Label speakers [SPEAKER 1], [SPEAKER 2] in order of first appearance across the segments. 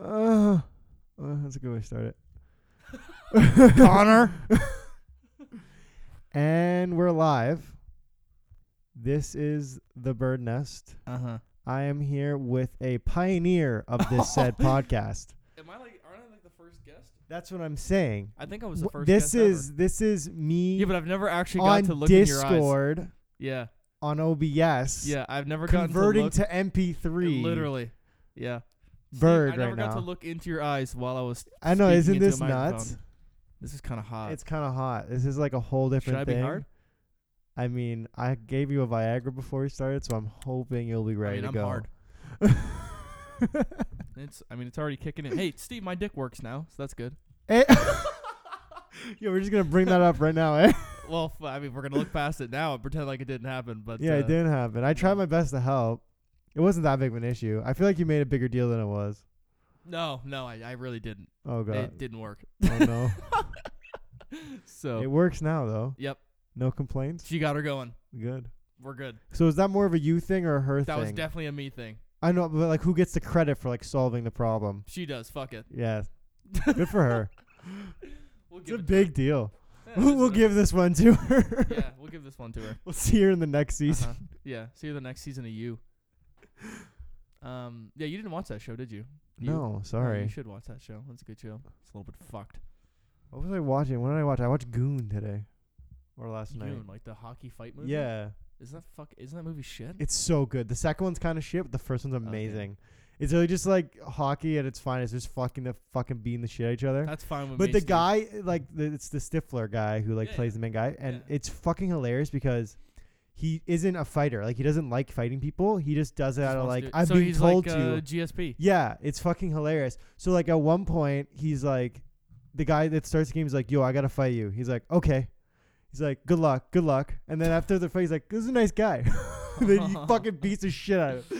[SPEAKER 1] Uh, That's a good way to start it.
[SPEAKER 2] Connor.
[SPEAKER 1] And we're live. This is the Bird Nest.
[SPEAKER 2] Uh huh.
[SPEAKER 1] I am here with a pioneer of this said podcast.
[SPEAKER 3] Am I like? Aren't I like the first guest?
[SPEAKER 1] That's what I'm saying.
[SPEAKER 3] I think I was the
[SPEAKER 1] Wh-
[SPEAKER 3] first.
[SPEAKER 1] this
[SPEAKER 3] guest
[SPEAKER 1] is
[SPEAKER 3] ever.
[SPEAKER 1] this is me
[SPEAKER 3] yeah, but I've never actually
[SPEAKER 1] on
[SPEAKER 3] got to look in your eyes.
[SPEAKER 1] Discord
[SPEAKER 3] Yeah,
[SPEAKER 1] on OBS.
[SPEAKER 3] yeah, I've never
[SPEAKER 1] Converting
[SPEAKER 3] gotten to
[SPEAKER 1] to,
[SPEAKER 3] look
[SPEAKER 1] MP3.
[SPEAKER 3] literally. Yeah, See,
[SPEAKER 1] Bird
[SPEAKER 3] I never
[SPEAKER 1] right
[SPEAKER 3] got to
[SPEAKER 1] now.
[SPEAKER 3] look into your eyes while I was.
[SPEAKER 1] I know,
[SPEAKER 3] speaking
[SPEAKER 1] isn't
[SPEAKER 3] into a
[SPEAKER 1] this nuts?
[SPEAKER 3] microphone. This is kind of hot.
[SPEAKER 1] It's kind of hot. This is like a whole
[SPEAKER 3] Should
[SPEAKER 1] different
[SPEAKER 3] I
[SPEAKER 1] thing.
[SPEAKER 3] be hard?
[SPEAKER 1] I mean, I gave you a Viagra before we started, so I'm hoping you'll be
[SPEAKER 3] I
[SPEAKER 1] ready
[SPEAKER 3] mean,
[SPEAKER 1] to
[SPEAKER 3] I'm
[SPEAKER 1] go.
[SPEAKER 3] hard. It's. I mean, it's already kicking in. Hey, Steve, my dick works now, so that's good.
[SPEAKER 1] Eh? yeah, we're just gonna bring that up right now, eh?
[SPEAKER 3] Well, f- I mean, we're gonna look past it now and pretend like it didn't happen. But
[SPEAKER 1] yeah,
[SPEAKER 3] uh,
[SPEAKER 1] it didn't happen. I tried my best to help. It wasn't that big of an issue. I feel like you made a bigger deal than it was.
[SPEAKER 3] No, no, I, I really didn't.
[SPEAKER 1] Oh god.
[SPEAKER 3] It didn't work.
[SPEAKER 1] oh no.
[SPEAKER 3] So
[SPEAKER 1] It works now though.
[SPEAKER 3] Yep.
[SPEAKER 1] No complaints.
[SPEAKER 3] she got her going.
[SPEAKER 1] Good.
[SPEAKER 3] We're good.
[SPEAKER 1] So is that more of a you thing or a her
[SPEAKER 3] That
[SPEAKER 1] thing?
[SPEAKER 3] was definitely a me thing.
[SPEAKER 1] I know, but like, who gets the credit for like solving the problem?
[SPEAKER 3] She does. Fuck it.
[SPEAKER 1] Yeah. Good for her.
[SPEAKER 3] We'll
[SPEAKER 1] It's a
[SPEAKER 3] give it to
[SPEAKER 1] big deal.
[SPEAKER 3] her. Yeah,
[SPEAKER 1] We'll,
[SPEAKER 3] it's
[SPEAKER 1] we'll
[SPEAKER 3] a-
[SPEAKER 1] give this one to her.
[SPEAKER 3] yeah, we'll give this one to her.
[SPEAKER 1] We'll see her in the next season.
[SPEAKER 3] Uh-huh. Yeah. See you the next season of you. Um. Yeah, you didn't watch that show, did you? You- Oh,
[SPEAKER 1] No, sorry.
[SPEAKER 3] you should watch that show. That's a good show. It's a little bit fucked.
[SPEAKER 1] What was I watching? What did I watch? I watched Goon today, or last night.
[SPEAKER 3] Dune, like the hockey fight movie.
[SPEAKER 1] Yeah,
[SPEAKER 3] Isn't that fuck? Isn't that movie shit?
[SPEAKER 1] it's so good. The second one's kind of shit, but the first one's amazing. It's really just like hockey at its finest, just fucking the fucking beating the shit out of each other.
[SPEAKER 3] That's fine with me.
[SPEAKER 1] but the
[SPEAKER 3] Steve.
[SPEAKER 1] guy, like, the, it's the Stifler guy who like
[SPEAKER 3] Yeah,
[SPEAKER 1] plays
[SPEAKER 3] yeah.
[SPEAKER 1] the main guy, and
[SPEAKER 3] Yeah.
[SPEAKER 1] it's fucking hilarious because he isn't a fighter. Like, he doesn't like fighting people. He just does it
[SPEAKER 3] just
[SPEAKER 1] out of like
[SPEAKER 3] wants to do it.
[SPEAKER 1] I'm
[SPEAKER 3] so
[SPEAKER 1] being
[SPEAKER 3] he's
[SPEAKER 1] told
[SPEAKER 3] like,
[SPEAKER 1] to.
[SPEAKER 3] Uh, GSP.
[SPEAKER 1] Yeah, it's fucking hilarious. So like at one point he's like the guy that starts the game is like, "Yo, I got to fight you." He's like, "Okay." He's like, "Good luck. Good luck." And then after the fight he's like, "This is a nice guy." and then he fucking beats the shit out of him.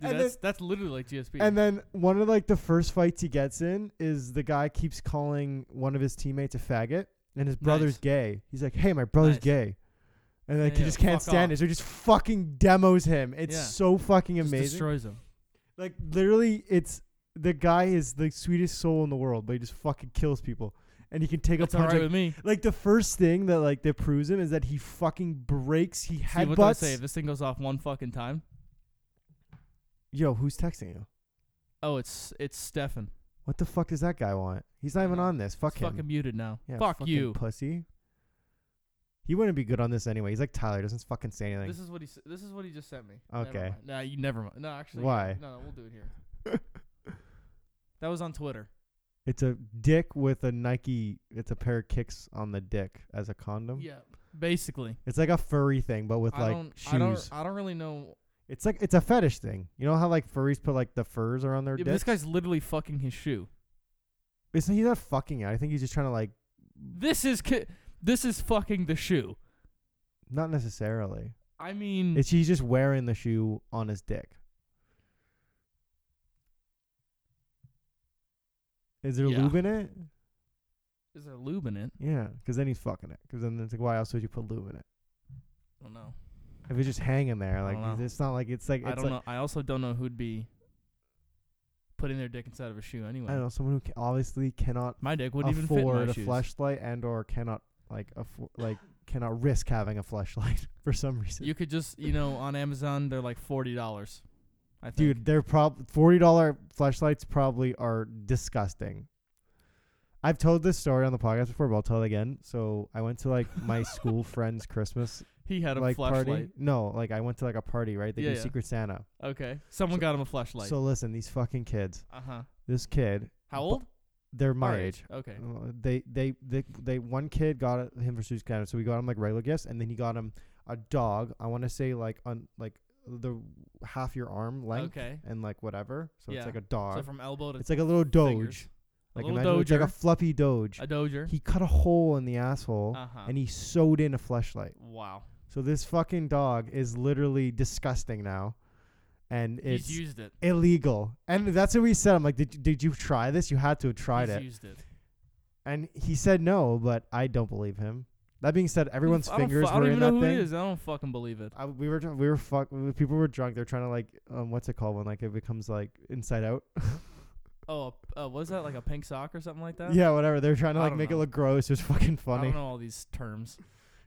[SPEAKER 3] Dude,
[SPEAKER 1] and
[SPEAKER 3] that's that's literally like GSP.
[SPEAKER 1] And then one of like the first fights he gets in is the guy keeps calling one of his teammates a faggot and his brother's
[SPEAKER 3] Nice.
[SPEAKER 1] gay. He's like, "Hey, my brother's
[SPEAKER 3] Nice.
[SPEAKER 1] gay." And like
[SPEAKER 3] Yeah,
[SPEAKER 1] he
[SPEAKER 3] yeah,
[SPEAKER 1] just can't
[SPEAKER 3] fuck
[SPEAKER 1] stand
[SPEAKER 3] off.
[SPEAKER 1] it. So he just fucking demos him. It's
[SPEAKER 3] Yeah.
[SPEAKER 1] so fucking
[SPEAKER 3] Just
[SPEAKER 1] amazing.
[SPEAKER 3] destroys him.
[SPEAKER 1] Like literally, it's the guy is the sweetest soul in the world, but he just fucking kills people, and he can take
[SPEAKER 3] That's
[SPEAKER 1] a
[SPEAKER 3] all
[SPEAKER 1] punch.
[SPEAKER 3] right
[SPEAKER 1] like-
[SPEAKER 3] with me.
[SPEAKER 1] like the first thing that like that proves him is that he fucking breaks. He
[SPEAKER 3] See, what did I
[SPEAKER 1] headbutts.
[SPEAKER 3] say? If this thing goes off one fucking time,
[SPEAKER 1] Yo, who's texting you?
[SPEAKER 3] oh, it's it's Stefan.
[SPEAKER 1] What the fuck does that guy want? He's not even
[SPEAKER 3] know.
[SPEAKER 1] on this. Fuck
[SPEAKER 3] It's
[SPEAKER 1] him.
[SPEAKER 3] fucking muted now.
[SPEAKER 1] yeah,
[SPEAKER 3] Fuck
[SPEAKER 1] fucking
[SPEAKER 3] you.
[SPEAKER 1] pussy. He wouldn't be good on this anyway. He's like Tyler. Doesn't fucking say anything.
[SPEAKER 3] This is what he. s- This is what he just sent me.
[SPEAKER 1] Okay.
[SPEAKER 3] No, you never mind. No, actually.
[SPEAKER 1] Why?
[SPEAKER 3] No, no, we'll do it here. that was on Twitter.
[SPEAKER 1] It's a dick with a Nike. It's a pair of kicks on the dick as a condom.
[SPEAKER 3] Yeah. Basically.
[SPEAKER 1] It's like a furry thing, but with
[SPEAKER 3] I
[SPEAKER 1] like
[SPEAKER 3] don't.
[SPEAKER 1] shoes.
[SPEAKER 3] I don't. I don't really know.
[SPEAKER 1] It's like it's a fetish thing. You know how like furries put like the furs around their
[SPEAKER 3] Yeah, but
[SPEAKER 1] dicks.
[SPEAKER 3] this guy's literally fucking his shoe.
[SPEAKER 1] It's- he's not fucking it. I think he's just trying to like,
[SPEAKER 3] This is. Ki- this is fucking the shoe.
[SPEAKER 1] not necessarily.
[SPEAKER 3] I mean.
[SPEAKER 1] It's he's just wearing the shoe on his dick. Is there
[SPEAKER 3] Yeah.
[SPEAKER 1] lube in it?
[SPEAKER 3] is there lube in it?
[SPEAKER 1] Yeah, because then he's fucking it. Because then it's like, why else would you put lube in it?
[SPEAKER 3] I don't know.
[SPEAKER 1] If it's just hanging there,
[SPEAKER 3] I
[SPEAKER 1] like
[SPEAKER 3] don't know.
[SPEAKER 1] it's not like it's like it's
[SPEAKER 3] I don't
[SPEAKER 1] like
[SPEAKER 3] know. I also don't know who'd be putting their dick inside of a shoe anyway.
[SPEAKER 1] I don't know someone who ca obviously cannot
[SPEAKER 3] My dick wouldn't even fit in my
[SPEAKER 1] afford a
[SPEAKER 3] shoes.
[SPEAKER 1] flashlight and or cannot like afford like cannot risk having a flashlight for some reason.
[SPEAKER 3] You could just, you know, on Amazon they're like forty dollars. I think.
[SPEAKER 1] Dude, they're prob forty dollar flashlights probably are disgusting. I've told this story on the podcast before, but I'll tell it again. So I went to like my school friend's Christmas
[SPEAKER 3] he had a
[SPEAKER 1] like
[SPEAKER 3] flashlight.
[SPEAKER 1] party. No, like I went to like a party, right? They
[SPEAKER 3] Yeah,
[SPEAKER 1] do
[SPEAKER 3] yeah.
[SPEAKER 1] Secret Santa.
[SPEAKER 3] Okay, someone
[SPEAKER 1] So-
[SPEAKER 3] got him a flashlight.
[SPEAKER 1] So listen, these fucking kids.
[SPEAKER 3] uh huh.
[SPEAKER 1] This kid,
[SPEAKER 3] How
[SPEAKER 1] bu-
[SPEAKER 3] old?
[SPEAKER 1] they're my
[SPEAKER 3] Our
[SPEAKER 1] age.
[SPEAKER 3] Okay.
[SPEAKER 1] Uh, They, they they they one kid got it- him for Secret Santa, so we got him like regular gifts, and then he got him a dog. I want to say like on like the half your arm length
[SPEAKER 3] Okay.
[SPEAKER 1] and like whatever. So
[SPEAKER 3] Yeah.
[SPEAKER 1] it's like a dog.
[SPEAKER 3] So from elbow to
[SPEAKER 1] It's like a little doge.
[SPEAKER 3] fingers.
[SPEAKER 1] Like
[SPEAKER 3] little
[SPEAKER 1] imagine it's like a
[SPEAKER 3] doger.
[SPEAKER 1] fluffy doge.
[SPEAKER 3] a doger.
[SPEAKER 1] He cut a hole in the asshole
[SPEAKER 3] Uh huh.
[SPEAKER 1] and he sewed in a fleshlight.
[SPEAKER 3] Wow.
[SPEAKER 1] So this fucking dog is literally disgusting now. And it's
[SPEAKER 3] He's used it.
[SPEAKER 1] illegal. And that's what we said. I'm like, did, you- did you try this? You had to have tried
[SPEAKER 3] He's
[SPEAKER 1] it.
[SPEAKER 3] used it.
[SPEAKER 1] And he said no, but I don't believe him. That being said, everyone's
[SPEAKER 3] I don't fu-
[SPEAKER 1] fingers
[SPEAKER 3] I don't
[SPEAKER 1] were in
[SPEAKER 3] even
[SPEAKER 1] that
[SPEAKER 3] know who
[SPEAKER 1] thing.
[SPEAKER 3] it is. I don't fucking believe it.
[SPEAKER 1] I, we were tr- we were fuck people were drunk. They're trying to like um, what's it called when like it becomes like inside out.
[SPEAKER 3] Oh, a- uh, was that like a pink sock or something like that?
[SPEAKER 1] yeah, whatever. They're trying to
[SPEAKER 3] I
[SPEAKER 1] like
[SPEAKER 3] don't
[SPEAKER 1] make
[SPEAKER 3] know.
[SPEAKER 1] it look gross. It was fucking
[SPEAKER 3] I
[SPEAKER 1] funny.
[SPEAKER 3] don't know all these terms.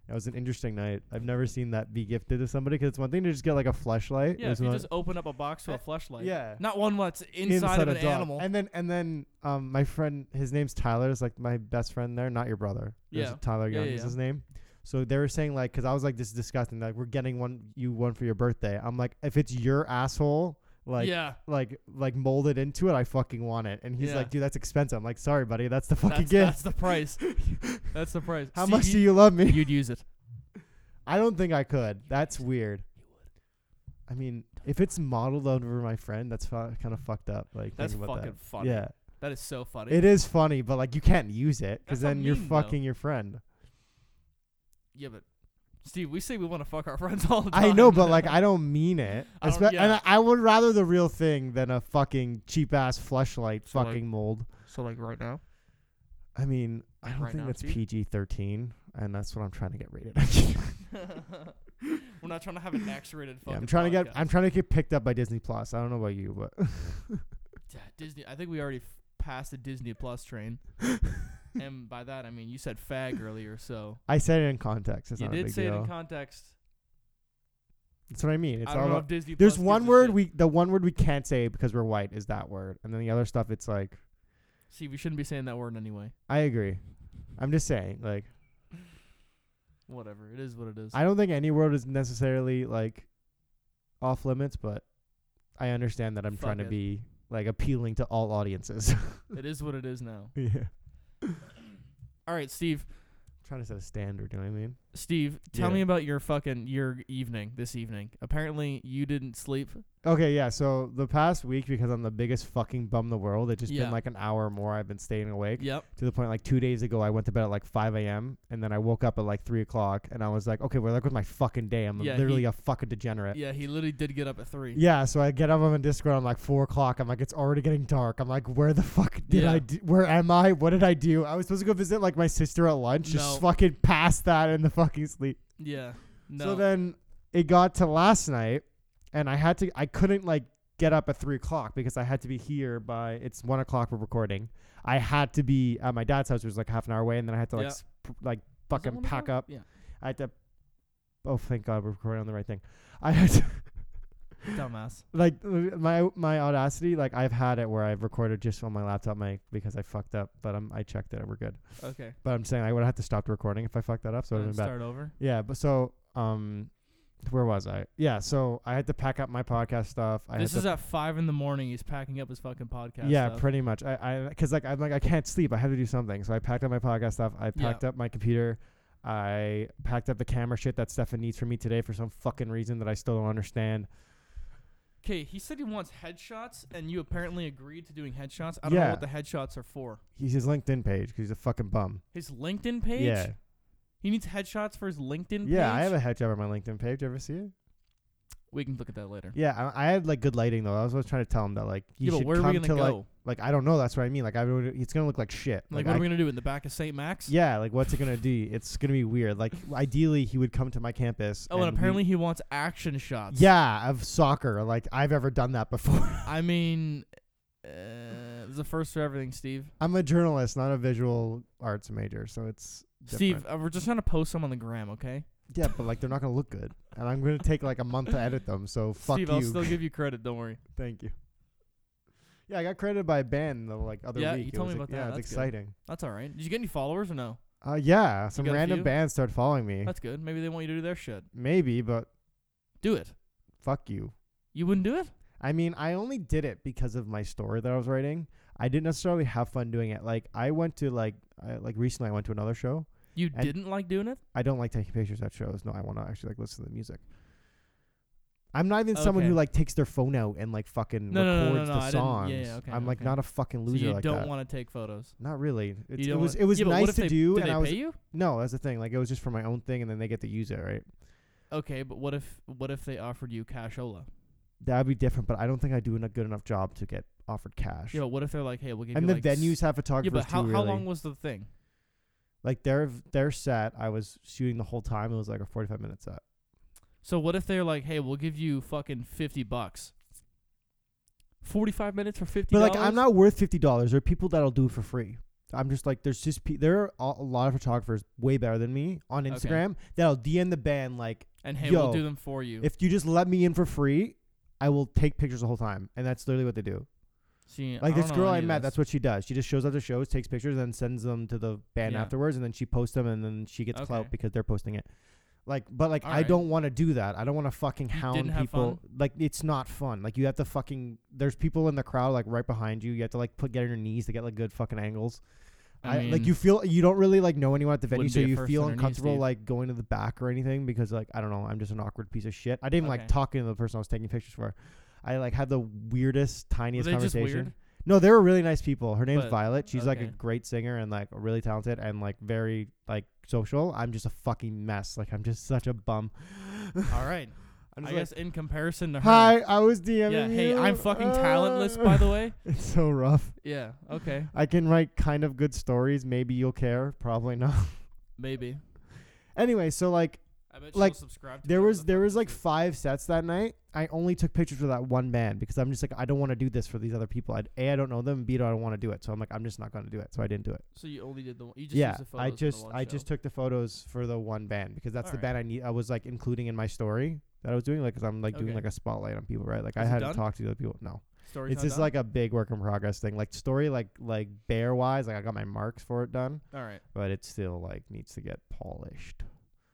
[SPEAKER 1] That was an interesting night. I've never seen that be gifted to somebody because it's one thing to just get like a flashlight.
[SPEAKER 3] Yeah, if you just open up a box to
[SPEAKER 1] Uh,
[SPEAKER 3] a flashlight.
[SPEAKER 1] yeah.
[SPEAKER 3] Not one that's inside, of an animal.
[SPEAKER 1] And then and then um my friend his name's Tyler is like my best friend there, not your brother. There's
[SPEAKER 3] Yeah.
[SPEAKER 1] Tyler
[SPEAKER 3] Yeah,
[SPEAKER 1] Young
[SPEAKER 3] yeah,
[SPEAKER 1] is
[SPEAKER 3] yeah.
[SPEAKER 1] his name. So they were saying like cuz I was like this is disgusting like we're getting one you one for your birthday. I'm like if it's your asshole like
[SPEAKER 3] yeah,
[SPEAKER 1] like like molded into it I fucking want it. And he's
[SPEAKER 3] Yeah.
[SPEAKER 1] like dude that's expensive. I'm like sorry buddy, that's the fucking
[SPEAKER 3] that's,
[SPEAKER 1] gift.
[SPEAKER 3] that's the price. that's the price.
[SPEAKER 1] How
[SPEAKER 3] See,
[SPEAKER 1] much
[SPEAKER 3] you,
[SPEAKER 1] do you love me?
[SPEAKER 3] You'd use it.
[SPEAKER 1] I don't think I could. That's weird. I mean, if it's modeled over my friend, that's fu- kind of fucked up. Like
[SPEAKER 3] That's
[SPEAKER 1] think about
[SPEAKER 3] fucking
[SPEAKER 1] that.
[SPEAKER 3] funny.
[SPEAKER 1] Yeah,
[SPEAKER 3] That is so funny.
[SPEAKER 1] it is funny, but like you can't use it because
[SPEAKER 3] That's not
[SPEAKER 1] then you're
[SPEAKER 3] mean, though.
[SPEAKER 1] fucking your friend.
[SPEAKER 3] yeah, but Steve, we say we want to fuck our friends all the time.
[SPEAKER 1] I know, but like I don't mean it.
[SPEAKER 3] I don't-
[SPEAKER 1] Espe- And
[SPEAKER 3] yeah.
[SPEAKER 1] I, I would rather the real thing than a fucking cheap ass flashlight
[SPEAKER 3] So, like-
[SPEAKER 1] fucking mold.
[SPEAKER 3] so like right now.
[SPEAKER 1] I mean, I don't
[SPEAKER 3] Right
[SPEAKER 1] think
[SPEAKER 3] now,
[SPEAKER 1] that's
[SPEAKER 3] Steve?
[SPEAKER 1] PG thirteen, and that's what I'm trying to get rated.
[SPEAKER 3] We're not trying to have an X-rated fucking.
[SPEAKER 1] yeah, I'm trying to
[SPEAKER 3] podcast.
[SPEAKER 1] get. I'm trying to get picked up by Disney Plus. I don't know about you, but
[SPEAKER 3] Yeah, Disney. I think we already f- passed the Disney Plus train, and by that I mean you said fag earlier, so
[SPEAKER 1] I said it in context. It's
[SPEAKER 3] you
[SPEAKER 1] not a
[SPEAKER 3] did
[SPEAKER 1] big
[SPEAKER 3] say
[SPEAKER 1] deal.
[SPEAKER 3] it in context.
[SPEAKER 1] That's what I mean. It's
[SPEAKER 3] I
[SPEAKER 1] all
[SPEAKER 3] don't know
[SPEAKER 1] about.
[SPEAKER 3] if Disney.
[SPEAKER 1] There's
[SPEAKER 3] Plus gives
[SPEAKER 1] one
[SPEAKER 3] a
[SPEAKER 1] word
[SPEAKER 3] shit.
[SPEAKER 1] we the one word we can't say because we're white is that word, and then the other stuff it's like
[SPEAKER 3] see. We shouldn't be saying that word anyway.
[SPEAKER 1] I agree. I'm just saying like
[SPEAKER 3] Whatever. It is what it is.
[SPEAKER 1] I don't think any word is necessarily like off limits, but I understand that I'm
[SPEAKER 3] Fuck
[SPEAKER 1] trying to
[SPEAKER 3] it.
[SPEAKER 1] be like appealing to all audiences.
[SPEAKER 3] it is what it is now.
[SPEAKER 1] yeah, I'm
[SPEAKER 3] All right, Steve.
[SPEAKER 1] trying to set a standard. You know what I mean?
[SPEAKER 3] Steve, tell
[SPEAKER 1] Yeah.
[SPEAKER 3] me about your fucking your evening this evening. Apparently, you didn't sleep.
[SPEAKER 1] Okay, yeah. So the past week, because I'm the biggest fucking bum in the world, it's just
[SPEAKER 3] Yeah.
[SPEAKER 1] been like an hour or more. I've been staying awake.
[SPEAKER 3] Yep.
[SPEAKER 1] to the point like two days ago I went to bed at like 5 a.m. and then I woke up at like 3 o'clock and I was like, okay, we're like with my fucking day. I'm
[SPEAKER 3] Yeah,
[SPEAKER 1] literally
[SPEAKER 3] he-
[SPEAKER 1] a fucking degenerate. Yeah.
[SPEAKER 3] Yeah, he literally did get up at three.
[SPEAKER 1] so I get up on Discord. I'm like four o'clock. I'm like, it's already getting dark. I'm like, where the fuck did
[SPEAKER 3] Yeah.
[SPEAKER 1] I? Do, where am I? What did I do? I was supposed to go visit like my sister at lunch. Just
[SPEAKER 3] No.
[SPEAKER 1] fucking past that in the fucking sleep.
[SPEAKER 3] Yeah. No.
[SPEAKER 1] So then it got to last night, and I had to. I couldn't like get up at three o'clock because I had to be here by it's one o'clock. We're recording. I had to be at my dad's house, which was like half an hour away, and then I had to like
[SPEAKER 3] Yeah.
[SPEAKER 1] sp- like
[SPEAKER 3] Was it
[SPEAKER 1] fucking
[SPEAKER 3] one o'clock?
[SPEAKER 1] pack up.
[SPEAKER 3] Yeah.
[SPEAKER 1] I had to. Oh, thank God, we're recording on the right thing. I had to,
[SPEAKER 3] Dumbass.
[SPEAKER 1] like my my audacity. Like I've had it where I've recorded just on my laptop mic because I fucked up, but um, I checked it. We're good.
[SPEAKER 3] Okay.
[SPEAKER 1] But I'm saying I would have to stop the recording if I fucked that up. So it would
[SPEAKER 3] And
[SPEAKER 1] have been bad.
[SPEAKER 3] start over.
[SPEAKER 1] Yeah, but so um, where was I? Yeah, so I had to pack up my podcast stuff. I
[SPEAKER 3] this
[SPEAKER 1] had
[SPEAKER 3] is
[SPEAKER 1] to,
[SPEAKER 3] at five in the morning. He's packing up his fucking podcast.
[SPEAKER 1] yeah,
[SPEAKER 3] stuff.
[SPEAKER 1] pretty much. I I because like I'm like I can't sleep. I have to do something. So I packed up my podcast stuff. I
[SPEAKER 3] Yeah.
[SPEAKER 1] packed up my computer. I packed up the camera shit that Stefan needs from me today for some fucking reason that I still don't understand.
[SPEAKER 3] Okay, he said he wants headshots, and you apparently agreed to doing headshots. I don't know
[SPEAKER 1] Yeah.
[SPEAKER 3] what the headshots are for.
[SPEAKER 1] He's his LinkedIn page 'cause he's a fucking bum.
[SPEAKER 3] His LinkedIn page.
[SPEAKER 1] Yeah,
[SPEAKER 3] He needs headshots for his LinkedIn.
[SPEAKER 1] yeah.
[SPEAKER 3] page?
[SPEAKER 1] I have a head job on my LinkedIn page. You ever see it?
[SPEAKER 3] We can look at that later.
[SPEAKER 1] Yeah, I, I had like good lighting though. I was always trying to tell him that like you
[SPEAKER 3] yeah,
[SPEAKER 1] should
[SPEAKER 3] but where are
[SPEAKER 1] come
[SPEAKER 3] we gonna
[SPEAKER 1] to
[SPEAKER 3] go?
[SPEAKER 1] like like I don't know. That's what I mean. Like I would, it's gonna look like shit.
[SPEAKER 3] Like,
[SPEAKER 1] I
[SPEAKER 3] what are we gonna do in the back of St. Max?
[SPEAKER 1] Yeah, like what's it gonna do? It's gonna be weird. Like ideally, he would come to my campus.
[SPEAKER 3] Oh, and,
[SPEAKER 1] we-
[SPEAKER 3] apparently he wants action shots.
[SPEAKER 1] yeah, of soccer. Like I've ever done that before.
[SPEAKER 3] I mean, uh, this is the first for everything, Steve.
[SPEAKER 1] I'm a journalist, not a visual arts major, so it's
[SPEAKER 3] Steve,
[SPEAKER 1] different.
[SPEAKER 3] uh, we're just trying to post some on the gram, okay?
[SPEAKER 1] Yeah, but like they're not gonna look good, and I'm gonna take like a month to edit them. So fuck
[SPEAKER 3] Steve,
[SPEAKER 1] you.
[SPEAKER 3] I'll still give you credit. Don't worry.
[SPEAKER 1] Thank you. Yeah, I got credited by a band the like other
[SPEAKER 3] Yeah,
[SPEAKER 1] week.
[SPEAKER 3] you
[SPEAKER 1] It
[SPEAKER 3] told
[SPEAKER 1] was,
[SPEAKER 3] me
[SPEAKER 1] like-
[SPEAKER 3] about
[SPEAKER 1] yeah,
[SPEAKER 3] that.
[SPEAKER 1] it's
[SPEAKER 3] That's good.
[SPEAKER 1] exciting.
[SPEAKER 3] That's all right. Did you get any followers or no?
[SPEAKER 1] Uh, yeah, some
[SPEAKER 3] got a
[SPEAKER 1] random
[SPEAKER 3] few?
[SPEAKER 1] bands started following me.
[SPEAKER 3] That's good. Maybe they want you to do their shit.
[SPEAKER 1] Maybe, but
[SPEAKER 3] Do it.
[SPEAKER 1] fuck you.
[SPEAKER 3] You wouldn't do it?
[SPEAKER 1] I mean, I only did it because of my story that I was writing. I didn't necessarily have fun doing it. Like I went to like I, like recently, I went to another show.
[SPEAKER 3] You
[SPEAKER 1] And-
[SPEAKER 3] didn't like doing it?
[SPEAKER 1] I don't like taking pictures at shows. No, I want to actually like listen to the music. I'm not even someone who
[SPEAKER 3] Okay.
[SPEAKER 1] like takes their phone out and like fucking
[SPEAKER 3] No, no, no, no,
[SPEAKER 1] records
[SPEAKER 3] no, I
[SPEAKER 1] the
[SPEAKER 3] didn't- yeah,
[SPEAKER 1] songs.
[SPEAKER 3] yeah, okay,
[SPEAKER 1] I'm like
[SPEAKER 3] okay.
[SPEAKER 1] not a fucking
[SPEAKER 3] So
[SPEAKER 1] loser
[SPEAKER 3] you
[SPEAKER 1] like
[SPEAKER 3] don't
[SPEAKER 1] that.
[SPEAKER 3] want to take photos.
[SPEAKER 1] not really. It's,
[SPEAKER 3] You
[SPEAKER 1] it
[SPEAKER 3] don't
[SPEAKER 1] was
[SPEAKER 3] wanna-
[SPEAKER 1] it was
[SPEAKER 3] Yeah, but what
[SPEAKER 1] nice
[SPEAKER 3] if
[SPEAKER 1] to
[SPEAKER 3] they-
[SPEAKER 1] do,
[SPEAKER 3] Did
[SPEAKER 1] and
[SPEAKER 3] they
[SPEAKER 1] I was
[SPEAKER 3] pay you?
[SPEAKER 1] no, that's the thing. Like it was just for my own thing, and then they get to use it, right?
[SPEAKER 3] Okay, but what if what if they offered you cashola?
[SPEAKER 1] That would be different, but I don't think I do a good enough job to get offered cash.
[SPEAKER 3] Yeah, but what if they're like, hey, we'll give
[SPEAKER 1] and
[SPEAKER 3] you
[SPEAKER 1] the
[SPEAKER 3] like s-
[SPEAKER 1] venues have
[SPEAKER 3] Yeah,
[SPEAKER 1] photographers
[SPEAKER 3] but how
[SPEAKER 1] too. Really.
[SPEAKER 3] how long was the thing?
[SPEAKER 1] like their their set I was shooting the whole time. It was like a forty five minute set.
[SPEAKER 3] So what if they're like, hey, we'll give you fucking fifty bucks Forty-five minutes for fifty.
[SPEAKER 1] But like, I'm not worth fifty dollars. There are people that'll do it for free. I'm just like, there's just pe- there are a a lot of photographers way better than me on
[SPEAKER 3] Okay.
[SPEAKER 1] Instagram that'll DM the band like,
[SPEAKER 3] And hey,
[SPEAKER 1] Yo.
[SPEAKER 3] we'll do them for you.
[SPEAKER 1] if you just let me in for free, I will take pictures the whole time, and that's literally what they do.
[SPEAKER 3] See,
[SPEAKER 1] Like
[SPEAKER 3] don't
[SPEAKER 1] this
[SPEAKER 3] know
[SPEAKER 1] girl
[SPEAKER 3] any
[SPEAKER 1] I
[SPEAKER 3] of
[SPEAKER 1] met,
[SPEAKER 3] this.
[SPEAKER 1] that's what she does. She just shows up to shows, takes pictures, and sends them to the band
[SPEAKER 3] Yeah.
[SPEAKER 1] afterwards, and then she posts them, and then she gets
[SPEAKER 3] Okay.
[SPEAKER 1] clout because they're posting it. Like, but like, I
[SPEAKER 3] Alright.
[SPEAKER 1] don't want to do that. I don't want to fucking hound
[SPEAKER 3] didn't have
[SPEAKER 1] people. Like, it's not fun. Like, you have to fucking. There's people in the crowd like right behind you. You have to like put get on your knees to get like good fucking angles. I,
[SPEAKER 3] I mean,
[SPEAKER 1] like you feel you don't really like know anyone at the venue,
[SPEAKER 3] Wouldn't
[SPEAKER 1] so
[SPEAKER 3] be a
[SPEAKER 1] you
[SPEAKER 3] first
[SPEAKER 1] feel
[SPEAKER 3] on her knees,
[SPEAKER 1] uncomfortable
[SPEAKER 3] Steve.
[SPEAKER 1] like going to the back or anything because like I don't know, I'm just an awkward piece of shit. I didn't even like
[SPEAKER 3] Okay.
[SPEAKER 1] talking to the person I was taking pictures for. I like had the weirdest,
[SPEAKER 3] were
[SPEAKER 1] tiniest
[SPEAKER 3] they just
[SPEAKER 1] conversation.
[SPEAKER 3] weird?
[SPEAKER 1] No, they were really nice people. Her name's
[SPEAKER 3] But-
[SPEAKER 1] Violet. She's like a
[SPEAKER 3] okay.
[SPEAKER 1] great singer and like really talented and like very like social. I'm just a fucking mess. Like I'm just such a bum.
[SPEAKER 3] All right.
[SPEAKER 1] I'm
[SPEAKER 3] I
[SPEAKER 1] just like,
[SPEAKER 3] guess in comparison to her.
[SPEAKER 1] hi, uh, I was DMing
[SPEAKER 3] Yeah. Hey, I'm
[SPEAKER 1] you.
[SPEAKER 3] fucking talentless, by the way.
[SPEAKER 1] It's so rough.
[SPEAKER 3] Yeah. Okay.
[SPEAKER 1] I can write kind of good stories. Maybe you'll care. Probably not.
[SPEAKER 3] Maybe.
[SPEAKER 1] anyway, so like
[SPEAKER 3] I bet
[SPEAKER 1] Like,
[SPEAKER 3] she'll subscribe. To
[SPEAKER 1] there
[SPEAKER 3] whatever
[SPEAKER 1] was
[SPEAKER 3] the
[SPEAKER 1] there
[SPEAKER 3] fuck
[SPEAKER 1] was like
[SPEAKER 3] this is.
[SPEAKER 1] five sets that night. I only took pictures for that one band because I'm just like I don't want to do this for these other people. I'd, A I don't know them. B I don't want to do it. So I'm like I'm just not going to do it. So I didn't do it.
[SPEAKER 3] So you only did the one. You just
[SPEAKER 1] yeah,
[SPEAKER 3] used the photos
[SPEAKER 1] I
[SPEAKER 3] for the
[SPEAKER 1] just
[SPEAKER 3] one
[SPEAKER 1] I
[SPEAKER 3] show.
[SPEAKER 1] just took the photos for the one band because that's the
[SPEAKER 3] Alright.
[SPEAKER 1] band I need. I was like including in my story that I was doing like because I'm like doing
[SPEAKER 3] Okay.
[SPEAKER 1] like a spotlight on people, right? Like I
[SPEAKER 3] Is it
[SPEAKER 1] had to
[SPEAKER 3] done?
[SPEAKER 1] talk to the other people. No,
[SPEAKER 3] Story's
[SPEAKER 1] it's
[SPEAKER 3] not
[SPEAKER 1] just
[SPEAKER 3] done?
[SPEAKER 1] like a big work in progress thing. Like story, like like bear wise, like I got my marks for it done,
[SPEAKER 3] All right.
[SPEAKER 1] but it still like needs to get polished.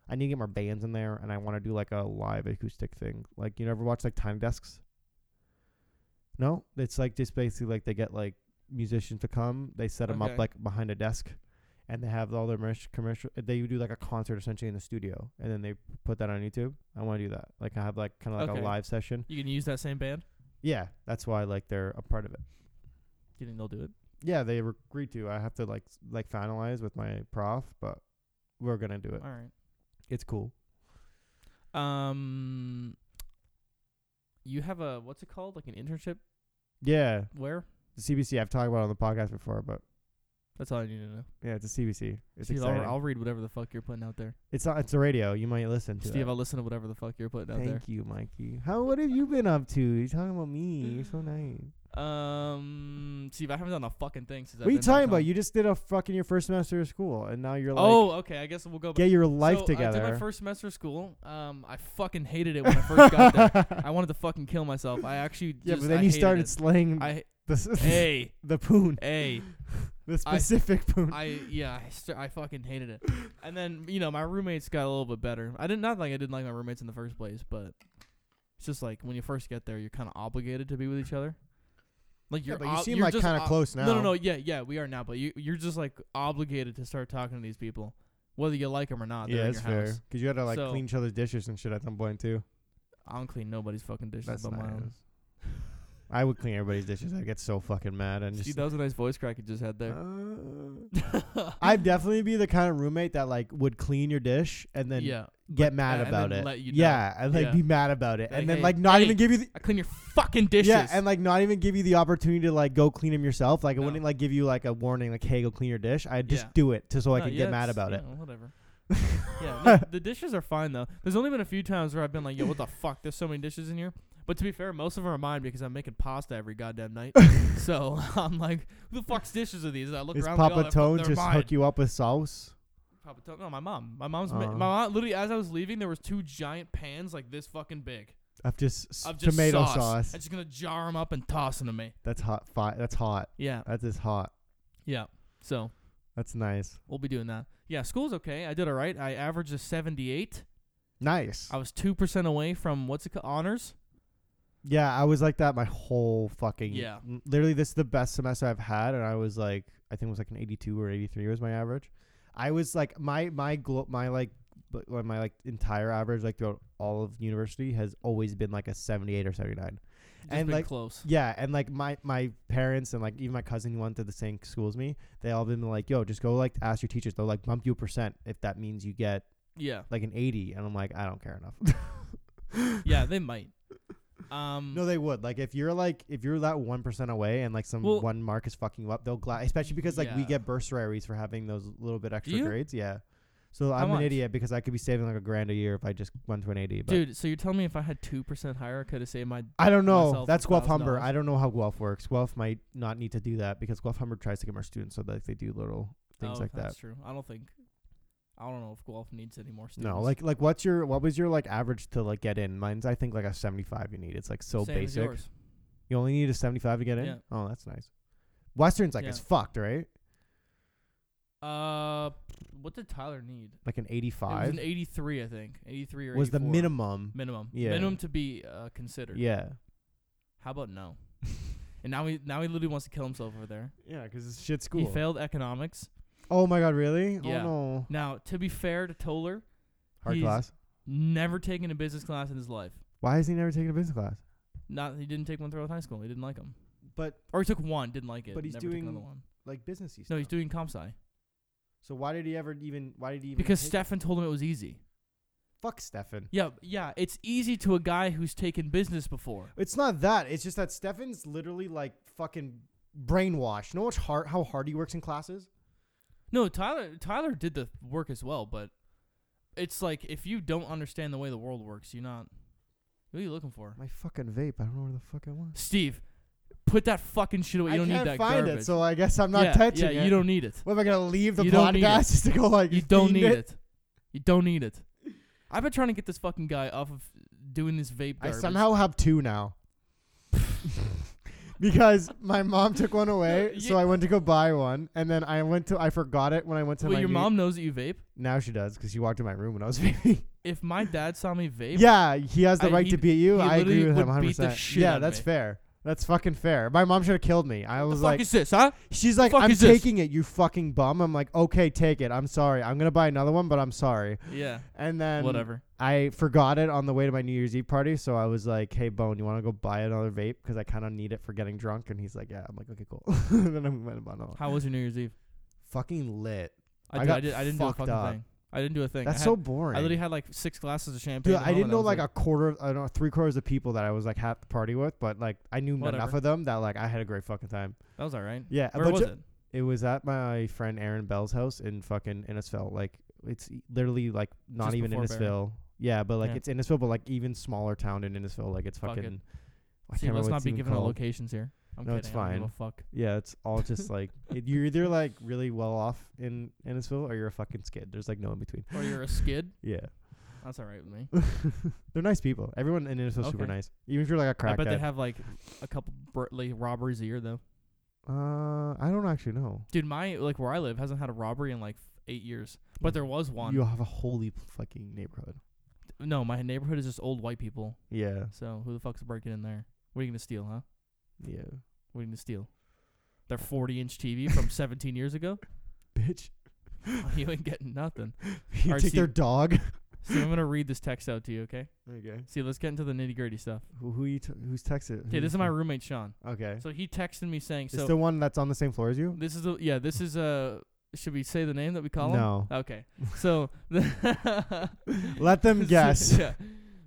[SPEAKER 1] I need to get more bands in there, and I want to do like a live acoustic thing. Like you ever watch like Time Desks? No, it's like just basically like they get like musicians to come. They set 'em up
[SPEAKER 3] Okay.
[SPEAKER 1] like behind a desk, and they have all their merch commercial. They do like a concert essentially in the studio, and then they put that on YouTube. I want to do that. Like I have like kind of like
[SPEAKER 3] Okay.
[SPEAKER 1] a live session.
[SPEAKER 3] You can use that same band.
[SPEAKER 1] Yeah, that's why like they're a part of it.
[SPEAKER 3] You think they'll do it?
[SPEAKER 1] Yeah, they re- agreed to. I have to like s- like finalize with my prof, but we're gonna do it.
[SPEAKER 3] All right.
[SPEAKER 1] It's cool.
[SPEAKER 3] Um, you have a what's it called? Like an internship?
[SPEAKER 1] Yeah,
[SPEAKER 3] Where?
[SPEAKER 1] the CBC. I've talked about it on the podcast before, but
[SPEAKER 3] That's all I need to know.
[SPEAKER 1] yeah, it's a CBC. It's
[SPEAKER 3] Steve,
[SPEAKER 1] exciting.
[SPEAKER 3] I'll, I'll read whatever the fuck you're putting out there.
[SPEAKER 1] it's not. It's the radio. You might listen to
[SPEAKER 3] Steve,
[SPEAKER 1] that.
[SPEAKER 3] I'll listen to whatever the fuck you're putting out
[SPEAKER 1] Thank you, Mikey. How? What have you been up to? You're talking about me. You're so nice.
[SPEAKER 3] there. Um, Steve, I haven't done a fucking thing since. I've
[SPEAKER 1] What are you
[SPEAKER 3] been back
[SPEAKER 1] talking about?
[SPEAKER 3] home.
[SPEAKER 1] You just did a fucking your first semester of school, and now you're like,
[SPEAKER 3] oh, okay. I guess we'll go. back.
[SPEAKER 1] get your life
[SPEAKER 3] So,
[SPEAKER 1] together.
[SPEAKER 3] I did my first semester of school. Um, I fucking hated it when I first got there. I wanted to fucking kill myself. I actually
[SPEAKER 1] yeah,
[SPEAKER 3] just-
[SPEAKER 1] but
[SPEAKER 3] I
[SPEAKER 1] then you
[SPEAKER 3] hated
[SPEAKER 1] started
[SPEAKER 3] it.
[SPEAKER 1] slaying
[SPEAKER 3] I
[SPEAKER 1] the s-
[SPEAKER 3] hey
[SPEAKER 1] the poon,
[SPEAKER 3] hey
[SPEAKER 1] the
[SPEAKER 3] I-
[SPEAKER 1] specific poon.
[SPEAKER 3] I yeah I, st- I fucking hated it. And then you know my roommates got a little bit better. I didn't not like I didn't like my roommates in the first place, but it's just like when you first get there, you're kind of obligated to be with each other. Like
[SPEAKER 1] Yeah,
[SPEAKER 3] you're,
[SPEAKER 1] but you
[SPEAKER 3] ob-
[SPEAKER 1] seem
[SPEAKER 3] you're
[SPEAKER 1] like
[SPEAKER 3] just
[SPEAKER 1] kinda
[SPEAKER 3] ob-
[SPEAKER 1] close
[SPEAKER 3] No,
[SPEAKER 1] now.
[SPEAKER 3] no, no. Yeah, yeah, we are now, but you you're just like obligated to start talking to these people, whether you like 'em or not. they're
[SPEAKER 1] yeah,
[SPEAKER 3] in
[SPEAKER 1] that's
[SPEAKER 3] your
[SPEAKER 1] fair.
[SPEAKER 3] House.
[SPEAKER 1] Cause you had to like
[SPEAKER 3] So-
[SPEAKER 1] clean each other's dishes and shit at some point too.
[SPEAKER 3] I don't clean nobody's fucking dishes
[SPEAKER 1] That's
[SPEAKER 3] but my own.
[SPEAKER 1] nice. I would clean everybody's dishes. I get so fucking mad and
[SPEAKER 3] See,
[SPEAKER 1] just
[SPEAKER 3] that was a nice voice crack you just had there.
[SPEAKER 1] Uh, I'd definitely be the kind of roommate that like would clean your dish and then
[SPEAKER 3] yeah,
[SPEAKER 1] get
[SPEAKER 3] But-
[SPEAKER 1] mad
[SPEAKER 3] and
[SPEAKER 1] about
[SPEAKER 3] then
[SPEAKER 1] it.
[SPEAKER 3] let you know.
[SPEAKER 1] yeah, and like
[SPEAKER 3] Yeah.
[SPEAKER 1] be mad about it, and
[SPEAKER 3] Like,
[SPEAKER 1] then
[SPEAKER 3] hey,
[SPEAKER 1] like not
[SPEAKER 3] hey,
[SPEAKER 1] even give you the
[SPEAKER 3] I clean your fucking dishes.
[SPEAKER 1] yeah, and like not even give you the opportunity to like go clean them yourself. Like I
[SPEAKER 3] No.
[SPEAKER 1] wouldn't like give you like a warning, like hey, go clean your dish. I'd just
[SPEAKER 3] Yeah.
[SPEAKER 1] do it to so I
[SPEAKER 3] No,
[SPEAKER 1] could
[SPEAKER 3] yeah,
[SPEAKER 1] get mad
[SPEAKER 3] it's-
[SPEAKER 1] about
[SPEAKER 3] you
[SPEAKER 1] it.
[SPEAKER 3] know, whatever. yeah, no, the dishes are fine though. There's only been a few times where I've been like, "Yo, what the fuck? There's so many dishes in here." But to be fair, most of them are mine because I'm making pasta every goddamn night. so I'm like, "Who the fuck's dishes are these?" And I look
[SPEAKER 1] Is
[SPEAKER 3] around.
[SPEAKER 1] Papa
[SPEAKER 3] like, oh,
[SPEAKER 1] Tone just
[SPEAKER 3] mine.
[SPEAKER 1] hook you up with sauce?
[SPEAKER 3] Papa Tone? No, my mom. My mom's. ma-
[SPEAKER 1] Oh.
[SPEAKER 3] my mom literally as I was leaving, there was two giant pans like this fucking big
[SPEAKER 1] Of just, s-
[SPEAKER 3] of just
[SPEAKER 1] tomato
[SPEAKER 3] sauce.
[SPEAKER 1] sauce.
[SPEAKER 3] I'm just gonna jar them up and toss them to me.
[SPEAKER 1] That's hot. Fi- that's hot.
[SPEAKER 3] Yeah,
[SPEAKER 1] That is hot.
[SPEAKER 3] yeah. So
[SPEAKER 1] That's nice.
[SPEAKER 3] we'll be doing that. Yeah, school's okay. I did all right. I averaged a 78.
[SPEAKER 1] Nice.
[SPEAKER 3] I was two percent away from what's it called honors.
[SPEAKER 1] Yeah, I was like that my whole fucking
[SPEAKER 3] Yeah.
[SPEAKER 1] m- Literally, this is the best semester I've had, and I was like, I think it was like an 82 or 83 was my average. I was like, my my glo- my like b- like, my like entire average like throughout all of university has always been like a 78 or 79.
[SPEAKER 3] Just
[SPEAKER 1] And,
[SPEAKER 3] been
[SPEAKER 1] like,
[SPEAKER 3] close.
[SPEAKER 1] Yeah, and like my my parents and like even my cousin who went to the same school as me, they all been like, yo, just go like ask your teachers. They'll like bump you a percent if that means you get
[SPEAKER 3] Yeah,
[SPEAKER 1] like an 80, and I'm like, I don't care enough.
[SPEAKER 3] yeah, they might. Um,
[SPEAKER 1] No, they would. Like if you're like if you're that one percent away and like some
[SPEAKER 3] Well-
[SPEAKER 1] one mark is fucking you up, they'll glad. Especially because like we
[SPEAKER 3] Yeah.
[SPEAKER 1] get bursaries for having those little bit extra
[SPEAKER 3] you?
[SPEAKER 1] grades. Yeah. So I'm
[SPEAKER 3] much?
[SPEAKER 1] an idiot because I could be saving like a grand a year if I just went to an 80. But
[SPEAKER 3] Dude, so you're telling me if I had 2% higher, I could have saved my.
[SPEAKER 1] I don't know.
[SPEAKER 3] myself
[SPEAKER 1] That's
[SPEAKER 3] a
[SPEAKER 1] Guelph
[SPEAKER 3] thousand
[SPEAKER 1] Humber.
[SPEAKER 3] dollars.
[SPEAKER 1] I don't know how Guelph works. Guelph might not need to do that because Guelph Humber tries to get more students, so like they do little things
[SPEAKER 3] oh,
[SPEAKER 1] like that.
[SPEAKER 3] That's true. I don't think. I don't know if Guelph needs any more students.
[SPEAKER 1] No, like like what's your what was your like average to like get in? Mine's I think like a 75. You need. It's like so
[SPEAKER 3] Same as
[SPEAKER 1] basic.
[SPEAKER 3] yours.
[SPEAKER 1] You only need a 75 to get in.
[SPEAKER 3] Yeah.
[SPEAKER 1] Oh, that's nice. Western's like
[SPEAKER 3] Yeah.
[SPEAKER 1] it's fucked, right?
[SPEAKER 3] Uh, what did Tyler need?
[SPEAKER 1] Like an
[SPEAKER 3] It was
[SPEAKER 1] 85
[SPEAKER 3] an 83, I think. 83 or
[SPEAKER 1] was the
[SPEAKER 3] 84.
[SPEAKER 1] minimum.
[SPEAKER 3] Minimum.
[SPEAKER 1] Yeah.
[SPEAKER 3] Minimum to be uh, considered.
[SPEAKER 1] Yeah.
[SPEAKER 3] How about no? and now he now he literally wants to kill himself over there.
[SPEAKER 1] Yeah, because it's shit school.
[SPEAKER 3] He failed economics.
[SPEAKER 1] Oh my god, really? Oh
[SPEAKER 3] Yeah.
[SPEAKER 1] no.
[SPEAKER 3] Now, to be fair to Toller,
[SPEAKER 1] Hard
[SPEAKER 3] He's-
[SPEAKER 1] class.
[SPEAKER 3] never taken a business class in his life.
[SPEAKER 1] Why has he never taken a business class?
[SPEAKER 3] Not he didn't take one throughout high school. He didn't like them,
[SPEAKER 1] But
[SPEAKER 3] or he took one, didn't like it.
[SPEAKER 1] But he's
[SPEAKER 3] never took
[SPEAKER 1] doing-
[SPEAKER 3] another one.
[SPEAKER 1] like business
[SPEAKER 3] No, he's doing comp sci
[SPEAKER 1] So why did he ever even? Why did he even?
[SPEAKER 3] because
[SPEAKER 1] take-
[SPEAKER 3] Stefan told him it was easy.
[SPEAKER 1] fuck Stefan.
[SPEAKER 3] Yeah, yeah, it's easy to a guy who's taken business before.
[SPEAKER 1] It's not that. It's just that Stefan's literally like fucking brainwashed. You know how hard how hard he works in classes.
[SPEAKER 3] No, Tyler Tyler did the work as well, but it's like if you don't understand the way the world works, you're not. What are you looking for,
[SPEAKER 1] My fucking vape. I don't know where the fuck it was.
[SPEAKER 3] Steve? Put that fucking shit away. You
[SPEAKER 1] I
[SPEAKER 3] don't
[SPEAKER 1] can't
[SPEAKER 3] need that
[SPEAKER 1] find
[SPEAKER 3] garbage.
[SPEAKER 1] it, so I guess I'm not
[SPEAKER 3] yeah,
[SPEAKER 1] touching
[SPEAKER 3] yeah,
[SPEAKER 1] it.
[SPEAKER 3] you don't need it.
[SPEAKER 1] What am I gonna leave the
[SPEAKER 3] You don't need
[SPEAKER 1] podcast just to go like?
[SPEAKER 3] You don't
[SPEAKER 1] feed
[SPEAKER 3] need it. You don't need it. I've been trying to get this fucking guy off of doing this vape
[SPEAKER 1] I
[SPEAKER 3] garbage.
[SPEAKER 1] somehow have two now. because my mom took one away,
[SPEAKER 3] No, you-
[SPEAKER 1] so I went to go buy one, and then I went to I forgot it when I went to
[SPEAKER 3] Wait,
[SPEAKER 1] my
[SPEAKER 3] your
[SPEAKER 1] meet-
[SPEAKER 3] mom knows that you vape.
[SPEAKER 1] Now she does because she walked in my room when I was vaping.
[SPEAKER 3] If my dad saw me vape,
[SPEAKER 1] yeah, he has the
[SPEAKER 3] I-
[SPEAKER 1] right
[SPEAKER 3] he-
[SPEAKER 1] to beat you.
[SPEAKER 3] he
[SPEAKER 1] I agree
[SPEAKER 3] literally
[SPEAKER 1] with him
[SPEAKER 3] would
[SPEAKER 1] 100.
[SPEAKER 3] beat the
[SPEAKER 1] percent
[SPEAKER 3] shit out
[SPEAKER 1] Yeah,
[SPEAKER 3] of
[SPEAKER 1] that's
[SPEAKER 3] me.
[SPEAKER 1] fair. That's fucking fair. My mom should have killed me. I
[SPEAKER 3] what the
[SPEAKER 1] was
[SPEAKER 3] fuck
[SPEAKER 1] like,
[SPEAKER 3] is this, huh?
[SPEAKER 1] she's like,
[SPEAKER 3] fuck
[SPEAKER 1] I'm
[SPEAKER 3] is this?"
[SPEAKER 1] taking it, you fucking bum. I'm like, okay, take it. I'm sorry. I'm gonna buy another one, but I'm sorry.
[SPEAKER 3] Yeah,
[SPEAKER 1] And then
[SPEAKER 3] whatever.
[SPEAKER 1] I forgot it on the way to my New Year's Eve party, so I was like, "Hey, Bone, you want to go buy another vape? Because I kind of need it for getting drunk." And he's like, "Yeah." I'm like, "Okay, cool." and then I went and bought another. one.
[SPEAKER 3] How was your New Year's Eve?
[SPEAKER 1] Fucking lit.
[SPEAKER 3] I,
[SPEAKER 1] I
[SPEAKER 3] did, I
[SPEAKER 1] got
[SPEAKER 3] did. I didn't do a
[SPEAKER 1] fucked
[SPEAKER 3] fucking
[SPEAKER 1] up.
[SPEAKER 3] thing. I didn't do a thing.
[SPEAKER 1] That's
[SPEAKER 3] I
[SPEAKER 1] so
[SPEAKER 3] had-
[SPEAKER 1] boring.
[SPEAKER 3] I literally had like six glasses of champagne.
[SPEAKER 1] Dude,
[SPEAKER 3] at
[SPEAKER 1] I
[SPEAKER 3] home,
[SPEAKER 1] didn't
[SPEAKER 3] and
[SPEAKER 1] know
[SPEAKER 3] was
[SPEAKER 1] like a quarter, I don't know, three quarters of people that I was like half the party with, but like I knew enough
[SPEAKER 3] Whatever.
[SPEAKER 1] of them that like I had a great fucking time.
[SPEAKER 3] that was all right.
[SPEAKER 1] Yeah,
[SPEAKER 3] Where
[SPEAKER 1] but
[SPEAKER 3] was
[SPEAKER 1] ju-
[SPEAKER 3] it?
[SPEAKER 1] it was at my friend Aaron Bell's house in fucking Innisfil. Like it's e- literally like not
[SPEAKER 3] Just
[SPEAKER 1] even
[SPEAKER 3] before
[SPEAKER 1] Innisfil.
[SPEAKER 3] Barry.
[SPEAKER 1] Yeah, but like
[SPEAKER 3] Yeah.
[SPEAKER 1] it's Innisfil, but like even smaller town in Innisfil. Like it's
[SPEAKER 3] Fuck
[SPEAKER 1] fucking.
[SPEAKER 3] it.
[SPEAKER 1] I
[SPEAKER 3] See,
[SPEAKER 1] can't remember
[SPEAKER 3] let's
[SPEAKER 1] what
[SPEAKER 3] not
[SPEAKER 1] it's
[SPEAKER 3] be
[SPEAKER 1] even
[SPEAKER 3] given out
[SPEAKER 1] called.
[SPEAKER 3] locations here. I'm
[SPEAKER 1] No,
[SPEAKER 3] kidding.
[SPEAKER 1] it's
[SPEAKER 3] I don't give
[SPEAKER 1] fine.
[SPEAKER 3] a fuck.
[SPEAKER 1] Yeah, it's all just like it, you're either like really well off in Innisfil or you're a fucking skid. There's like no in between.
[SPEAKER 3] Or you're a skid.
[SPEAKER 1] Yeah,
[SPEAKER 3] That's all right with me.
[SPEAKER 1] they're nice people. Everyone in Innisfil's super
[SPEAKER 3] Okay.
[SPEAKER 1] nice. Even if you're like a
[SPEAKER 3] I
[SPEAKER 1] crackhead.
[SPEAKER 3] bet they have like a couple bur- like, robberies a year though.
[SPEAKER 1] uh, I don't actually know.
[SPEAKER 3] Dude, my like where I live hasn't had a robbery in like f- eight years, but there was one.
[SPEAKER 1] You have a holy fucking neighborhood.
[SPEAKER 3] No, my neighborhood is just old white people.
[SPEAKER 1] Yeah,
[SPEAKER 3] So who the fuck's breaking in there? What are you gonna steal, huh?
[SPEAKER 1] yeah,
[SPEAKER 3] What are you gonna steal? Their 40 inch TV from 17 years ago.
[SPEAKER 1] bitch.
[SPEAKER 3] you ain't getting nothing.
[SPEAKER 1] You
[SPEAKER 3] Alright,
[SPEAKER 1] take
[SPEAKER 3] see-
[SPEAKER 1] their dog.
[SPEAKER 3] See, I'm gonna read this text out to you, okay?
[SPEAKER 1] Okay.
[SPEAKER 3] See, let's get into the nitty gritty stuff.
[SPEAKER 1] Who, who you t- who's texted?
[SPEAKER 3] Okay,
[SPEAKER 1] Who-
[SPEAKER 3] this is my roommate Sean.
[SPEAKER 1] Okay.
[SPEAKER 3] So he texted me saying,
[SPEAKER 1] it's
[SPEAKER 3] so
[SPEAKER 1] the one that's on the same floor as you.
[SPEAKER 3] this is a yeah, this is a should we say the name that we call him?
[SPEAKER 1] No.
[SPEAKER 3] Okay. So the
[SPEAKER 1] Let them
[SPEAKER 3] This is-
[SPEAKER 1] guess.
[SPEAKER 3] yeah.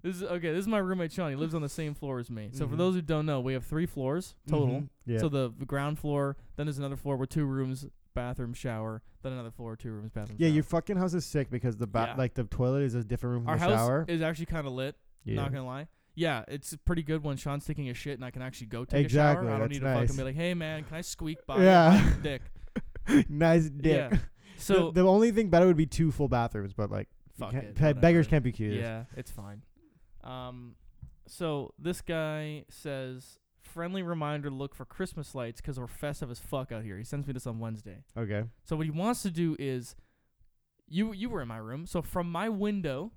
[SPEAKER 3] This is okay. This is my roommate Sean. He lives on the same floor as me. So for
[SPEAKER 1] Mhm.
[SPEAKER 3] those who don't know, we have three floors total.
[SPEAKER 1] Mhm. Yeah.
[SPEAKER 3] So the the ground floor, then there's another floor with two rooms, bathroom, shower, then another floor, two rooms, bathroom.
[SPEAKER 1] yeah,
[SPEAKER 3] shower.
[SPEAKER 1] your fucking house is sick because the ba-
[SPEAKER 3] Yeah.
[SPEAKER 1] like the toilet is a different room from
[SPEAKER 3] Our
[SPEAKER 1] the
[SPEAKER 3] house
[SPEAKER 1] shower.
[SPEAKER 3] is actually kind of lit.
[SPEAKER 1] yeah.
[SPEAKER 3] Not gonna lie. Yeah, it's pretty good when Sean's taking a shit and I can actually go take a
[SPEAKER 1] Exactly,
[SPEAKER 3] shower. I don't
[SPEAKER 1] that's
[SPEAKER 3] need to
[SPEAKER 1] nice.
[SPEAKER 3] fucking be like, hey man, can I squeak by?
[SPEAKER 1] Yeah.
[SPEAKER 3] your dick.
[SPEAKER 1] nice dick.
[SPEAKER 3] Yeah.
[SPEAKER 1] The-
[SPEAKER 3] So
[SPEAKER 1] the, only thing better would be two full bathrooms, but like you
[SPEAKER 3] fuck
[SPEAKER 1] can't-
[SPEAKER 3] it.
[SPEAKER 1] pe- beggars
[SPEAKER 3] whatever.
[SPEAKER 1] can't be cute.
[SPEAKER 3] Yeah, it's fine. Um, so this guy says, friendly reminder: to look for Christmas lights 'cause we're festive as fuck out here. He sends me this on Wednesday.
[SPEAKER 1] Okay.
[SPEAKER 3] So what he wants to do is, you you were in my room, so from my window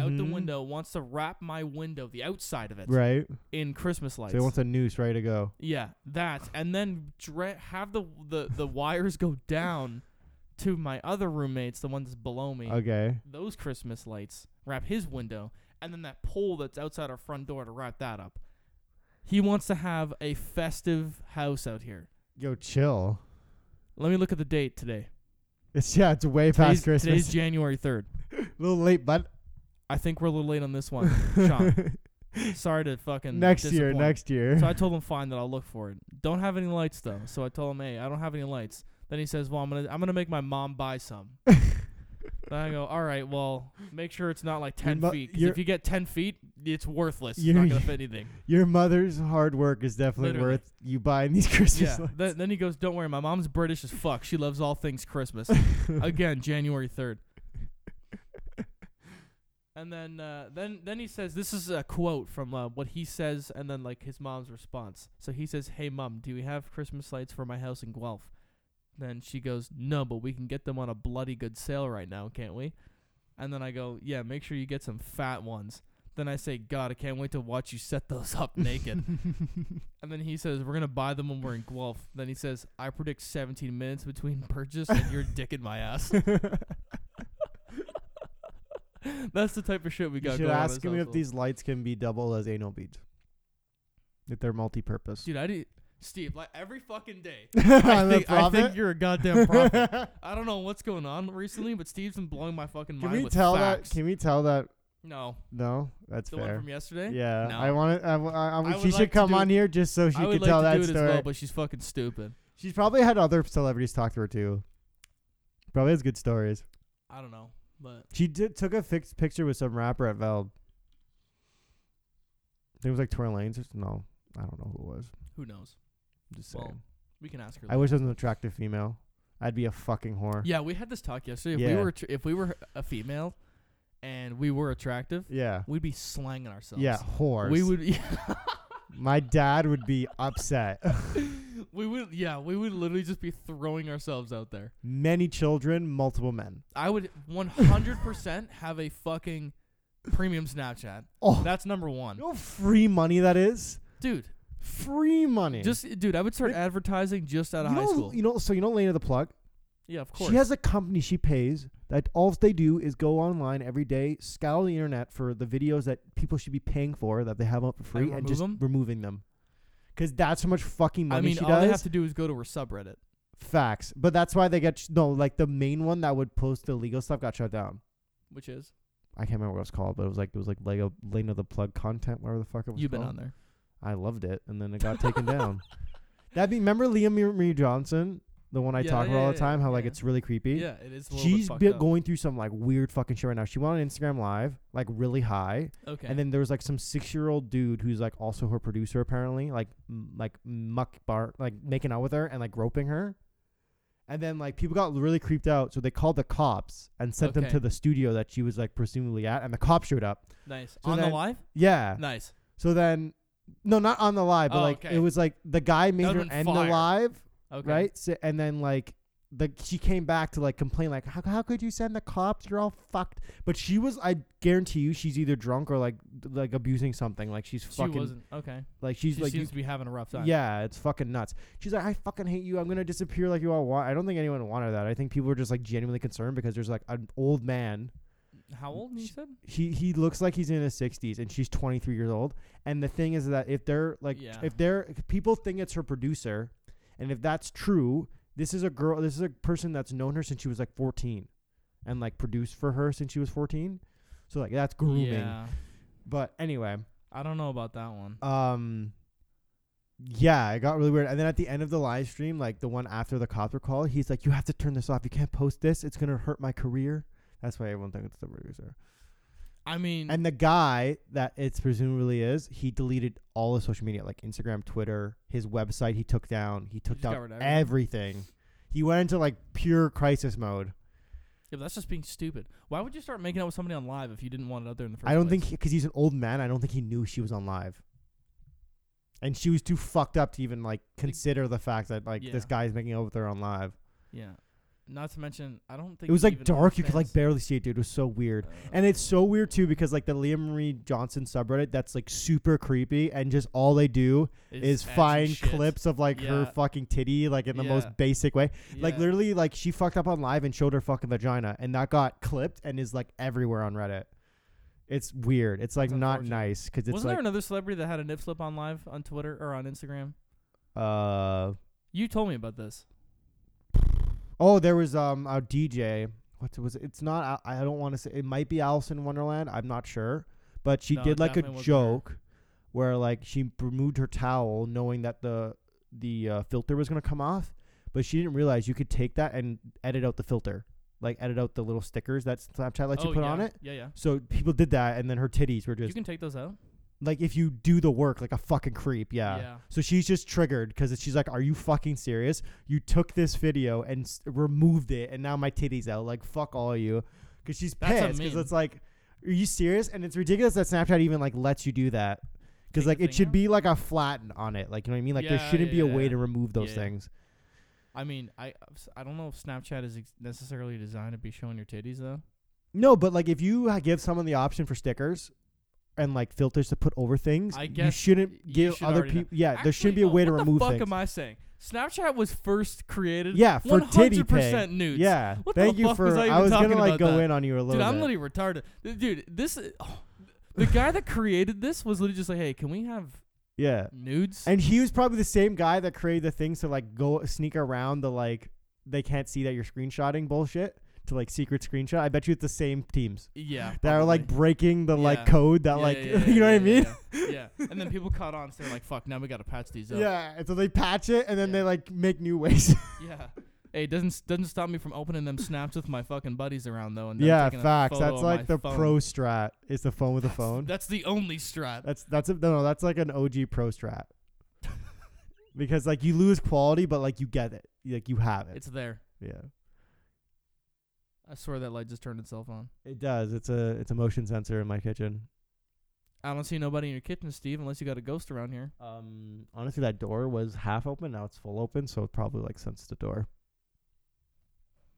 [SPEAKER 3] out the
[SPEAKER 1] Mhm.
[SPEAKER 3] window wants to wrap my window, the outside of it,
[SPEAKER 1] Right.
[SPEAKER 3] in Christmas lights.
[SPEAKER 1] So he wants a noose ready to go.
[SPEAKER 3] yeah, that, and then dra- have the the the wires go down to my other roommates, the one that's below me
[SPEAKER 1] Okay.
[SPEAKER 3] those Christmas lights, wrap his window, and then that pole that's outside our front door to wrap that up. He wants to have a festive house out here.
[SPEAKER 1] Yo, chill.
[SPEAKER 3] Let me look at the date today.
[SPEAKER 1] It's yeah, it's way
[SPEAKER 3] Today's,
[SPEAKER 1] past Christmas.
[SPEAKER 3] today's January 3rd.
[SPEAKER 1] a little late, but
[SPEAKER 3] I think we're a little late on this one, Sean. Sorry to fucking
[SPEAKER 1] next year,
[SPEAKER 3] disappoint.
[SPEAKER 1] next year.
[SPEAKER 3] So I told him fine that I'll look for it. Don't have any lights though. So I told him, "Hey, I don't have any lights." Then he says, "Well, I'm going to I'm going to make my mom buy some." Then I go, all right, well, make sure it's not like 10
[SPEAKER 1] mu-
[SPEAKER 3] feet. 'cause
[SPEAKER 1] you're-
[SPEAKER 3] if you get 10 feet, it's worthless. It's
[SPEAKER 1] You're-
[SPEAKER 3] not going to fit anything.
[SPEAKER 1] Your mother's hard work is definitely
[SPEAKER 3] Literally.
[SPEAKER 1] worth you buying these Christmas
[SPEAKER 3] Yeah.
[SPEAKER 1] lights.
[SPEAKER 3] Then, then he goes, don't worry, my mom's British as fuck. She loves all things Christmas. Again, January 3rd. And then, uh, then, then he says, "This is a quote from uh, what he says," and then like his mom's response. So he says, "Hey, mom, do you have Christmas lights for my house in Guelph?" Then she goes, "No, but we can get them on a bloody good sale right now, can't we?" And then I go, "Yeah, make sure you get some fat ones." Then I say, "God, I can't wait to watch you set those up naked." and then he says, "We're gonna buy them when we're in Guelph." Then he says, "I predict 17 minutes between purchase and your dick in my ass." That's the type of shit we
[SPEAKER 1] you
[SPEAKER 3] got.
[SPEAKER 1] should
[SPEAKER 3] going on
[SPEAKER 1] ask
[SPEAKER 3] in
[SPEAKER 1] him if
[SPEAKER 3] Somerville.
[SPEAKER 1] these lights can be double as anal beads. If they're multi-purpose.
[SPEAKER 3] Dude, I did. Steve, like every fucking day. I
[SPEAKER 1] I'm a
[SPEAKER 3] think, I
[SPEAKER 1] prophet?
[SPEAKER 3] think you're a goddamn prophet. I don't know what's going on recently, but Steve's been blowing my fucking
[SPEAKER 1] Can
[SPEAKER 3] mind
[SPEAKER 1] we
[SPEAKER 3] with
[SPEAKER 1] tell
[SPEAKER 3] facts.
[SPEAKER 1] that? Can we tell that?
[SPEAKER 3] no,
[SPEAKER 1] No, that's
[SPEAKER 3] the one
[SPEAKER 1] fair.
[SPEAKER 3] from yesterday.
[SPEAKER 1] Yeah,
[SPEAKER 3] No.
[SPEAKER 1] I want to. I, w- I, I w-
[SPEAKER 3] I
[SPEAKER 1] she
[SPEAKER 3] would
[SPEAKER 1] should
[SPEAKER 3] like to
[SPEAKER 1] come
[SPEAKER 3] do
[SPEAKER 1] on
[SPEAKER 3] it-
[SPEAKER 1] here just so she
[SPEAKER 3] I
[SPEAKER 1] could
[SPEAKER 3] would like
[SPEAKER 1] tell
[SPEAKER 3] to
[SPEAKER 1] that
[SPEAKER 3] do it
[SPEAKER 1] story.
[SPEAKER 3] as well, but she's fucking stupid.
[SPEAKER 1] She's probably had other celebrities talk to her too. Probably has good stories.
[SPEAKER 3] I don't know, but
[SPEAKER 1] She did, took a fixed picture with some rapper at Veld. I think it was like Tory Lanez. Or, s- no, I don't know who it was.
[SPEAKER 3] who knows?
[SPEAKER 1] I'm just saying.
[SPEAKER 3] Well, we can ask her.
[SPEAKER 1] I wish I was an attractive female. I'd be a fucking whore.
[SPEAKER 3] Yeah, we had this talk yesterday. If
[SPEAKER 1] Yeah.
[SPEAKER 3] we were tr- if we were a female and we were attractive,
[SPEAKER 1] Yeah.
[SPEAKER 3] we'd be slanging ourselves.
[SPEAKER 1] Yeah, whores.
[SPEAKER 3] We would
[SPEAKER 1] My dad would be upset.
[SPEAKER 3] we would yeah, we would literally just be throwing ourselves out there.
[SPEAKER 1] Many children, multiple men.
[SPEAKER 3] I would 100% have a fucking premium Snapchat.
[SPEAKER 1] Oh,
[SPEAKER 3] That's number 1.
[SPEAKER 1] you know how free money that is.
[SPEAKER 3] Dude,
[SPEAKER 1] Free money.
[SPEAKER 3] just dude, I would start
[SPEAKER 1] It-
[SPEAKER 3] advertising just out
[SPEAKER 1] you
[SPEAKER 3] of high
[SPEAKER 1] know,
[SPEAKER 3] school.
[SPEAKER 1] You know, so you know Lena the plug.
[SPEAKER 3] yeah, of course.
[SPEAKER 1] She has a company she pays that all they do is go online every day, scour the internet for the videos that people should be paying for that they have up for free, and
[SPEAKER 3] remove
[SPEAKER 1] just
[SPEAKER 3] them?
[SPEAKER 1] removing them. Because that's how much fucking money
[SPEAKER 3] I mean,
[SPEAKER 1] she
[SPEAKER 3] all
[SPEAKER 1] does.
[SPEAKER 3] they have to do is go to her subreddit.
[SPEAKER 1] Facts, but that's why they get sh- no. Like the main one that would post illegal stuff got shut down.
[SPEAKER 3] Which is
[SPEAKER 1] I can't remember what it was called, but it was like it was like Lego Lane of the Plug content, whatever the fuck it was.
[SPEAKER 3] you've been
[SPEAKER 1] called.
[SPEAKER 3] on there.
[SPEAKER 1] I loved it, and then it got taken down. That be remember Liam Marie Johnson, the one I
[SPEAKER 3] Yeah,
[SPEAKER 1] talk
[SPEAKER 3] yeah,
[SPEAKER 1] about all
[SPEAKER 3] yeah,
[SPEAKER 1] the time. How like
[SPEAKER 3] yeah.
[SPEAKER 1] it's really creepy.
[SPEAKER 3] Yeah, it is. A little
[SPEAKER 1] She's
[SPEAKER 3] bit fucked
[SPEAKER 1] been
[SPEAKER 3] up.
[SPEAKER 1] going through some like weird fucking shit right now. She went on Instagram Live like really high,
[SPEAKER 3] Okay.
[SPEAKER 1] and then there was like some six year old dude who's like also her producer apparently, like m- like muck bar like making out with her and like groping her, and then like people got really creeped out, so they called the cops and sent them
[SPEAKER 3] Okay.
[SPEAKER 1] to the studio that she was like presumably at, and the cops showed up.
[SPEAKER 3] nice.
[SPEAKER 1] so
[SPEAKER 3] on
[SPEAKER 1] then-
[SPEAKER 3] the live?
[SPEAKER 1] Yeah.
[SPEAKER 3] Nice.
[SPEAKER 1] So then, no, not on the live, but
[SPEAKER 3] Oh,
[SPEAKER 1] like
[SPEAKER 3] okay.
[SPEAKER 1] it was like the guy made
[SPEAKER 3] That'd've
[SPEAKER 1] her
[SPEAKER 3] been
[SPEAKER 1] end the
[SPEAKER 3] fire.
[SPEAKER 1] live,
[SPEAKER 3] Okay.
[SPEAKER 1] right? So, and then like the she came back to like complain like how, how could you send the cops? You're all fucked. But she was I guarantee you she's either drunk or like like abusing something. Like she's
[SPEAKER 3] She
[SPEAKER 1] fucking
[SPEAKER 3] wasn't okay.
[SPEAKER 1] like she's
[SPEAKER 3] she
[SPEAKER 1] like you-
[SPEAKER 3] seems to be having a rough time.
[SPEAKER 1] yeah, it's fucking nuts. She's like, I fucking hate you. I'm gonna disappear like you all want. I don't think anyone wanted that. I think people were just like genuinely concerned because there's like an old man
[SPEAKER 3] How old you
[SPEAKER 1] Sh-
[SPEAKER 3] said?
[SPEAKER 1] he he looks like he's in his 60s and she's 23 years old and the thing is that if they're like
[SPEAKER 3] Yeah.
[SPEAKER 1] if they're if people think it's her producer and if that's true this is a girl this is a person that's known her since she was like 14 and like produced for her since she was 14 so like that's grooming
[SPEAKER 3] Yeah.
[SPEAKER 1] but anyway
[SPEAKER 3] I don't know about that one.
[SPEAKER 1] um yeah it got really weird and then at the end of the live stream like the one after the cops were called he's like you have to turn this off you can't post this it's gonna hurt my career that's why everyone thinks it's the producer
[SPEAKER 3] I mean,
[SPEAKER 1] and the guy that it's presumably is, he deleted all his social media, like Instagram, Twitter, his website. He took down. He took
[SPEAKER 3] just got
[SPEAKER 1] down
[SPEAKER 3] rid of
[SPEAKER 1] everything. He went into like pure crisis mode.
[SPEAKER 3] yeah, but that's just being stupid. Why would you start making out with somebody on live if you didn't want it out there in the first
[SPEAKER 1] I don't
[SPEAKER 3] place?
[SPEAKER 1] think because he's an old man. I don't think he knew she was on live, and she was too fucked up to even like consider the fact that like this
[SPEAKER 3] Yeah.
[SPEAKER 1] guy's making out with her on live.
[SPEAKER 3] Yeah. Not to mention, I don't think
[SPEAKER 1] It was
[SPEAKER 3] he
[SPEAKER 1] like
[SPEAKER 3] even Uh,
[SPEAKER 1] dark. You could like
[SPEAKER 3] understands-
[SPEAKER 1] barely see it, dude. It was so weird. And it's so weird too because like the Leah Marie Johnson subreddit that's like super creepy and just all they do
[SPEAKER 3] It's
[SPEAKER 1] is
[SPEAKER 3] action
[SPEAKER 1] find
[SPEAKER 3] shit.
[SPEAKER 1] clips of like her
[SPEAKER 3] Yeah.
[SPEAKER 1] fucking titty like in the
[SPEAKER 3] Yeah.
[SPEAKER 1] most basic way. Like
[SPEAKER 3] Yeah.
[SPEAKER 1] literally like she fucked up on live and showed her fucking vagina and that got clipped and is like everywhere on Reddit. It's weird. It's like
[SPEAKER 3] That's
[SPEAKER 1] not
[SPEAKER 3] unfortunate.
[SPEAKER 1] nice cuz it's
[SPEAKER 3] Wasn't there
[SPEAKER 1] like
[SPEAKER 3] another celebrity that had a nip slip on live on Twitter or on Instagram?
[SPEAKER 1] uh
[SPEAKER 3] You told me about this.
[SPEAKER 1] oh there was um a DJ what was it? It's not I I don't want to say it might be Alice in Wonderland. I'm not sure. But she
[SPEAKER 3] No,
[SPEAKER 1] did
[SPEAKER 3] it
[SPEAKER 1] like a
[SPEAKER 3] definitely wasn't her.
[SPEAKER 1] joke where like she removed her towel knowing that the the uh, filter was going to come off, but she didn't realize you could take that and edit out the filter. like edit out the little stickers that Snapchat lets
[SPEAKER 3] Oh,
[SPEAKER 1] you put
[SPEAKER 3] yeah.
[SPEAKER 1] on it.
[SPEAKER 3] Yeah, yeah.
[SPEAKER 1] So people did that, and then her titties were
[SPEAKER 3] You
[SPEAKER 1] just
[SPEAKER 3] can take those out.
[SPEAKER 1] like if you do the work like a fucking creep, yeah.
[SPEAKER 3] Yeah.
[SPEAKER 1] So she's just triggered because she's like, "Are you fucking serious? You took this video and s- removed it, and now my titties out. Like fuck all you," because she's
[SPEAKER 3] That's a
[SPEAKER 1] pissed because
[SPEAKER 3] meme.
[SPEAKER 1] it's like, "Are you serious?" And it's ridiculous that Snapchat even like lets you do that because
[SPEAKER 3] Take
[SPEAKER 1] like
[SPEAKER 3] the
[SPEAKER 1] it
[SPEAKER 3] thing
[SPEAKER 1] should
[SPEAKER 3] out?
[SPEAKER 1] be like a flatten on it. Like you know what I mean? Like there
[SPEAKER 3] Yeah,
[SPEAKER 1] shouldn't be a
[SPEAKER 3] yeah,
[SPEAKER 1] way
[SPEAKER 3] yeah.
[SPEAKER 1] to remove those
[SPEAKER 3] Yeah.
[SPEAKER 1] things.
[SPEAKER 3] I mean, I I don't know if Snapchat is ex- necessarily designed to be showing your titties though.
[SPEAKER 1] No, but like if you uh, give someone the option for stickers and like filters to put over things,
[SPEAKER 3] I
[SPEAKER 1] you
[SPEAKER 3] guess
[SPEAKER 1] shouldn't
[SPEAKER 3] you
[SPEAKER 1] give
[SPEAKER 3] should
[SPEAKER 1] other
[SPEAKER 3] already know.
[SPEAKER 1] people. Yeah, there shouldn't be a
[SPEAKER 3] Actually,
[SPEAKER 1] way
[SPEAKER 3] uh,
[SPEAKER 1] to
[SPEAKER 3] what
[SPEAKER 1] remove
[SPEAKER 3] the fuck
[SPEAKER 1] things.
[SPEAKER 3] am I saying? Snapchat was first created.
[SPEAKER 1] yeah, for titty pay.
[SPEAKER 3] 100% nudes.
[SPEAKER 1] Yeah,
[SPEAKER 3] What the
[SPEAKER 1] thank you
[SPEAKER 3] fuck
[SPEAKER 1] for.
[SPEAKER 3] was I
[SPEAKER 1] I,
[SPEAKER 3] even
[SPEAKER 1] was gonna
[SPEAKER 3] talking
[SPEAKER 1] like
[SPEAKER 3] about
[SPEAKER 1] go
[SPEAKER 3] that?
[SPEAKER 1] in on you a little
[SPEAKER 3] Dude,
[SPEAKER 1] bit.
[SPEAKER 3] I'm literally retarded. Th- Dude, this oh, the guy that created this was literally just like, "Hey, can we have
[SPEAKER 1] yeah,
[SPEAKER 3] nudes?"
[SPEAKER 1] and he was probably the same guy that created the things to like go sneak around the like they can't see that you're screenshotting bullshit to like secret screenshot. I bet you it's the same teams
[SPEAKER 3] yeah,
[SPEAKER 1] that are like
[SPEAKER 3] probably.
[SPEAKER 1] breaking the like
[SPEAKER 3] Yeah.
[SPEAKER 1] code that
[SPEAKER 3] Yeah,
[SPEAKER 1] like
[SPEAKER 3] yeah, yeah,
[SPEAKER 1] you know
[SPEAKER 3] yeah,
[SPEAKER 1] what I mean.
[SPEAKER 3] Yeah, yeah. yeah. and then people caught on, so they're like, "Fuck, now we gotta patch these up."
[SPEAKER 1] Yeah, and so they patch it and then
[SPEAKER 3] Yeah.
[SPEAKER 1] they like make new ways.
[SPEAKER 3] yeah. Hey, it doesn't doesn't stop me from opening them snaps with my fucking buddies around though. And then
[SPEAKER 1] yeah,
[SPEAKER 3] taking a
[SPEAKER 1] facts.
[SPEAKER 3] photo
[SPEAKER 1] That's
[SPEAKER 3] of my
[SPEAKER 1] like the
[SPEAKER 3] phone.
[SPEAKER 1] pro strat. Is the phone with a phone?
[SPEAKER 3] That's the only strat.
[SPEAKER 1] That's that's a, no, that's like an OG pro strat. because like you lose quality, but like you get it, like you have it.
[SPEAKER 3] It's there.
[SPEAKER 1] yeah,
[SPEAKER 3] I swear that light just turned itself on.
[SPEAKER 1] it does. It's a it's a motion sensor in my kitchen.
[SPEAKER 3] I don't see nobody in your kitchen, Steve, unless you got a ghost around here.
[SPEAKER 1] Um, honestly, that door was half open. Now it's full open, so it probably like sensed the door.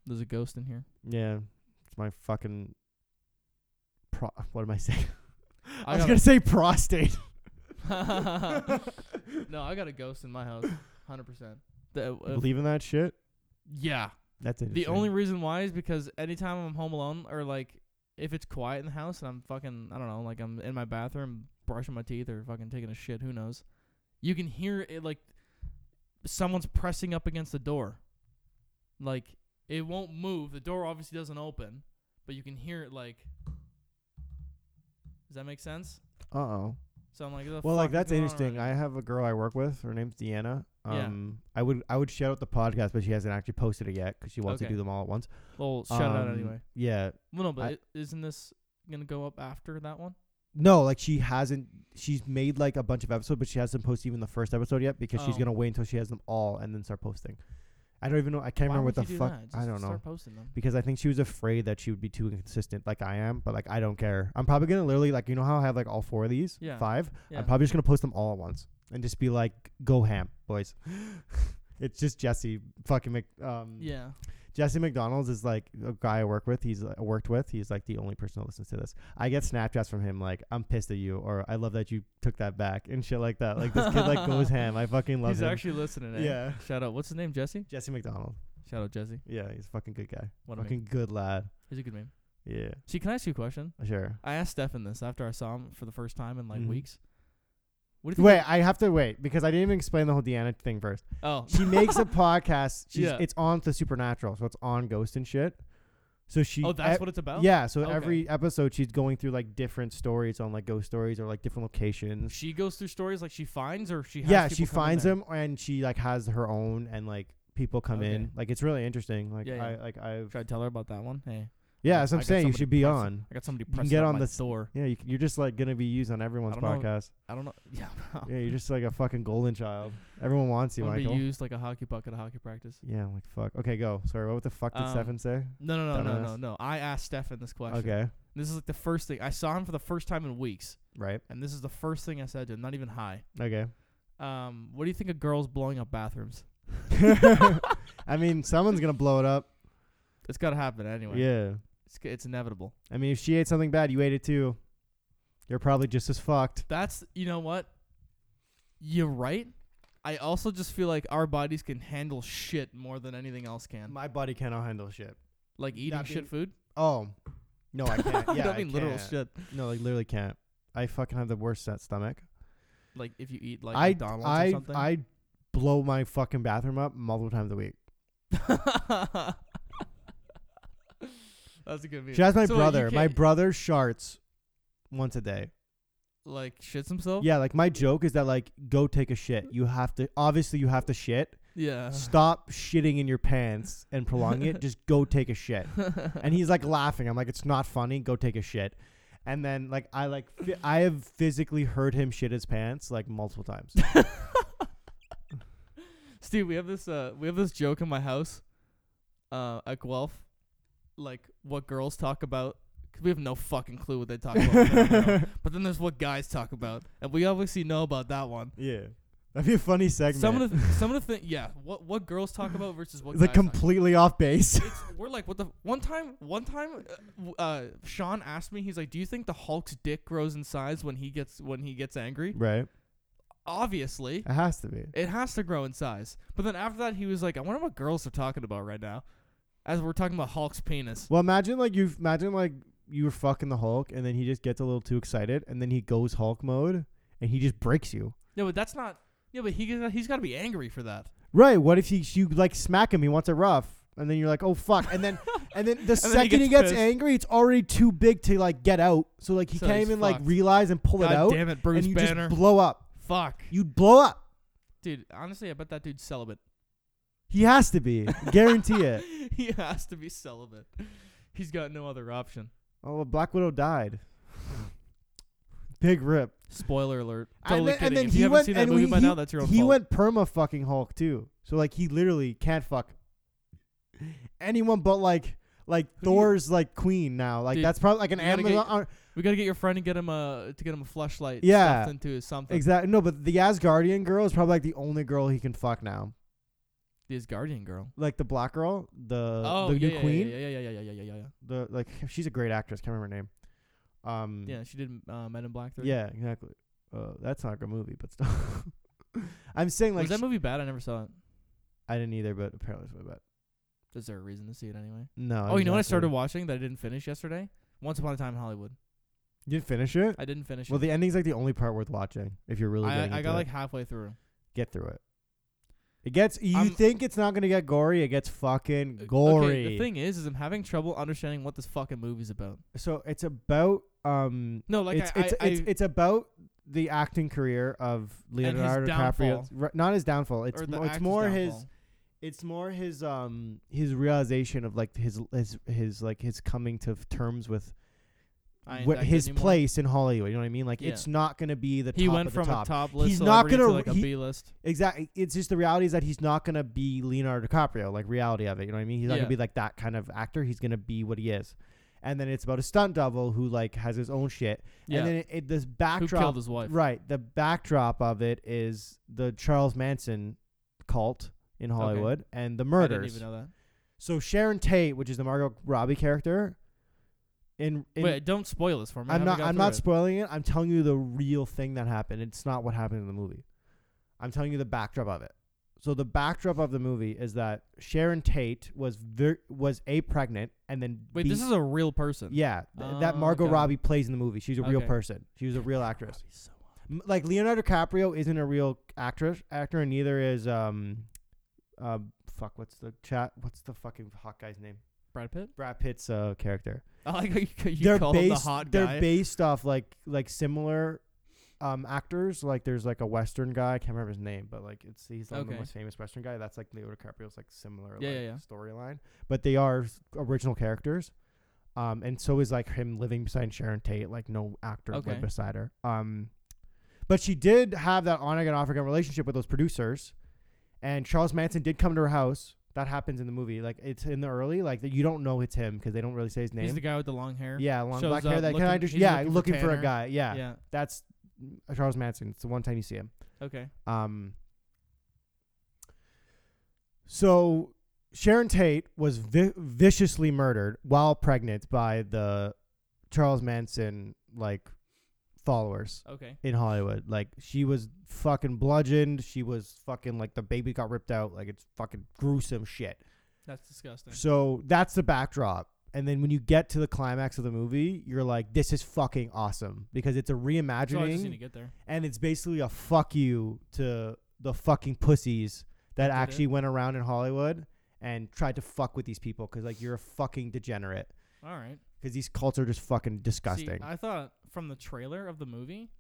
[SPEAKER 3] There's a ghost in here.
[SPEAKER 1] Yeah, it's my fucking. Pro- what am I saying? I, was
[SPEAKER 3] got
[SPEAKER 1] gonna say prostate.
[SPEAKER 3] a- no, I got a ghost in my house. 100%. The- uh,
[SPEAKER 1] Believe in that shit.
[SPEAKER 3] yeah.
[SPEAKER 1] That's it.
[SPEAKER 3] The only reason why is because anytime I'm home alone or like if it's quiet in the house and I'm fucking, I don't know, like I'm in my bathroom brushing my teeth or fucking taking a shit, who knows? You can hear it like someone's pressing up against the door. Like it won't move. The door obviously doesn't open, but you can hear it like. Does that make sense?
[SPEAKER 1] Uh oh.
[SPEAKER 3] So I'm like, "The
[SPEAKER 1] Well,
[SPEAKER 3] fuck
[SPEAKER 1] like
[SPEAKER 3] is
[SPEAKER 1] that's
[SPEAKER 3] going on
[SPEAKER 1] interesting.
[SPEAKER 3] right
[SPEAKER 1] I have a girl I work with. Her name's Deanna.
[SPEAKER 3] Yeah.
[SPEAKER 1] Um, I would I would shout out the podcast, but she hasn't actually posted it yet because she wants
[SPEAKER 3] Okay.
[SPEAKER 1] to do them all at once.
[SPEAKER 3] now?" Well, shout out
[SPEAKER 1] Um,
[SPEAKER 3] anyway.
[SPEAKER 1] Yeah.
[SPEAKER 3] Well, no, but
[SPEAKER 1] I-
[SPEAKER 3] i- isn't this gonna go up after that one?
[SPEAKER 1] No, like she hasn't. She's made like a bunch of episodes, but she hasn't posted even the first episode yet because she's
[SPEAKER 3] Oh.
[SPEAKER 1] gonna wait until she has them all and then start posting. I don't even know. I can't
[SPEAKER 3] Why
[SPEAKER 1] remember what
[SPEAKER 3] would
[SPEAKER 1] the
[SPEAKER 3] you do
[SPEAKER 1] fuck.
[SPEAKER 3] that?
[SPEAKER 1] I
[SPEAKER 3] Just
[SPEAKER 1] don't know
[SPEAKER 3] Start posting them.
[SPEAKER 1] because I think she was afraid that she would be too inconsistent, like I am. But like I don't care. I'm probably gonna literally like you know how I have like all four of these,
[SPEAKER 3] Yeah.
[SPEAKER 1] five.
[SPEAKER 3] Yeah.
[SPEAKER 1] I'm probably just gonna post them all at once and just be like, "Go ham, boys." it's just Jesse fucking Mc. Um,
[SPEAKER 3] yeah.
[SPEAKER 1] Jesse McDonald's is like a guy I work with. He's uh, worked with. He's like the only person that listens to this. I get Snapchats from him like, "I'm pissed at you," or "I love that you took that back" and shit like that. Like this kid like goes ham. I fucking love
[SPEAKER 3] He's
[SPEAKER 1] him.
[SPEAKER 3] actually listening. Eh?
[SPEAKER 1] yeah,
[SPEAKER 3] Shout out. What's his name? Jesse.
[SPEAKER 1] Jesse McDonald.
[SPEAKER 3] Shout out Jesse.
[SPEAKER 1] Yeah, he's a fucking good guy.
[SPEAKER 3] What a meme.
[SPEAKER 1] fucking good lad.
[SPEAKER 3] He's a good name.
[SPEAKER 1] Yeah,
[SPEAKER 3] See, can I ask you a question?
[SPEAKER 1] sure.
[SPEAKER 3] I asked Stefan this after I saw him for the first time in like
[SPEAKER 1] Mhm.
[SPEAKER 3] weeks. What do you
[SPEAKER 1] Wait, I have to wait because I didn't even explain the whole Deanna thing first.
[SPEAKER 3] think? Oh,
[SPEAKER 1] She makes a podcast. She's
[SPEAKER 3] Yeah.
[SPEAKER 1] it's on the supernatural, so it's on ghost and shit. So she
[SPEAKER 3] oh,
[SPEAKER 1] e-
[SPEAKER 3] that's what it's about.
[SPEAKER 1] Yeah, so
[SPEAKER 3] Okay.
[SPEAKER 1] every episode she's going through like different stories on like ghost stories or like different locations.
[SPEAKER 3] She goes through stories like she finds or she. Has
[SPEAKER 1] yeah,
[SPEAKER 3] people
[SPEAKER 1] she
[SPEAKER 3] come in
[SPEAKER 1] finds
[SPEAKER 3] there?
[SPEAKER 1] them and she like has her own and like people come in.
[SPEAKER 3] Okay.
[SPEAKER 1] Like it's really interesting. Like
[SPEAKER 3] Yeah,
[SPEAKER 1] I
[SPEAKER 3] yeah.
[SPEAKER 1] like I've
[SPEAKER 3] Should I tell her about that one? Hey,
[SPEAKER 1] Yeah, that's what
[SPEAKER 3] I
[SPEAKER 1] I'm
[SPEAKER 3] got
[SPEAKER 1] saying. You
[SPEAKER 3] somebody
[SPEAKER 1] should be
[SPEAKER 3] pressing-
[SPEAKER 1] on.
[SPEAKER 3] I got somebody
[SPEAKER 1] can
[SPEAKER 3] pressing
[SPEAKER 1] get
[SPEAKER 3] up
[SPEAKER 1] on
[SPEAKER 3] my
[SPEAKER 1] this-
[SPEAKER 3] door.
[SPEAKER 1] Yeah, you, you're just like gonna be used on everyone's
[SPEAKER 3] I don't know.
[SPEAKER 1] podcast.
[SPEAKER 3] I don't know. Yeah, I'm
[SPEAKER 1] Yeah, you're just like a fucking golden child. Everyone wants you,
[SPEAKER 3] gonna be
[SPEAKER 1] Michael.
[SPEAKER 3] used like a hockey puck at a hockey practice.
[SPEAKER 1] Yeah, I'm like fuck. Okay, go. Sorry, what the fuck did
[SPEAKER 3] Um,
[SPEAKER 1] Stefan say?
[SPEAKER 3] No, no, no, no, no,
[SPEAKER 1] Dumbass.
[SPEAKER 3] no. I asked Stefan this question.
[SPEAKER 1] Okay,
[SPEAKER 3] This is like the first thing I saw him for the first time in weeks,
[SPEAKER 1] right.
[SPEAKER 3] and this is the first thing I said to him. Not even hi.
[SPEAKER 1] Okay.
[SPEAKER 3] Um, what do you think of girls blowing up bathrooms?
[SPEAKER 1] I mean, someone's gonna blow it up.
[SPEAKER 3] It's gotta happen anyway.
[SPEAKER 1] Yeah.
[SPEAKER 3] It's, it's inevitable.
[SPEAKER 1] I mean, if she ate something bad, you ate it too. You're probably just as fucked.
[SPEAKER 3] That's you know what? You're right. I also just feel like our bodies can handle shit more than anything else can.
[SPEAKER 1] My body cannot handle shit.
[SPEAKER 3] Like eating
[SPEAKER 1] That
[SPEAKER 3] shit
[SPEAKER 1] being-
[SPEAKER 3] food.
[SPEAKER 1] Oh, no, I can't. Yeah,
[SPEAKER 3] I mean literal
[SPEAKER 1] can't.
[SPEAKER 3] shit.
[SPEAKER 1] No, like literally can't. I fucking have the worst set stomach.
[SPEAKER 3] Like if you eat like
[SPEAKER 1] I
[SPEAKER 3] McDonald's or
[SPEAKER 1] I
[SPEAKER 3] something.
[SPEAKER 1] I blow my fucking bathroom up multiple times a week.
[SPEAKER 3] That's a good meme.
[SPEAKER 1] She has my
[SPEAKER 3] So, like, you
[SPEAKER 1] brother. My
[SPEAKER 3] can't-
[SPEAKER 1] brother sharts once a day.
[SPEAKER 3] like shits himself.
[SPEAKER 1] Yeah, like my joke is that like go take a shit. You have to obviously you have to shit.
[SPEAKER 3] Yeah.
[SPEAKER 1] Stop shitting in your pants and prolong it. Just go take a shit. And he's like laughing. I'm like, it's not funny. Go take a shit. And then like I like fi- I have physically heard him shit his pants like multiple times.
[SPEAKER 3] Steve, we have this uh we have this joke in my house, uh at Guelph, like what girls talk about. 'cause we have no fucking clue what they talk about. I don't know. but then there's what guys talk about, and we obviously know about that one.
[SPEAKER 1] yeah, that'd be a funny segment.
[SPEAKER 3] Some of the some of the thing, yeah. What what girls talk about versus what
[SPEAKER 1] it's like
[SPEAKER 3] guys talk
[SPEAKER 1] completely off base.
[SPEAKER 3] it's we're like what the one time one time uh, w- uh Sean asked me he's like do you think the Hulk's dick grows in size when he gets when he gets angry
[SPEAKER 1] right,
[SPEAKER 3] obviously
[SPEAKER 1] it has to be.
[SPEAKER 3] it has to grow in size but then after that he was like I wonder what girls are talking about right now as we're talking about Hulk's penis
[SPEAKER 1] Well, imagine like you imagine like you were fucking the Hulk, and then he just gets a little too excited, and then he goes Hulk mode, and he just breaks you.
[SPEAKER 3] yeah but that's not yeah but he g- he's got to be angry for that
[SPEAKER 1] Right? What if he you like smack him? He wants it rough, and then you're like, oh fuck, and then and then the
[SPEAKER 3] then he
[SPEAKER 1] second he
[SPEAKER 3] gets
[SPEAKER 1] gets
[SPEAKER 3] pissed.
[SPEAKER 1] angry, it's already too big to like get out. So like he
[SPEAKER 3] So
[SPEAKER 1] can't
[SPEAKER 3] he's
[SPEAKER 1] even like
[SPEAKER 3] fucked.
[SPEAKER 1] realize and pull
[SPEAKER 3] God
[SPEAKER 1] it out,
[SPEAKER 3] damn it Bruce
[SPEAKER 1] and you
[SPEAKER 3] Banner
[SPEAKER 1] just blow up.
[SPEAKER 3] fuck
[SPEAKER 1] You'd blow up.
[SPEAKER 3] dude honestly I bet that dude's celibate
[SPEAKER 1] He has to be. Guarantee it.
[SPEAKER 3] he has to be celibate he's got no other option
[SPEAKER 1] Oh, Black Widow died. Big rip.
[SPEAKER 3] Spoiler alert.
[SPEAKER 1] And
[SPEAKER 3] Totally
[SPEAKER 1] then- and
[SPEAKER 3] kidding.
[SPEAKER 1] then
[SPEAKER 3] if
[SPEAKER 1] he
[SPEAKER 3] you haven't
[SPEAKER 1] went-
[SPEAKER 3] seen that
[SPEAKER 1] and
[SPEAKER 3] movie
[SPEAKER 1] we-
[SPEAKER 3] by now, that's your own
[SPEAKER 1] he
[SPEAKER 3] fault.
[SPEAKER 1] went perma fucking Hulk too. So like he literally can't fuck anyone but like like
[SPEAKER 3] Who do you-
[SPEAKER 1] Thor's like queen now. Like
[SPEAKER 3] Dude,
[SPEAKER 1] that's probably like an
[SPEAKER 3] you gotta
[SPEAKER 1] Amazon. uh,
[SPEAKER 3] get- we gotta get your friend and get him a to get him a flashlight.
[SPEAKER 1] Yeah.
[SPEAKER 3] stuffed into his something.
[SPEAKER 1] exactly. No, but the Asgardian girl is probably like the only girl he can fuck now.
[SPEAKER 3] His guardian girl.
[SPEAKER 1] Like the black girl, the
[SPEAKER 3] oh,
[SPEAKER 1] Uh, the
[SPEAKER 3] yeah,
[SPEAKER 1] new
[SPEAKER 3] yeah,
[SPEAKER 1] queen.
[SPEAKER 3] Yeah, yeah, yeah, yeah, yeah, yeah, yeah, yeah. yeah.
[SPEAKER 1] The like she's a great actress. Can't remember her name. Um.
[SPEAKER 3] Yeah, she did uh, Men in Black. 3.
[SPEAKER 1] Yeah. Exactly. Uh, that's not a good movie, but still. I'm saying like
[SPEAKER 3] was that
[SPEAKER 1] sh-
[SPEAKER 3] movie bad? I never saw it.
[SPEAKER 1] I didn't either, but apparently it's what I bet.
[SPEAKER 3] Is there a reason to see it anyway?
[SPEAKER 1] No.
[SPEAKER 3] oh, you know what I started
[SPEAKER 1] exactly.
[SPEAKER 3] watching that I didn't finish yesterday? Once Upon a Time in Hollywood.
[SPEAKER 1] You didn't finish it.
[SPEAKER 3] I didn't finish
[SPEAKER 1] Well,
[SPEAKER 3] it.
[SPEAKER 1] the ending's like the only part worth watching if you're really. getting
[SPEAKER 3] I, I
[SPEAKER 1] into
[SPEAKER 3] got
[SPEAKER 1] it.
[SPEAKER 3] like halfway through.
[SPEAKER 1] get through it. It gets. You
[SPEAKER 3] I'm- Uh,
[SPEAKER 1] think it's not gonna get gory? It gets fucking
[SPEAKER 3] Okay,
[SPEAKER 1] gory.
[SPEAKER 3] the thing is, is I'm having trouble understanding what this fucking movie's about.
[SPEAKER 1] so it's about um.
[SPEAKER 3] No, like
[SPEAKER 1] it's
[SPEAKER 3] I,
[SPEAKER 1] it's,
[SPEAKER 3] I,
[SPEAKER 1] it's
[SPEAKER 3] I,
[SPEAKER 1] it's about the acting career of Leonardo DiCaprio.
[SPEAKER 3] downfall.
[SPEAKER 1] Ri- Not his downfall. It's
[SPEAKER 3] or the
[SPEAKER 1] mo- it's
[SPEAKER 3] actor's
[SPEAKER 1] more his.
[SPEAKER 3] downfall.
[SPEAKER 1] It's more his um his realization of like his his his like his coming to terms with
[SPEAKER 3] I ain't
[SPEAKER 1] wh-
[SPEAKER 3] that good
[SPEAKER 1] his
[SPEAKER 3] anymore.
[SPEAKER 1] place in Hollywood. You know what I mean? Like
[SPEAKER 3] Yeah.
[SPEAKER 1] it's not gonna be the
[SPEAKER 3] He
[SPEAKER 1] top
[SPEAKER 3] went
[SPEAKER 1] of the
[SPEAKER 3] from
[SPEAKER 1] top.
[SPEAKER 3] a top list
[SPEAKER 1] He's not
[SPEAKER 3] celebrity to
[SPEAKER 1] gonna-
[SPEAKER 3] like a
[SPEAKER 1] he-
[SPEAKER 3] B list.
[SPEAKER 1] Exactly. It's just the reality is that he's not gonna be Leonardo DiCaprio, like reality of it. You know what I mean? He's not
[SPEAKER 3] Yeah.
[SPEAKER 1] gonna be like that kind of actor. He's gonna be what he is. And then it's about a stunt double who like has his own shit.
[SPEAKER 3] Yeah.
[SPEAKER 1] And then it, it, this
[SPEAKER 3] Who killed
[SPEAKER 1] backdrop,
[SPEAKER 3] his wife?
[SPEAKER 1] right? The backdrop of it is the Charles Manson cult in Hollywood and the
[SPEAKER 3] I didn't
[SPEAKER 1] murders.
[SPEAKER 3] even know that.
[SPEAKER 1] So Sharon Tate, which is the Margot Robbie character, in, in
[SPEAKER 3] Wait, don't spoil this for me. I
[SPEAKER 1] I'm
[SPEAKER 3] haven't
[SPEAKER 1] not.
[SPEAKER 3] got
[SPEAKER 1] I'm
[SPEAKER 3] through
[SPEAKER 1] not
[SPEAKER 3] it.
[SPEAKER 1] spoiling it. I'm telling you the real thing that happened. It's not what happened in the movie. I'm telling you the backdrop of it. So the backdrop of the movie is that Sharon Tate was ver- was a pregnant and then
[SPEAKER 3] Wait,
[SPEAKER 1] B-
[SPEAKER 3] this is a real person.
[SPEAKER 1] yeah th-
[SPEAKER 3] Oh,
[SPEAKER 1] that Margot
[SPEAKER 3] got it.
[SPEAKER 1] Robbie plays in the movie. She's a real
[SPEAKER 3] Okay.
[SPEAKER 1] person. She was a real actress.
[SPEAKER 3] Robbie's so hot.
[SPEAKER 1] M- Like Leonardo DiCaprio isn't a real actress actor, and neither is um, uh, fuck. What's the chat? What's the fucking hot guy's name?
[SPEAKER 3] Brad Pitt.
[SPEAKER 1] Brad Pitt's uh, character
[SPEAKER 3] I like how you, you
[SPEAKER 1] they're
[SPEAKER 3] call
[SPEAKER 1] based,
[SPEAKER 3] him the hot
[SPEAKER 1] they're
[SPEAKER 3] guy.
[SPEAKER 1] based off like like similar um actors. Like there's like a Western guy, I can't remember his name, but like it's he's like the
[SPEAKER 3] Okay.
[SPEAKER 1] most famous Western guy. That's like Leo DiCaprio's like similar
[SPEAKER 3] Yeah,
[SPEAKER 1] like,
[SPEAKER 3] yeah, yeah.
[SPEAKER 1] storyline. But they are s- original characters. Um and so is like him living beside Sharon Tate, like no actor
[SPEAKER 3] Okay.
[SPEAKER 1] lived beside her. Um but she did have that on again off again relationship with those producers and Charles Manson did come to her house. That happens in the movie. Like it's in the early, like you don't know it's him because they don't really say his name.
[SPEAKER 3] He's the guy with the long hair.
[SPEAKER 1] Yeah, long
[SPEAKER 3] shows
[SPEAKER 1] black hair.
[SPEAKER 3] up
[SPEAKER 1] That can I
[SPEAKER 3] looking-
[SPEAKER 1] just
[SPEAKER 3] he's
[SPEAKER 1] yeah,
[SPEAKER 3] looking
[SPEAKER 1] looking,
[SPEAKER 3] for
[SPEAKER 1] for, a
[SPEAKER 3] Tanner.
[SPEAKER 1] guy. Yeah,
[SPEAKER 3] Yeah.
[SPEAKER 1] that's Charles Manson. It's the one time you see him.
[SPEAKER 3] Okay.
[SPEAKER 1] Um, so Sharon Tate was vi- viciously murdered while pregnant by the Charles Manson like followers
[SPEAKER 3] Okay.
[SPEAKER 1] in Hollywood. Like she was fucking bludgeoned. She was fucking like the baby got ripped out. Like it's fucking gruesome shit.
[SPEAKER 3] That's disgusting.
[SPEAKER 1] So that's the backdrop. And then when you get to the climax of the movie, you're like, this is fucking awesome because it's a
[SPEAKER 3] So I just need to
[SPEAKER 1] reimagining
[SPEAKER 3] get there.
[SPEAKER 1] and it's basically a fuck you to the fucking pussies that
[SPEAKER 3] Did it?
[SPEAKER 1] actually went around in Hollywood and tried to fuck with these people because, like, you're a fucking degenerate
[SPEAKER 3] All right.
[SPEAKER 1] because these cults are just fucking disgusting.
[SPEAKER 3] See, I thought from the trailer of the movie,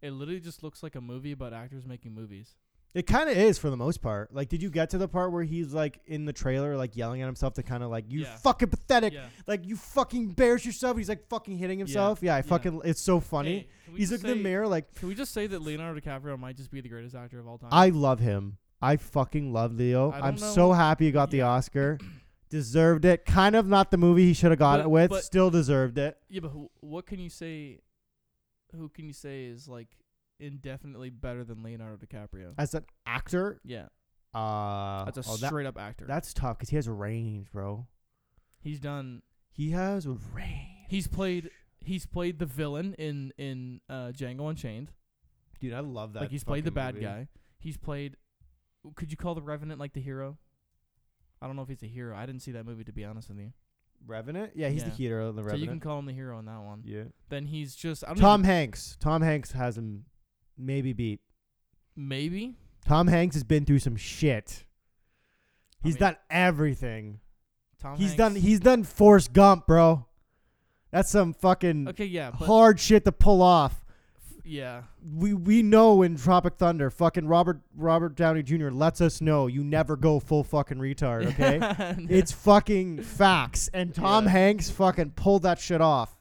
[SPEAKER 3] it literally just looks like a movie about actors making movies.
[SPEAKER 1] It kind of is for the most part. Like, did you get to the part where he's like in the trailer, like yelling at himself to kind of like, "You
[SPEAKER 3] Yeah.
[SPEAKER 1] fucking pathetic!
[SPEAKER 3] Yeah.
[SPEAKER 1] Like, you fucking bears yourself." He's like fucking hitting himself. Yeah, I
[SPEAKER 3] Yeah.
[SPEAKER 1] fucking. It's so funny.
[SPEAKER 3] Hey, can we
[SPEAKER 1] he's
[SPEAKER 3] just
[SPEAKER 1] looking in
[SPEAKER 3] say-
[SPEAKER 1] the mirror like,
[SPEAKER 3] Can we just say that Leonardo DiCaprio might just be the greatest actor of all time?
[SPEAKER 1] "I love him. I fucking love Leo.
[SPEAKER 3] I don't
[SPEAKER 1] I'm
[SPEAKER 3] know.
[SPEAKER 1] so happy he got the
[SPEAKER 3] Yeah.
[SPEAKER 1] Oscar. Deserved it. Kind of not the movie he should have got
[SPEAKER 3] But-
[SPEAKER 1] it with.
[SPEAKER 3] but-
[SPEAKER 1] Still deserved it.
[SPEAKER 3] yeah, but who, what can you say? Who can you say is like indefinitely better than Leonardo DiCaprio?
[SPEAKER 1] As an actor,
[SPEAKER 3] yeah,
[SPEAKER 1] uh,
[SPEAKER 3] that's a
[SPEAKER 1] oh, that-
[SPEAKER 3] straight up actor.
[SPEAKER 1] that's tough because he has range, bro.
[SPEAKER 3] he's done.
[SPEAKER 1] He has range.
[SPEAKER 3] He's played. He's played the villain in in uh, Django Unchained.
[SPEAKER 1] Dude, I love that.
[SPEAKER 3] like he's played the
[SPEAKER 1] fucking
[SPEAKER 3] bad
[SPEAKER 1] movie.
[SPEAKER 3] guy. He's played. Could you call the Revenant like the hero? I don't know if he's a hero. I didn't see that movie to be honest with you.
[SPEAKER 1] Revenant? Yeah, he's the
[SPEAKER 3] Yeah.
[SPEAKER 1] hero in the
[SPEAKER 3] So you can
[SPEAKER 1] Revenant.
[SPEAKER 3] call him the hero in that one.
[SPEAKER 1] yeah.
[SPEAKER 3] Then he's just I don't
[SPEAKER 1] Tom
[SPEAKER 3] even-
[SPEAKER 1] Hanks. Tom Hanks has him maybe beat.
[SPEAKER 3] maybe
[SPEAKER 1] Tom Hanks has been through some shit.
[SPEAKER 3] I
[SPEAKER 1] He's
[SPEAKER 3] mean,
[SPEAKER 1] done everything.
[SPEAKER 3] Tom
[SPEAKER 1] he's
[SPEAKER 3] Hanks-
[SPEAKER 1] done he's done Forrest Gump, bro. That's some fucking
[SPEAKER 3] okay, yeah, but
[SPEAKER 1] hard shit to pull off.
[SPEAKER 3] f- yeah,
[SPEAKER 1] We we know in Tropic Thunder, fucking Robert Robert Downey Jr. lets us know you never go full fucking retard, okay? it's fucking facts. And Tom
[SPEAKER 3] Yeah.
[SPEAKER 1] Hanks fucking pulled that shit off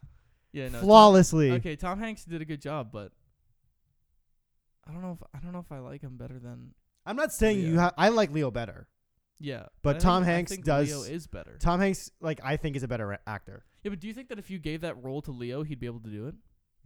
[SPEAKER 3] yeah, no, Tom-
[SPEAKER 1] flawlessly.
[SPEAKER 3] okay, Tom Hanks did a good job, but I don't know if I don't know if I like him better than
[SPEAKER 1] I'm not saying you
[SPEAKER 3] Yeah.
[SPEAKER 1] ha- I like Leo better.
[SPEAKER 3] yeah.
[SPEAKER 1] But
[SPEAKER 3] I
[SPEAKER 1] Tom
[SPEAKER 3] think- I
[SPEAKER 1] Hanks
[SPEAKER 3] think
[SPEAKER 1] does-
[SPEAKER 3] Leo is better.
[SPEAKER 1] Tom Hanks, like I think, is a better a- actor.
[SPEAKER 3] yeah, but do you think that if you gave that role to Leo, he'd be able to do it?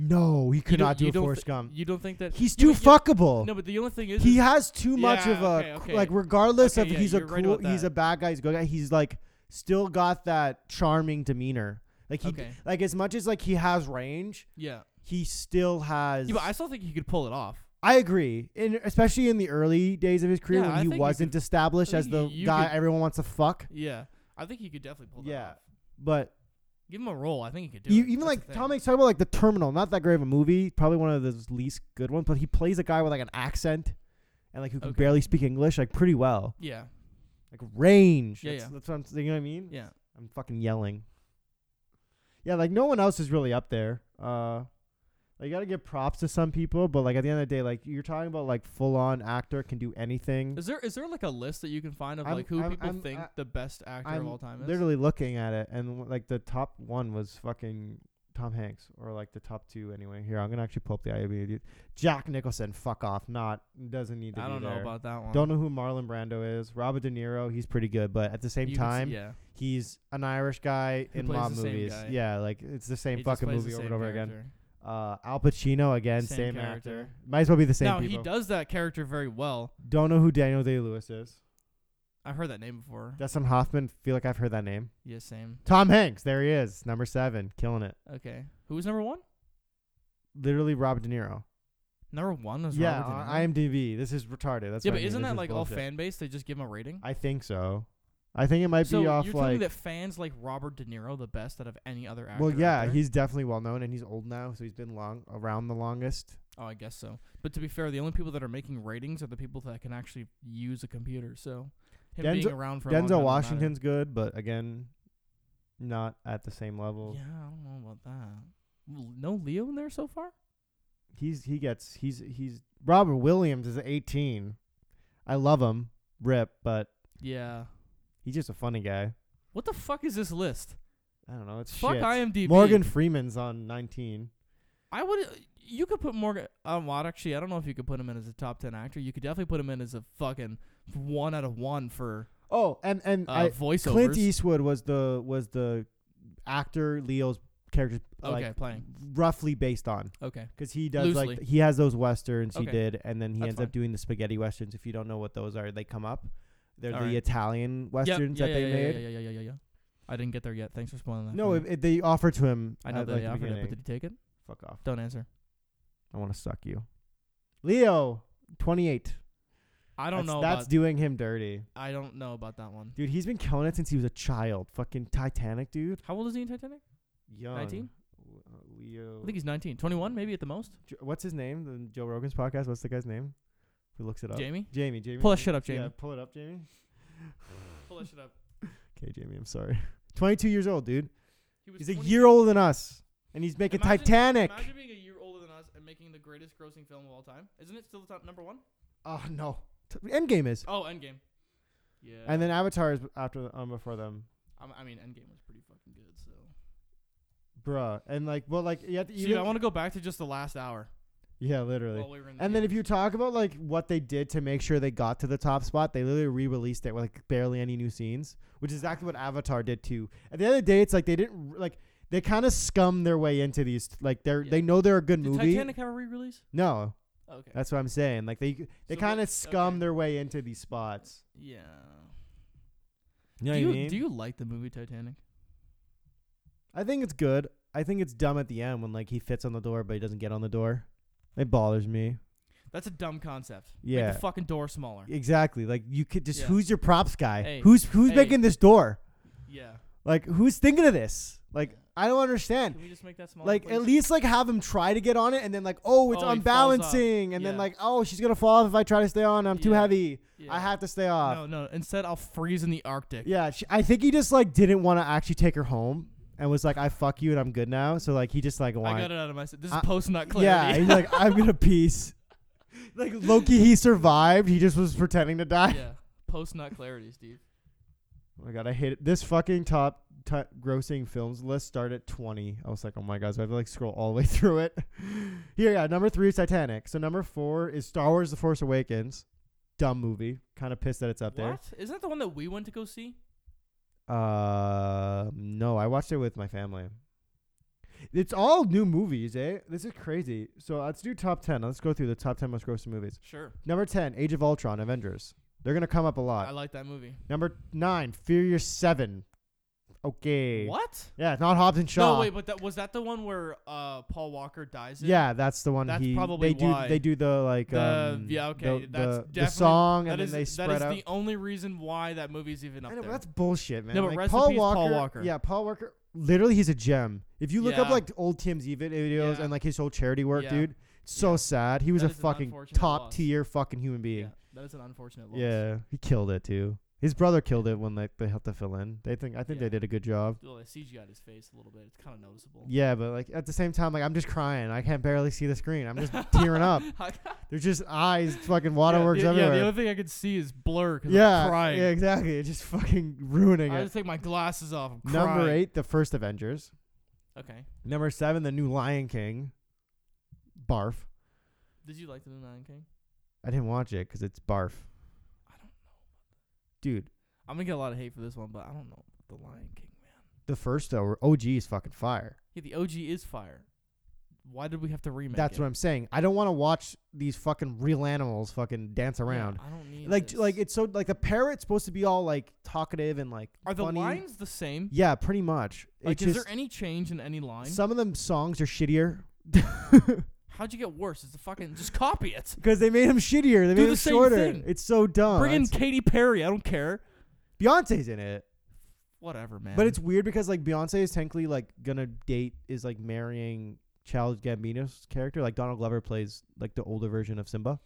[SPEAKER 1] No, he could
[SPEAKER 3] don't-
[SPEAKER 1] not do
[SPEAKER 3] you
[SPEAKER 1] a
[SPEAKER 3] don't
[SPEAKER 1] Forrest
[SPEAKER 3] thi-
[SPEAKER 1] Gump.
[SPEAKER 3] You don't think that
[SPEAKER 1] He's
[SPEAKER 3] yeah,
[SPEAKER 1] too
[SPEAKER 3] but yeah-
[SPEAKER 1] fuckable.
[SPEAKER 3] No, but the only thing is,
[SPEAKER 1] Um, he
[SPEAKER 3] is-
[SPEAKER 1] has too much
[SPEAKER 3] Yeah,
[SPEAKER 1] of a
[SPEAKER 3] okay,
[SPEAKER 1] c-
[SPEAKER 3] okay.
[SPEAKER 1] like. Regardless
[SPEAKER 3] Okay,
[SPEAKER 1] of
[SPEAKER 3] yeah,
[SPEAKER 1] he's a
[SPEAKER 3] you're right
[SPEAKER 1] cool,
[SPEAKER 3] about
[SPEAKER 1] he's
[SPEAKER 3] that.
[SPEAKER 1] a bad guy. He's a good guy. He's like still got that charming demeanor. Like he,
[SPEAKER 3] Okay.
[SPEAKER 1] like as much as like he has range,
[SPEAKER 3] yeah,
[SPEAKER 1] he still has.
[SPEAKER 3] yeah, but I still think he could pull it off.
[SPEAKER 1] I agree, and especially in the early days of his career
[SPEAKER 3] Yeah,
[SPEAKER 1] when
[SPEAKER 3] I
[SPEAKER 1] he
[SPEAKER 3] think you
[SPEAKER 1] wasn't
[SPEAKER 3] could-
[SPEAKER 1] established
[SPEAKER 3] I
[SPEAKER 1] as
[SPEAKER 3] think
[SPEAKER 1] the
[SPEAKER 3] you- you
[SPEAKER 1] guy
[SPEAKER 3] could-
[SPEAKER 1] everyone wants to fuck.
[SPEAKER 3] Yeah, I think he could definitely pull that
[SPEAKER 1] Yeah.
[SPEAKER 3] off.
[SPEAKER 1] But
[SPEAKER 3] Give him a role. I think he could do
[SPEAKER 1] you,
[SPEAKER 3] it.
[SPEAKER 1] even
[SPEAKER 3] That's the
[SPEAKER 1] like
[SPEAKER 3] thing.
[SPEAKER 1] Tom Hanks talk about like the Terminal, not that great of a movie, probably one of the least good ones, but he plays a guy with like an accent and like who can
[SPEAKER 3] Okay.
[SPEAKER 1] barely speak English like pretty well,
[SPEAKER 3] Yeah,
[SPEAKER 1] like range.
[SPEAKER 3] Yeah,
[SPEAKER 1] that's,
[SPEAKER 3] yeah.
[SPEAKER 1] that's what I'm. You know what I mean?
[SPEAKER 3] yeah.
[SPEAKER 1] I'm fucking yelling. Yeah, like no one else is really up there. Uh, like, you gotta give props to some people, but like at the end of the day, like you're talking about like full on actor can do anything.
[SPEAKER 3] Is there is there like a list that you can find of
[SPEAKER 1] I'm-
[SPEAKER 3] like who
[SPEAKER 1] I'm-
[SPEAKER 3] people
[SPEAKER 1] I'm-
[SPEAKER 3] think
[SPEAKER 1] I-
[SPEAKER 3] the best actor
[SPEAKER 1] I'm
[SPEAKER 3] of all time is?
[SPEAKER 1] literally looking at it, and like the top one was fucking Tom Hanks, or like the top two anyway. Here, I'm gonna actually pull up the IMDb. Jack Nicholson, fuck off, not doesn't need to.
[SPEAKER 3] I
[SPEAKER 1] be
[SPEAKER 3] don't know
[SPEAKER 1] there.
[SPEAKER 3] about that one.
[SPEAKER 1] Don't know who Marlon Brando is. Robert De Niro, he's pretty good, but at the same
[SPEAKER 3] You can s-
[SPEAKER 1] time,
[SPEAKER 3] yeah,
[SPEAKER 1] he's an Irish guy
[SPEAKER 3] Who
[SPEAKER 1] in
[SPEAKER 3] plays
[SPEAKER 1] mob
[SPEAKER 3] the same
[SPEAKER 1] movies.
[SPEAKER 3] guy.
[SPEAKER 1] Yeah, like it's the same
[SPEAKER 3] He just
[SPEAKER 1] fucking
[SPEAKER 3] plays the
[SPEAKER 1] movie over
[SPEAKER 3] same
[SPEAKER 1] and over again.
[SPEAKER 3] character.
[SPEAKER 1] Uh, Al Pacino again,
[SPEAKER 3] Same
[SPEAKER 1] same,
[SPEAKER 3] character.
[SPEAKER 1] actor. Might as well be the same
[SPEAKER 3] Now
[SPEAKER 1] people.
[SPEAKER 3] he does that character very well.
[SPEAKER 1] Don't know who Daniel Day Lewis is.
[SPEAKER 3] I've heard that name before.
[SPEAKER 1] Dustin Hoffman, feel like I've heard that name.
[SPEAKER 3] yeah, same.
[SPEAKER 1] Tom Hanks, there he is, number seven, killing it.
[SPEAKER 3] Okay, who was number one?
[SPEAKER 1] Literally Robert De Niro.
[SPEAKER 3] Number one was
[SPEAKER 1] yeah,
[SPEAKER 3] Robert De
[SPEAKER 1] on
[SPEAKER 3] Niro?
[SPEAKER 1] IMDb. This is retarded. That's
[SPEAKER 3] yeah,
[SPEAKER 1] what I
[SPEAKER 3] but
[SPEAKER 1] mean.
[SPEAKER 3] isn't
[SPEAKER 1] This
[SPEAKER 3] that
[SPEAKER 1] is
[SPEAKER 3] like all
[SPEAKER 1] bullshit.
[SPEAKER 3] fan base? They just give him a rating.
[SPEAKER 1] I think so. I think it might
[SPEAKER 3] so
[SPEAKER 1] be off
[SPEAKER 3] you're telling
[SPEAKER 1] like.
[SPEAKER 3] me that fans like Robert De Niro the best out of any other actor?
[SPEAKER 1] well,
[SPEAKER 3] out
[SPEAKER 1] yeah,
[SPEAKER 3] there?
[SPEAKER 1] he's definitely well known, and he's old now, so he's been long around the longest.
[SPEAKER 3] Oh, I guess so. But to be fair, the only people that are making ratings are the people that can actually use a computer. So him
[SPEAKER 1] Denzel-
[SPEAKER 3] being around for a long time
[SPEAKER 1] Denzel
[SPEAKER 3] doesn't matter.
[SPEAKER 1] Washington's good, but again, not at the same level.
[SPEAKER 3] Yeah, I don't know about that. L- No Leo in there so far.
[SPEAKER 1] He's he gets he's he's Robert Williams is 18. I love him, rip, but
[SPEAKER 3] Yeah.
[SPEAKER 1] he's just a funny guy.
[SPEAKER 3] What the fuck is this list?
[SPEAKER 1] I don't know. It's
[SPEAKER 3] Fuck
[SPEAKER 1] shit.
[SPEAKER 3] IMDb.
[SPEAKER 1] Morgan Freeman's on 19.
[SPEAKER 3] I would. You could put Morgan. Um, well, actually, I don't know if you could put him in as a top ten actor. You could definitely put him in as a fucking one out of one for
[SPEAKER 1] Oh, and and
[SPEAKER 3] uh,
[SPEAKER 1] I,
[SPEAKER 3] voiceovers.
[SPEAKER 1] Clint Eastwood was the was the actor Leo's character
[SPEAKER 3] Okay,
[SPEAKER 1] like
[SPEAKER 3] playing.
[SPEAKER 1] roughly based on
[SPEAKER 3] Okay.
[SPEAKER 1] because he does like
[SPEAKER 3] Loosely.
[SPEAKER 1] he has those westerns he
[SPEAKER 3] Okay.
[SPEAKER 1] did, and then he
[SPEAKER 3] That's
[SPEAKER 1] ends
[SPEAKER 3] fine.
[SPEAKER 1] up doing the spaghetti westerns. If you don't know what those are, they come up. They're
[SPEAKER 3] All
[SPEAKER 1] the
[SPEAKER 3] right.
[SPEAKER 1] Italian
[SPEAKER 3] Yeah,
[SPEAKER 1] westerns
[SPEAKER 3] yeah,
[SPEAKER 1] that
[SPEAKER 3] yeah,
[SPEAKER 1] they
[SPEAKER 3] yeah,
[SPEAKER 1] made.
[SPEAKER 3] Yeah, yeah, yeah, yeah, yeah. I didn't get there yet. Thanks for spoiling that.
[SPEAKER 1] No,
[SPEAKER 3] for
[SPEAKER 1] it,
[SPEAKER 3] me.
[SPEAKER 1] it, they offered to him.
[SPEAKER 3] I know
[SPEAKER 1] at,
[SPEAKER 3] that
[SPEAKER 1] like,
[SPEAKER 3] they
[SPEAKER 1] the
[SPEAKER 3] offered it, but
[SPEAKER 1] beginning.
[SPEAKER 3] did he take it?
[SPEAKER 1] Fuck off.
[SPEAKER 3] Don't answer.
[SPEAKER 1] I want to suck you. Leo, 28.
[SPEAKER 3] I
[SPEAKER 1] that's,
[SPEAKER 3] don't know.
[SPEAKER 1] That's
[SPEAKER 3] about,
[SPEAKER 1] doing him dirty.
[SPEAKER 3] I don't know about that one.
[SPEAKER 1] Dude, he's been killing it since he was a child. Fucking Titanic, dude.
[SPEAKER 3] How old is he in Titanic?
[SPEAKER 1] Young.
[SPEAKER 3] 19?
[SPEAKER 1] W- uh, Leo.
[SPEAKER 3] I think he's 19, 21 maybe at the most.
[SPEAKER 1] Jo- What's his name? The Joe Rogan's podcast. What's the guy's name? Who looks it up?
[SPEAKER 3] Jamie,
[SPEAKER 1] Jamie. Jamie.
[SPEAKER 3] pull that shit up, Jamie.
[SPEAKER 1] Yeah, pull it up, Jamie.
[SPEAKER 3] Pull that shit up.
[SPEAKER 1] Okay, Jamie, I'm sorry. 22 years old, dude.
[SPEAKER 3] He was
[SPEAKER 1] He's a
[SPEAKER 3] 20
[SPEAKER 1] year older than us. And he's making
[SPEAKER 3] Imagine-
[SPEAKER 1] Titanic.
[SPEAKER 3] Imagine being a year older than us and making the greatest grossing film of all time. Isn't it still the top number one?
[SPEAKER 1] Oh, no. T- Endgame is,
[SPEAKER 3] Oh, Endgame. Yeah.
[SPEAKER 1] and then Avatar is after um before them,
[SPEAKER 3] I'm- I mean, Endgame was pretty fucking good. So.
[SPEAKER 1] bruh. And like, well, like you have to,
[SPEAKER 3] See, I want to go back to just the last hour.
[SPEAKER 1] yeah, literally.
[SPEAKER 3] While we were in the
[SPEAKER 1] And then if
[SPEAKER 3] theater.
[SPEAKER 1] you talk about like what they did to make sure they got to the top spot, they literally re-released it with like barely any new scenes, which is exactly what Avatar did too. At the end of the day, it's like they didn't like they kind of scum their way into these. Like they're
[SPEAKER 3] Yeah.
[SPEAKER 1] they know they're a good
[SPEAKER 3] Did
[SPEAKER 1] movie.
[SPEAKER 3] Titanic have a re-release?
[SPEAKER 1] no,
[SPEAKER 3] Okay.
[SPEAKER 1] that's what I'm saying. Like they they
[SPEAKER 3] So
[SPEAKER 1] kind
[SPEAKER 3] what-
[SPEAKER 1] of scum
[SPEAKER 3] okay.
[SPEAKER 1] their way into these spots.
[SPEAKER 3] yeah.
[SPEAKER 1] You know
[SPEAKER 3] do
[SPEAKER 1] what
[SPEAKER 3] you
[SPEAKER 1] I mean?
[SPEAKER 3] do you like the movie Titanic?
[SPEAKER 1] I think it's good. I think it's dumb at the end when like he fits on the door but he doesn't get on the door. It bothers me.
[SPEAKER 3] That's a dumb concept. Make
[SPEAKER 1] Yeah.
[SPEAKER 3] the fucking door smaller.
[SPEAKER 1] Exactly. Like you could just
[SPEAKER 3] Yeah.
[SPEAKER 1] who's your props guy?
[SPEAKER 3] Hey.
[SPEAKER 1] Who's who's
[SPEAKER 3] Hey.
[SPEAKER 1] making this door?
[SPEAKER 3] Yeah.
[SPEAKER 1] Like, who's thinking of this? Like,
[SPEAKER 3] Yeah.
[SPEAKER 1] I don't understand.
[SPEAKER 3] Can we just make that smaller?
[SPEAKER 1] Like, at
[SPEAKER 3] please?
[SPEAKER 1] least like have him try to get on it, and then like, oh, it's
[SPEAKER 3] Oh, he falls off.
[SPEAKER 1] unbalancing, and then
[SPEAKER 3] Yeah.
[SPEAKER 1] like, oh, she's gonna fall off if I try to stay on. I'm too
[SPEAKER 3] Yeah.
[SPEAKER 1] heavy.
[SPEAKER 3] Yeah.
[SPEAKER 1] I have to stay off.
[SPEAKER 3] No, no. Instead, I'll freeze in the Arctic.
[SPEAKER 1] Yeah, she, I think he just like didn't want to actually take her home, and was like, I fuck you, and I'm good now. So like, he just like
[SPEAKER 3] I got
[SPEAKER 1] wanted.
[SPEAKER 3] it out of my. s- This is
[SPEAKER 1] I-
[SPEAKER 3] post nut
[SPEAKER 1] Yeah,
[SPEAKER 3] clarity.
[SPEAKER 1] he's like, I'm gonna peace. Like Loki, he survived. He just was pretending to die.
[SPEAKER 3] yeah. Post nut clarity, Steve.
[SPEAKER 1] Oh my god, I hate it. This fucking top t- grossing films list start at 20. I was like, oh my god, so I have to like scroll all the way through it. Here, yeah, number three is Titanic. So number four is Star Wars The Force Awakens. Dumb movie. Kind of pissed that it's up
[SPEAKER 3] What? Isn't that the one that we went to go see?
[SPEAKER 1] there. Uh, no, I watched it with my family. It's all new movies, eh? This is crazy. So uh, let's do top 10. Let's go through the top 10 most grossing movies.
[SPEAKER 3] Sure.
[SPEAKER 1] Number 10, Age of Ultron, Avengers. They're going to come up a lot.
[SPEAKER 3] I like that movie.
[SPEAKER 1] number 9, Furious 7. Okay.
[SPEAKER 3] What?
[SPEAKER 1] Yeah, it's not Hobbs and Shaw.
[SPEAKER 3] No, wait, but that was that the one where uh, Paul Walker dies? In?
[SPEAKER 1] yeah, that's the one.
[SPEAKER 3] That's
[SPEAKER 1] he,
[SPEAKER 3] probably
[SPEAKER 1] they do.
[SPEAKER 3] why.
[SPEAKER 1] They do the like.
[SPEAKER 3] The-
[SPEAKER 1] um,
[SPEAKER 3] yeah, okay,
[SPEAKER 1] The,
[SPEAKER 3] that's
[SPEAKER 1] the- the
[SPEAKER 3] definitely-
[SPEAKER 1] song,
[SPEAKER 3] That
[SPEAKER 1] and
[SPEAKER 3] is
[SPEAKER 1] then they spread
[SPEAKER 3] that is
[SPEAKER 1] out.
[SPEAKER 3] the only reason why that movie's even up
[SPEAKER 1] I know, but
[SPEAKER 3] there.
[SPEAKER 1] that's bullshit, man.
[SPEAKER 3] No, but
[SPEAKER 1] Like,
[SPEAKER 3] rest in
[SPEAKER 1] Paul
[SPEAKER 3] peace, Paul
[SPEAKER 1] Walker.
[SPEAKER 3] Walker.
[SPEAKER 1] Yeah, Paul Walker. Literally, he's a gem. If you look up
[SPEAKER 3] Yeah.
[SPEAKER 1] like old Tim's Evit videos
[SPEAKER 3] Yeah.
[SPEAKER 1] and like his whole charity work,
[SPEAKER 3] Yeah.
[SPEAKER 1] dude, it's so
[SPEAKER 3] Yeah.
[SPEAKER 1] sad. He was
[SPEAKER 3] That
[SPEAKER 1] a
[SPEAKER 3] is an
[SPEAKER 1] fucking
[SPEAKER 3] unfortunate
[SPEAKER 1] top
[SPEAKER 3] loss.
[SPEAKER 1] tier fucking human
[SPEAKER 3] yeah,
[SPEAKER 1] being.
[SPEAKER 3] that is an unfortunate
[SPEAKER 1] Yeah.
[SPEAKER 3] loss.
[SPEAKER 1] he killed it too. His brother killed it when like they helped to fill in. They think I think
[SPEAKER 3] Yeah.
[SPEAKER 1] they did a good job.
[SPEAKER 3] Well, they CGI'd his face a little bit. It's kind of noticeable.
[SPEAKER 1] Yeah, but like at the same time, like I'm just crying. I can't barely see the screen. I'm just tearing up.
[SPEAKER 3] I-
[SPEAKER 1] There's just eyes, fucking waterworks
[SPEAKER 3] yeah, the-
[SPEAKER 1] everywhere.
[SPEAKER 3] Yeah, the only thing I could see is blur because
[SPEAKER 1] yeah,
[SPEAKER 3] I'm crying.
[SPEAKER 1] yeah, exactly. It's just fucking ruining
[SPEAKER 3] I
[SPEAKER 1] it.
[SPEAKER 3] just take my glasses off. I'm
[SPEAKER 1] Number
[SPEAKER 3] crying.
[SPEAKER 1] eight, the first Avengers.
[SPEAKER 3] Okay.
[SPEAKER 1] Number seven, the new Lion King. Barf.
[SPEAKER 3] Did you like the new Lion King?
[SPEAKER 1] I didn't watch it because it's barf.
[SPEAKER 3] I don't know.
[SPEAKER 1] Dude,
[SPEAKER 3] I'm gonna get a lot of hate for this one, but I don't know about the Lion King, man.
[SPEAKER 1] the first though, OG is fucking fire.
[SPEAKER 3] Yeah, the OG is fire. Why did we have to remake?
[SPEAKER 1] That's
[SPEAKER 3] it?
[SPEAKER 1] what I'm saying. I don't want to watch these fucking real animals fucking dance
[SPEAKER 3] Yeah,
[SPEAKER 1] around.
[SPEAKER 3] I don't need
[SPEAKER 1] like,
[SPEAKER 3] this.
[SPEAKER 1] like it's so like the parrot's supposed to be all like talkative and like
[SPEAKER 3] Are the
[SPEAKER 1] funny.
[SPEAKER 3] lines the same?
[SPEAKER 1] Yeah, pretty much.
[SPEAKER 3] Like,
[SPEAKER 1] it's
[SPEAKER 3] is
[SPEAKER 1] just
[SPEAKER 3] there any change in any line?
[SPEAKER 1] some of them songs are shittier.
[SPEAKER 3] How'd you get worse? It's the fucking just copy it.
[SPEAKER 1] Because they made him shittier. They
[SPEAKER 3] Do
[SPEAKER 1] made
[SPEAKER 3] the
[SPEAKER 1] him
[SPEAKER 3] same
[SPEAKER 1] shorter.
[SPEAKER 3] thing.
[SPEAKER 1] It's so dumb.
[SPEAKER 3] Bring in
[SPEAKER 1] It's-
[SPEAKER 3] Katy Perry. I don't care.
[SPEAKER 1] Beyonce's in it,
[SPEAKER 3] Whatever, man.
[SPEAKER 1] but it's weird because like Beyonce is technically like gonna date is like marrying Child Gambino's character. Like Donald Glover plays like the older version of Simba.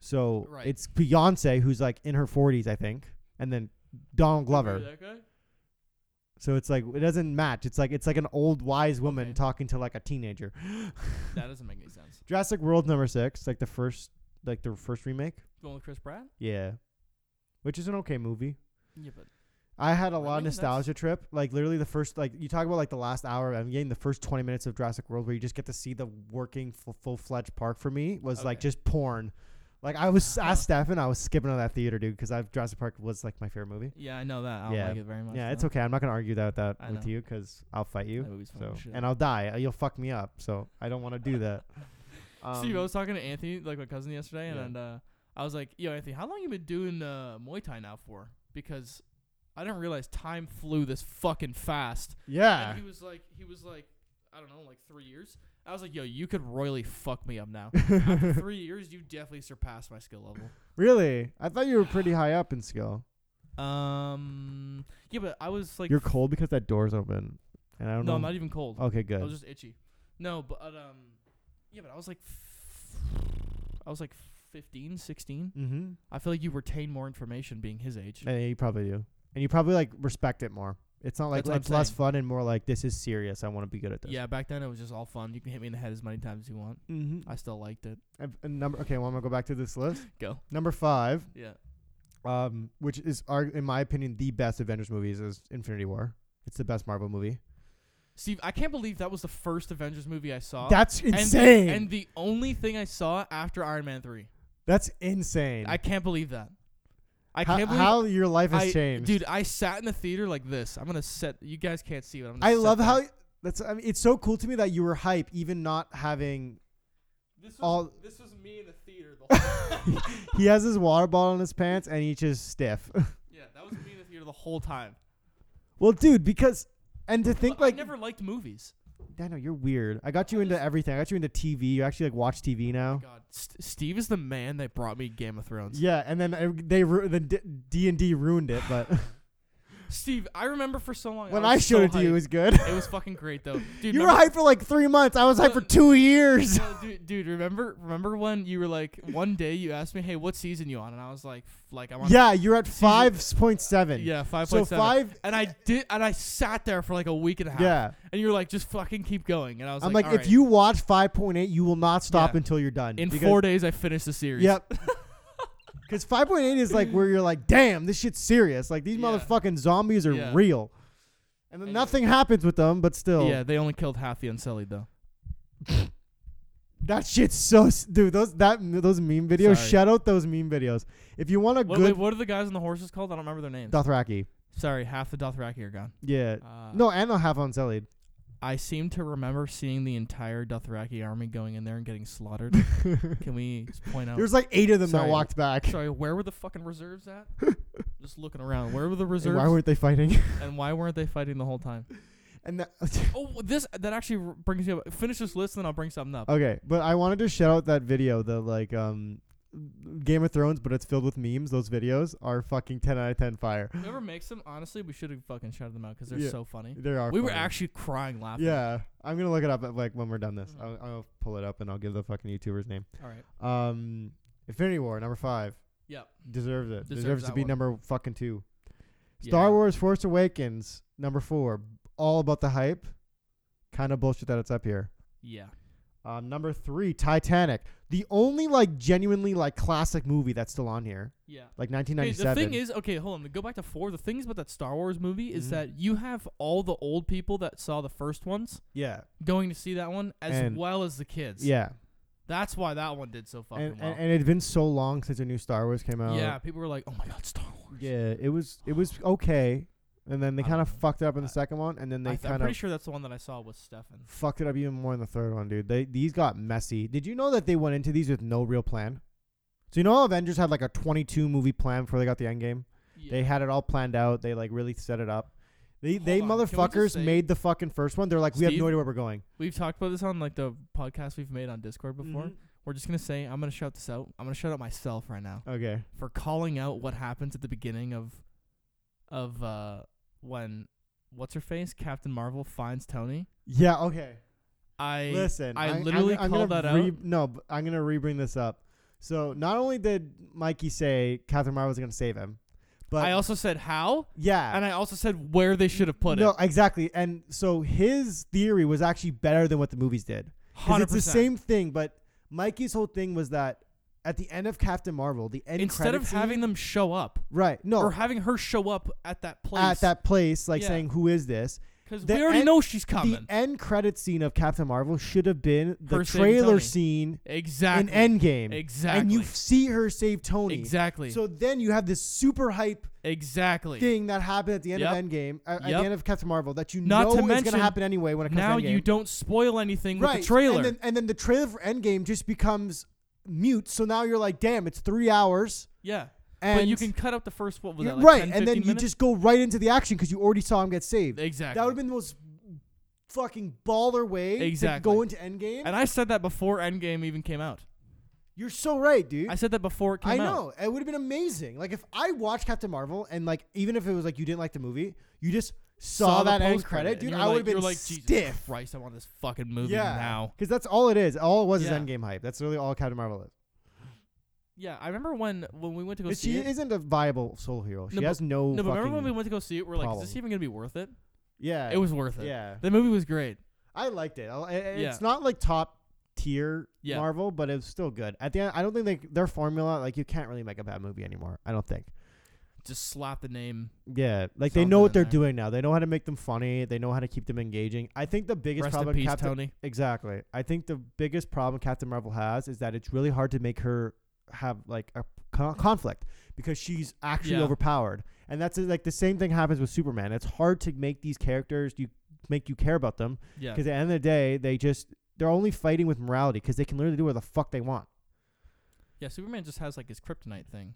[SPEAKER 1] So
[SPEAKER 3] Right.
[SPEAKER 1] it's Beyonce who's like in her forties, I think, and then Donald Glover. So it's like it doesn't match. It's like it's like an old wise woman
[SPEAKER 3] Okay.
[SPEAKER 1] talking to like a teenager.
[SPEAKER 3] That doesn't make any sense.
[SPEAKER 1] Jurassic World number six, like the first, like the first remake.
[SPEAKER 3] The one with Chris Pratt.
[SPEAKER 1] Yeah, which is an okay movie.
[SPEAKER 3] Yeah, but
[SPEAKER 1] I had a
[SPEAKER 3] Really?
[SPEAKER 1] lot of
[SPEAKER 3] That's-
[SPEAKER 1] nostalgia trip. Like literally the first, like you talk about like the last hour of Endgame, the first twenty minutes of Jurassic World, where you just get to see the working full fledged park. For me, was like
[SPEAKER 3] Okay.
[SPEAKER 1] just porn. Like I was
[SPEAKER 3] Huh.
[SPEAKER 1] asked Stefan, I was skipping on that theater, dude, because I Jurassic Park was like my favorite movie.
[SPEAKER 3] yeah, I know that. I don't
[SPEAKER 1] Yeah.
[SPEAKER 3] like it very much.
[SPEAKER 1] yeah, it's
[SPEAKER 3] though.
[SPEAKER 1] okay. I'm not gonna argue that with that
[SPEAKER 3] I
[SPEAKER 1] with
[SPEAKER 3] know.
[SPEAKER 1] you because I'll fight
[SPEAKER 3] That
[SPEAKER 1] you.
[SPEAKER 3] movie's fucking
[SPEAKER 1] So
[SPEAKER 3] shit.
[SPEAKER 1] and I'll die. uh, You'll fuck me up. So I don't want to do that.
[SPEAKER 3] Steve, I
[SPEAKER 1] Um,
[SPEAKER 3] was talking to Anthony, like my cousin yesterday, and,
[SPEAKER 1] Yeah.
[SPEAKER 3] and uh, I was like, "Yo, Anthony, how long you been doing uh, Muay Thai now for?" Because I didn't realize time flew this fucking fast.
[SPEAKER 1] yeah.
[SPEAKER 3] And he was like, he was like, I don't know, like three years. I was like, "Yo, you could royally fuck me up now." After three years, you definitely surpassed my skill level.
[SPEAKER 1] Really? I thought you were pretty high up in skill.
[SPEAKER 3] Um, yeah, but I was like,
[SPEAKER 1] You're cold because that door's open, and I
[SPEAKER 3] no,
[SPEAKER 1] don't
[SPEAKER 3] I'm
[SPEAKER 1] know.
[SPEAKER 3] not even cold.
[SPEAKER 1] okay,
[SPEAKER 3] I
[SPEAKER 1] good.
[SPEAKER 3] was just itchy. No, but um, yeah, but I was like, f- I was like 15, 16.
[SPEAKER 1] mm-hmm.
[SPEAKER 3] I feel like you retain more information being his age.
[SPEAKER 1] Yeah, you probably do, and you probably like respect it more. It's not like
[SPEAKER 3] That's what I'm
[SPEAKER 1] it's less
[SPEAKER 3] saying.
[SPEAKER 1] fun and more like this is serious. I want to be good at this.
[SPEAKER 3] Yeah, back then it was just all fun. You can hit me in the head as many times as you want.
[SPEAKER 1] Mm-hmm.
[SPEAKER 3] I still liked it.
[SPEAKER 1] number okay. Well, I'm gonna go back to this list.
[SPEAKER 3] Go.
[SPEAKER 1] Number five,
[SPEAKER 3] Yeah.
[SPEAKER 1] um, which is our, in my opinion the best Avengers movies is Infinity War. It's the best Marvel movie.
[SPEAKER 3] Steve, I can't believe that was the first Avengers movie I saw.
[SPEAKER 1] That's
[SPEAKER 3] and the-
[SPEAKER 1] insane.
[SPEAKER 3] and the only thing I saw after Iron Man 3.
[SPEAKER 1] That's insane.
[SPEAKER 3] I can't believe that. I
[SPEAKER 1] how,
[SPEAKER 3] can't believe
[SPEAKER 1] how your life has
[SPEAKER 3] I-
[SPEAKER 1] changed,
[SPEAKER 3] Dude, I sat in the theater like this. I'm gonna set. You guys can't see it. I'm gonna
[SPEAKER 1] I
[SPEAKER 3] set
[SPEAKER 1] love
[SPEAKER 3] that.
[SPEAKER 1] how that's. I mean, it's so cool to me that you were hype, even not having.
[SPEAKER 3] This was,
[SPEAKER 1] all-
[SPEAKER 3] this was me in the theater. The whole,
[SPEAKER 1] He has his water bottle in his pants, and he's just stiff.
[SPEAKER 3] yeah, that was me in the theater the whole time.
[SPEAKER 1] well, dude, because and to think
[SPEAKER 3] Well,
[SPEAKER 1] like
[SPEAKER 3] I never liked movies.
[SPEAKER 1] I know you're weird. I got you into everything. I got you into TV. You actually like watch TV now.
[SPEAKER 3] God, St- Steve is the man that brought me Game of Thrones.
[SPEAKER 1] Yeah, and then uh, they ru- the D and D ruined it, but
[SPEAKER 3] Steve, I remember for so long.
[SPEAKER 1] when
[SPEAKER 3] I,
[SPEAKER 1] I
[SPEAKER 3] was
[SPEAKER 1] showed
[SPEAKER 3] so
[SPEAKER 1] it to you, it
[SPEAKER 3] hyped.
[SPEAKER 1] was good.
[SPEAKER 3] it was fucking great though. Dude,
[SPEAKER 1] you were
[SPEAKER 3] remember-
[SPEAKER 1] hyped for like three months. I was hyped for
[SPEAKER 3] No,
[SPEAKER 1] two years.
[SPEAKER 3] No, dude, dude, remember, remember when you were like, one day you asked me, "Hey, what season you on?" And I was like, f- "Like, I'm on."
[SPEAKER 1] Yeah, you're at
[SPEAKER 3] Season-
[SPEAKER 1] five point seven.
[SPEAKER 3] yeah, five
[SPEAKER 1] So
[SPEAKER 3] point seven.
[SPEAKER 1] five.
[SPEAKER 3] And I did, and I sat there for like a week and a half.
[SPEAKER 1] Yeah.
[SPEAKER 3] And you were like, "Just fucking keep going." And I was
[SPEAKER 1] I'm
[SPEAKER 3] like,
[SPEAKER 1] like,
[SPEAKER 3] "All
[SPEAKER 1] if
[SPEAKER 3] right."
[SPEAKER 1] you watch 5.8, you will not stop
[SPEAKER 3] Yeah.
[SPEAKER 1] until you're done.
[SPEAKER 3] in
[SPEAKER 1] Because-
[SPEAKER 3] four days, I finished the series.
[SPEAKER 1] Yep. Because 5.8 is like where you're like, damn, this shit's serious. Like these
[SPEAKER 3] Yeah.
[SPEAKER 1] motherfucking zombies are
[SPEAKER 3] Yeah.
[SPEAKER 1] real. And then
[SPEAKER 3] And-
[SPEAKER 1] nothing happens with them, but still,
[SPEAKER 3] Yeah, they only killed half the Unsullied though.
[SPEAKER 1] that shit's so s- dude. Those that those meme videos.
[SPEAKER 3] Sorry.
[SPEAKER 1] Shout out those meme videos. If you want a
[SPEAKER 3] What,
[SPEAKER 1] good
[SPEAKER 3] wait, what are the guys on the horses called? I don't remember their names.
[SPEAKER 1] Dothraki,
[SPEAKER 3] Sorry, half the Dothraki are gone.
[SPEAKER 1] yeah,
[SPEAKER 3] Uh,
[SPEAKER 1] no, and they'll have Unsullied.
[SPEAKER 3] I seem to remember seeing the entire Dothraki army going in there and getting slaughtered. Can we just point out?
[SPEAKER 1] There's like eight of them
[SPEAKER 3] Sorry.
[SPEAKER 1] that walked back.
[SPEAKER 3] Sorry, where were the fucking reserves at? Just looking around. Where were the
[SPEAKER 1] And
[SPEAKER 3] reserves?
[SPEAKER 1] why weren't they fighting?
[SPEAKER 3] and why weren't they fighting the whole time?
[SPEAKER 1] and that,
[SPEAKER 3] Oh, this that actually r- brings me up. Finish this list, and I'll bring something up.
[SPEAKER 1] okay, but I wanted to shout out that video. The like um, Game of Thrones, but it's filled with memes. Those videos are fucking ten out of ten fire.
[SPEAKER 3] Whoever makes them, honestly, we should have fucking shouted them out because they're
[SPEAKER 1] Yeah.
[SPEAKER 3] so funny.
[SPEAKER 1] They are.
[SPEAKER 3] We were
[SPEAKER 1] funny.
[SPEAKER 3] actually crying laughing.
[SPEAKER 1] Yeah, I'm gonna look it up at, like when we're done this.
[SPEAKER 3] Mhm.
[SPEAKER 1] I'll, I'll pull it up and I'll give the fucking YouTuber's name.
[SPEAKER 3] All right.
[SPEAKER 1] Um, Infinity War number five
[SPEAKER 3] Yep.
[SPEAKER 1] deserves it.
[SPEAKER 3] Deserves
[SPEAKER 1] Deserves, to
[SPEAKER 3] that
[SPEAKER 1] be
[SPEAKER 3] one.
[SPEAKER 1] number fucking two.
[SPEAKER 3] Yeah.
[SPEAKER 1] Star Wars: Force Awakens number four. All about the hype. Kind of bullshit that it's up here.
[SPEAKER 3] Yeah.
[SPEAKER 1] Um, number three, Titanic, the only like genuinely like classic movie that's still on here,
[SPEAKER 3] Yeah.
[SPEAKER 1] like
[SPEAKER 3] Okay,
[SPEAKER 1] 1997.
[SPEAKER 3] the thing is, okay, hold on. To go back to four, the thing is about that Star Wars movie is
[SPEAKER 1] Mhm.
[SPEAKER 3] that you have all the old people that saw the first ones
[SPEAKER 1] yeah,
[SPEAKER 3] going to see that one, as
[SPEAKER 1] And-
[SPEAKER 3] well as the kids.
[SPEAKER 1] yeah,
[SPEAKER 3] That's why that one did so fucking
[SPEAKER 1] and,
[SPEAKER 3] well.
[SPEAKER 1] and and it'd been so long since a new Star Wars came out.
[SPEAKER 3] yeah, people were like, "Oh my God, Star Wars."
[SPEAKER 1] Yeah, it was it was okay, and then they
[SPEAKER 3] I don't
[SPEAKER 1] kind of
[SPEAKER 3] know.
[SPEAKER 1] fucked it up in the
[SPEAKER 3] I-
[SPEAKER 1] second one, and then
[SPEAKER 3] I
[SPEAKER 1] they
[SPEAKER 3] th- I'm
[SPEAKER 1] kind
[SPEAKER 3] pretty
[SPEAKER 1] of
[SPEAKER 3] sure that's the one that I saw with Stefan.
[SPEAKER 1] fucked it up even more in the third one, dude. They these got messy. Did you know that they went into these with no real plan? So you know how Avengers had like a 22 movie plan before they got the Endgame. They had it all planned out. They like really set it up. They
[SPEAKER 3] Hold
[SPEAKER 1] they
[SPEAKER 3] on, can we just
[SPEAKER 1] motherfuckers
[SPEAKER 3] say-
[SPEAKER 1] made the fucking first one. They're like, we have
[SPEAKER 3] Steve?
[SPEAKER 1] no idea where we're going.
[SPEAKER 3] We've talked about this on like the podcast we've made on Discord before.
[SPEAKER 1] Mhm.
[SPEAKER 3] We're just gonna say I'm gonna shout this out. I'm gonna shout out myself right now
[SPEAKER 1] Okay.
[SPEAKER 3] for calling out what happens at the beginning of of uh when what's her face Captain Marvel finds Tony.
[SPEAKER 1] Yeah. Okay.
[SPEAKER 3] I
[SPEAKER 1] Listen,
[SPEAKER 3] I
[SPEAKER 1] I'm-
[SPEAKER 3] literally
[SPEAKER 1] I'm,
[SPEAKER 3] called
[SPEAKER 1] I'm
[SPEAKER 3] that
[SPEAKER 1] gonna re-
[SPEAKER 3] out.
[SPEAKER 1] No, but I'm gonna rebring this up. So not only did Mikey say Catherine Marvel was gonna save him, but
[SPEAKER 3] I also said how,
[SPEAKER 1] yeah,
[SPEAKER 3] and I also said where they should have put
[SPEAKER 1] no,
[SPEAKER 3] it.
[SPEAKER 1] exactly. And so his theory was actually better than what the movies did. Because
[SPEAKER 3] Hundred
[SPEAKER 1] it's the
[SPEAKER 3] percent.
[SPEAKER 1] same thing, but Mikey's whole thing was that at the end of Captain Marvel, the end
[SPEAKER 3] Instead of
[SPEAKER 1] credit scene-
[SPEAKER 3] having them show up
[SPEAKER 1] right, no,
[SPEAKER 3] or having her show up at that place,
[SPEAKER 1] at that place, like
[SPEAKER 3] Yeah.
[SPEAKER 1] saying who is this?
[SPEAKER 3] because
[SPEAKER 1] the
[SPEAKER 3] we already
[SPEAKER 1] end-
[SPEAKER 3] know she's coming.
[SPEAKER 1] The end credit scene of Captain Marvel should have been the
[SPEAKER 3] Her saving Tony.
[SPEAKER 1] trailer scene in
[SPEAKER 3] exactly.
[SPEAKER 1] Endgame,
[SPEAKER 3] Exactly.
[SPEAKER 1] and you see her save Tony.
[SPEAKER 3] Exactly.
[SPEAKER 1] So then you have this super hype
[SPEAKER 3] exactly.
[SPEAKER 1] thing that happened at the end
[SPEAKER 3] Yep.
[SPEAKER 1] of Endgame, uh, at
[SPEAKER 3] Yep.
[SPEAKER 1] the end of Captain Marvel, that you
[SPEAKER 3] Not
[SPEAKER 1] know
[SPEAKER 3] to
[SPEAKER 1] is
[SPEAKER 3] mention,
[SPEAKER 1] going to happen anyway when it comes
[SPEAKER 3] now
[SPEAKER 1] to Endgame.
[SPEAKER 3] you don't spoil anything
[SPEAKER 1] right.
[SPEAKER 3] with the trailer.
[SPEAKER 1] And then, and then the trailer for Endgame just becomes mute. So now you're like, damn, it's three hours.
[SPEAKER 3] yeah.
[SPEAKER 1] And
[SPEAKER 3] but you can cut out the first what was
[SPEAKER 1] you're
[SPEAKER 3] that,
[SPEAKER 1] right,
[SPEAKER 3] like 10,
[SPEAKER 1] and then
[SPEAKER 3] 15
[SPEAKER 1] you
[SPEAKER 3] minutes?
[SPEAKER 1] just go right into the action because you already saw him get saved.
[SPEAKER 3] exactly.
[SPEAKER 1] That would have been the most fucking baller way
[SPEAKER 3] Exactly.
[SPEAKER 1] to go into Endgame.
[SPEAKER 3] And I said that before Endgame even came out.
[SPEAKER 1] you're so right, dude.
[SPEAKER 3] I said that before it came
[SPEAKER 1] I
[SPEAKER 3] out.
[SPEAKER 1] know it would have been amazing. Like if I watched Captain Marvel and like even if it was like you didn't like the movie, you just saw,
[SPEAKER 3] Saw the
[SPEAKER 1] that end
[SPEAKER 3] post
[SPEAKER 1] credit,
[SPEAKER 3] and
[SPEAKER 1] dude.
[SPEAKER 3] you're
[SPEAKER 1] I
[SPEAKER 3] like-
[SPEAKER 1] would have been
[SPEAKER 3] you're like, Jesus
[SPEAKER 1] stiff.
[SPEAKER 3] Christ, I want this fucking movie
[SPEAKER 1] Yeah,
[SPEAKER 3] now.
[SPEAKER 1] because that's all it is. All it was
[SPEAKER 3] Yeah.
[SPEAKER 1] is Endgame hype. That's really all Captain Marvel is.
[SPEAKER 3] yeah, I remember when when we went to go
[SPEAKER 1] But
[SPEAKER 3] see
[SPEAKER 1] she
[SPEAKER 3] it.
[SPEAKER 1] isn't a viable soul hero. She
[SPEAKER 3] No, but-
[SPEAKER 1] has no.
[SPEAKER 3] no, but remember when
[SPEAKER 1] fucking-
[SPEAKER 3] we went to go see it? We're like, is
[SPEAKER 1] problem.
[SPEAKER 3] this even gonna be worth it?
[SPEAKER 1] Yeah.
[SPEAKER 3] It was worth it.
[SPEAKER 1] Yeah.
[SPEAKER 3] The movie was great.
[SPEAKER 1] I liked it. I, I-
[SPEAKER 3] Yeah.
[SPEAKER 1] It's not like top tier
[SPEAKER 3] Yeah.
[SPEAKER 1] Marvel, but it's still good. At the end, I don't think they, their formula like you can't really make a bad movie anymore. I don't think.
[SPEAKER 3] Just slap the name.
[SPEAKER 1] Yeah, like they
[SPEAKER 3] Something
[SPEAKER 1] know what
[SPEAKER 3] in
[SPEAKER 1] they're
[SPEAKER 3] there.
[SPEAKER 1] doing now. They know how to make them funny. They know how to keep them engaging. I think the biggest
[SPEAKER 3] Rest in
[SPEAKER 1] problem
[SPEAKER 3] peace,
[SPEAKER 1] Captain
[SPEAKER 3] Tony.
[SPEAKER 1] exactly. I think the biggest problem Captain Marvel has is that it's really hard to make her have like a con- conflict because she's actually
[SPEAKER 3] Yeah.
[SPEAKER 1] overpowered. And that's like the same thing happens with Superman. It's hard to make these characters you make you care about them
[SPEAKER 3] Yeah.
[SPEAKER 1] because at the end of the day, they just they're only fighting with morality because they can literally do whatever the fuck they want.
[SPEAKER 3] Yeah. Superman just has like his kryptonite thing.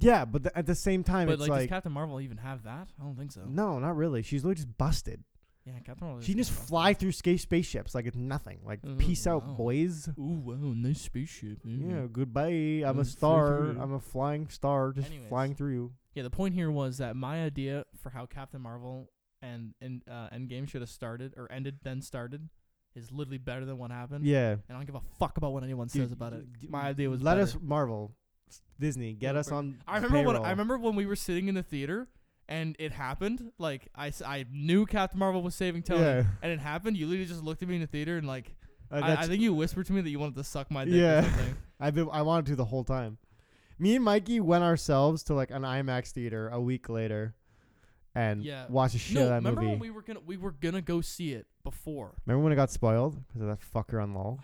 [SPEAKER 1] Yeah, but th- at the same time,
[SPEAKER 3] but
[SPEAKER 1] it's
[SPEAKER 3] like,
[SPEAKER 1] like,
[SPEAKER 3] does Captain Marvel even have that? I don't think so.
[SPEAKER 1] no, not really. She's literally just busted.
[SPEAKER 3] Yeah, Captain Marvel.
[SPEAKER 1] She can just
[SPEAKER 3] kinda
[SPEAKER 1] fly
[SPEAKER 3] fucking-
[SPEAKER 1] through sca- spaceships like it's nothing. Like
[SPEAKER 3] Oh,
[SPEAKER 1] peace
[SPEAKER 3] wow.
[SPEAKER 1] out, boys.
[SPEAKER 3] Ooh, wow, nice spaceship.
[SPEAKER 1] Yeah, goodbye. I'm
[SPEAKER 3] fly
[SPEAKER 1] a star.
[SPEAKER 3] Mm, through.
[SPEAKER 1] I'm a flying star, just
[SPEAKER 3] Anyways.
[SPEAKER 1] flying through you.
[SPEAKER 3] Yeah, the point here was that my idea for how Captain Marvel and and uh, Endgame should have started or ended then started is literally better than what happened.
[SPEAKER 1] Yeah.
[SPEAKER 3] And I don't give a fuck about what anyone
[SPEAKER 1] Dude,
[SPEAKER 3] says about it.
[SPEAKER 1] d-
[SPEAKER 3] My idea was
[SPEAKER 1] let
[SPEAKER 3] better.
[SPEAKER 1] us Marvel, s- Disney, get
[SPEAKER 3] Yeah,
[SPEAKER 1] us
[SPEAKER 3] but-
[SPEAKER 1] on.
[SPEAKER 3] I remember when
[SPEAKER 1] payroll.
[SPEAKER 3] I remember when we were sitting in the theater and it happened. Like I, s- I knew Captain Marvel was saving Tony,
[SPEAKER 1] Yeah.
[SPEAKER 3] and it happened. You literally just looked at me in the theater and like
[SPEAKER 1] Uh,
[SPEAKER 3] I, I
[SPEAKER 1] that's-
[SPEAKER 3] think you whispered to me that you wanted to suck my dick or
[SPEAKER 1] Yeah.
[SPEAKER 3] something.
[SPEAKER 1] I've been I wanted to the whole time. Me and Mikey went ourselves to like an IMAX theater a week later, and
[SPEAKER 3] Yeah.
[SPEAKER 1] watched a shit
[SPEAKER 3] no,
[SPEAKER 1] out of that
[SPEAKER 3] remember
[SPEAKER 1] movie.
[SPEAKER 3] when we were gonna we were gonna go see it before.
[SPEAKER 1] remember when it got spoiled because of that fucker on LOL?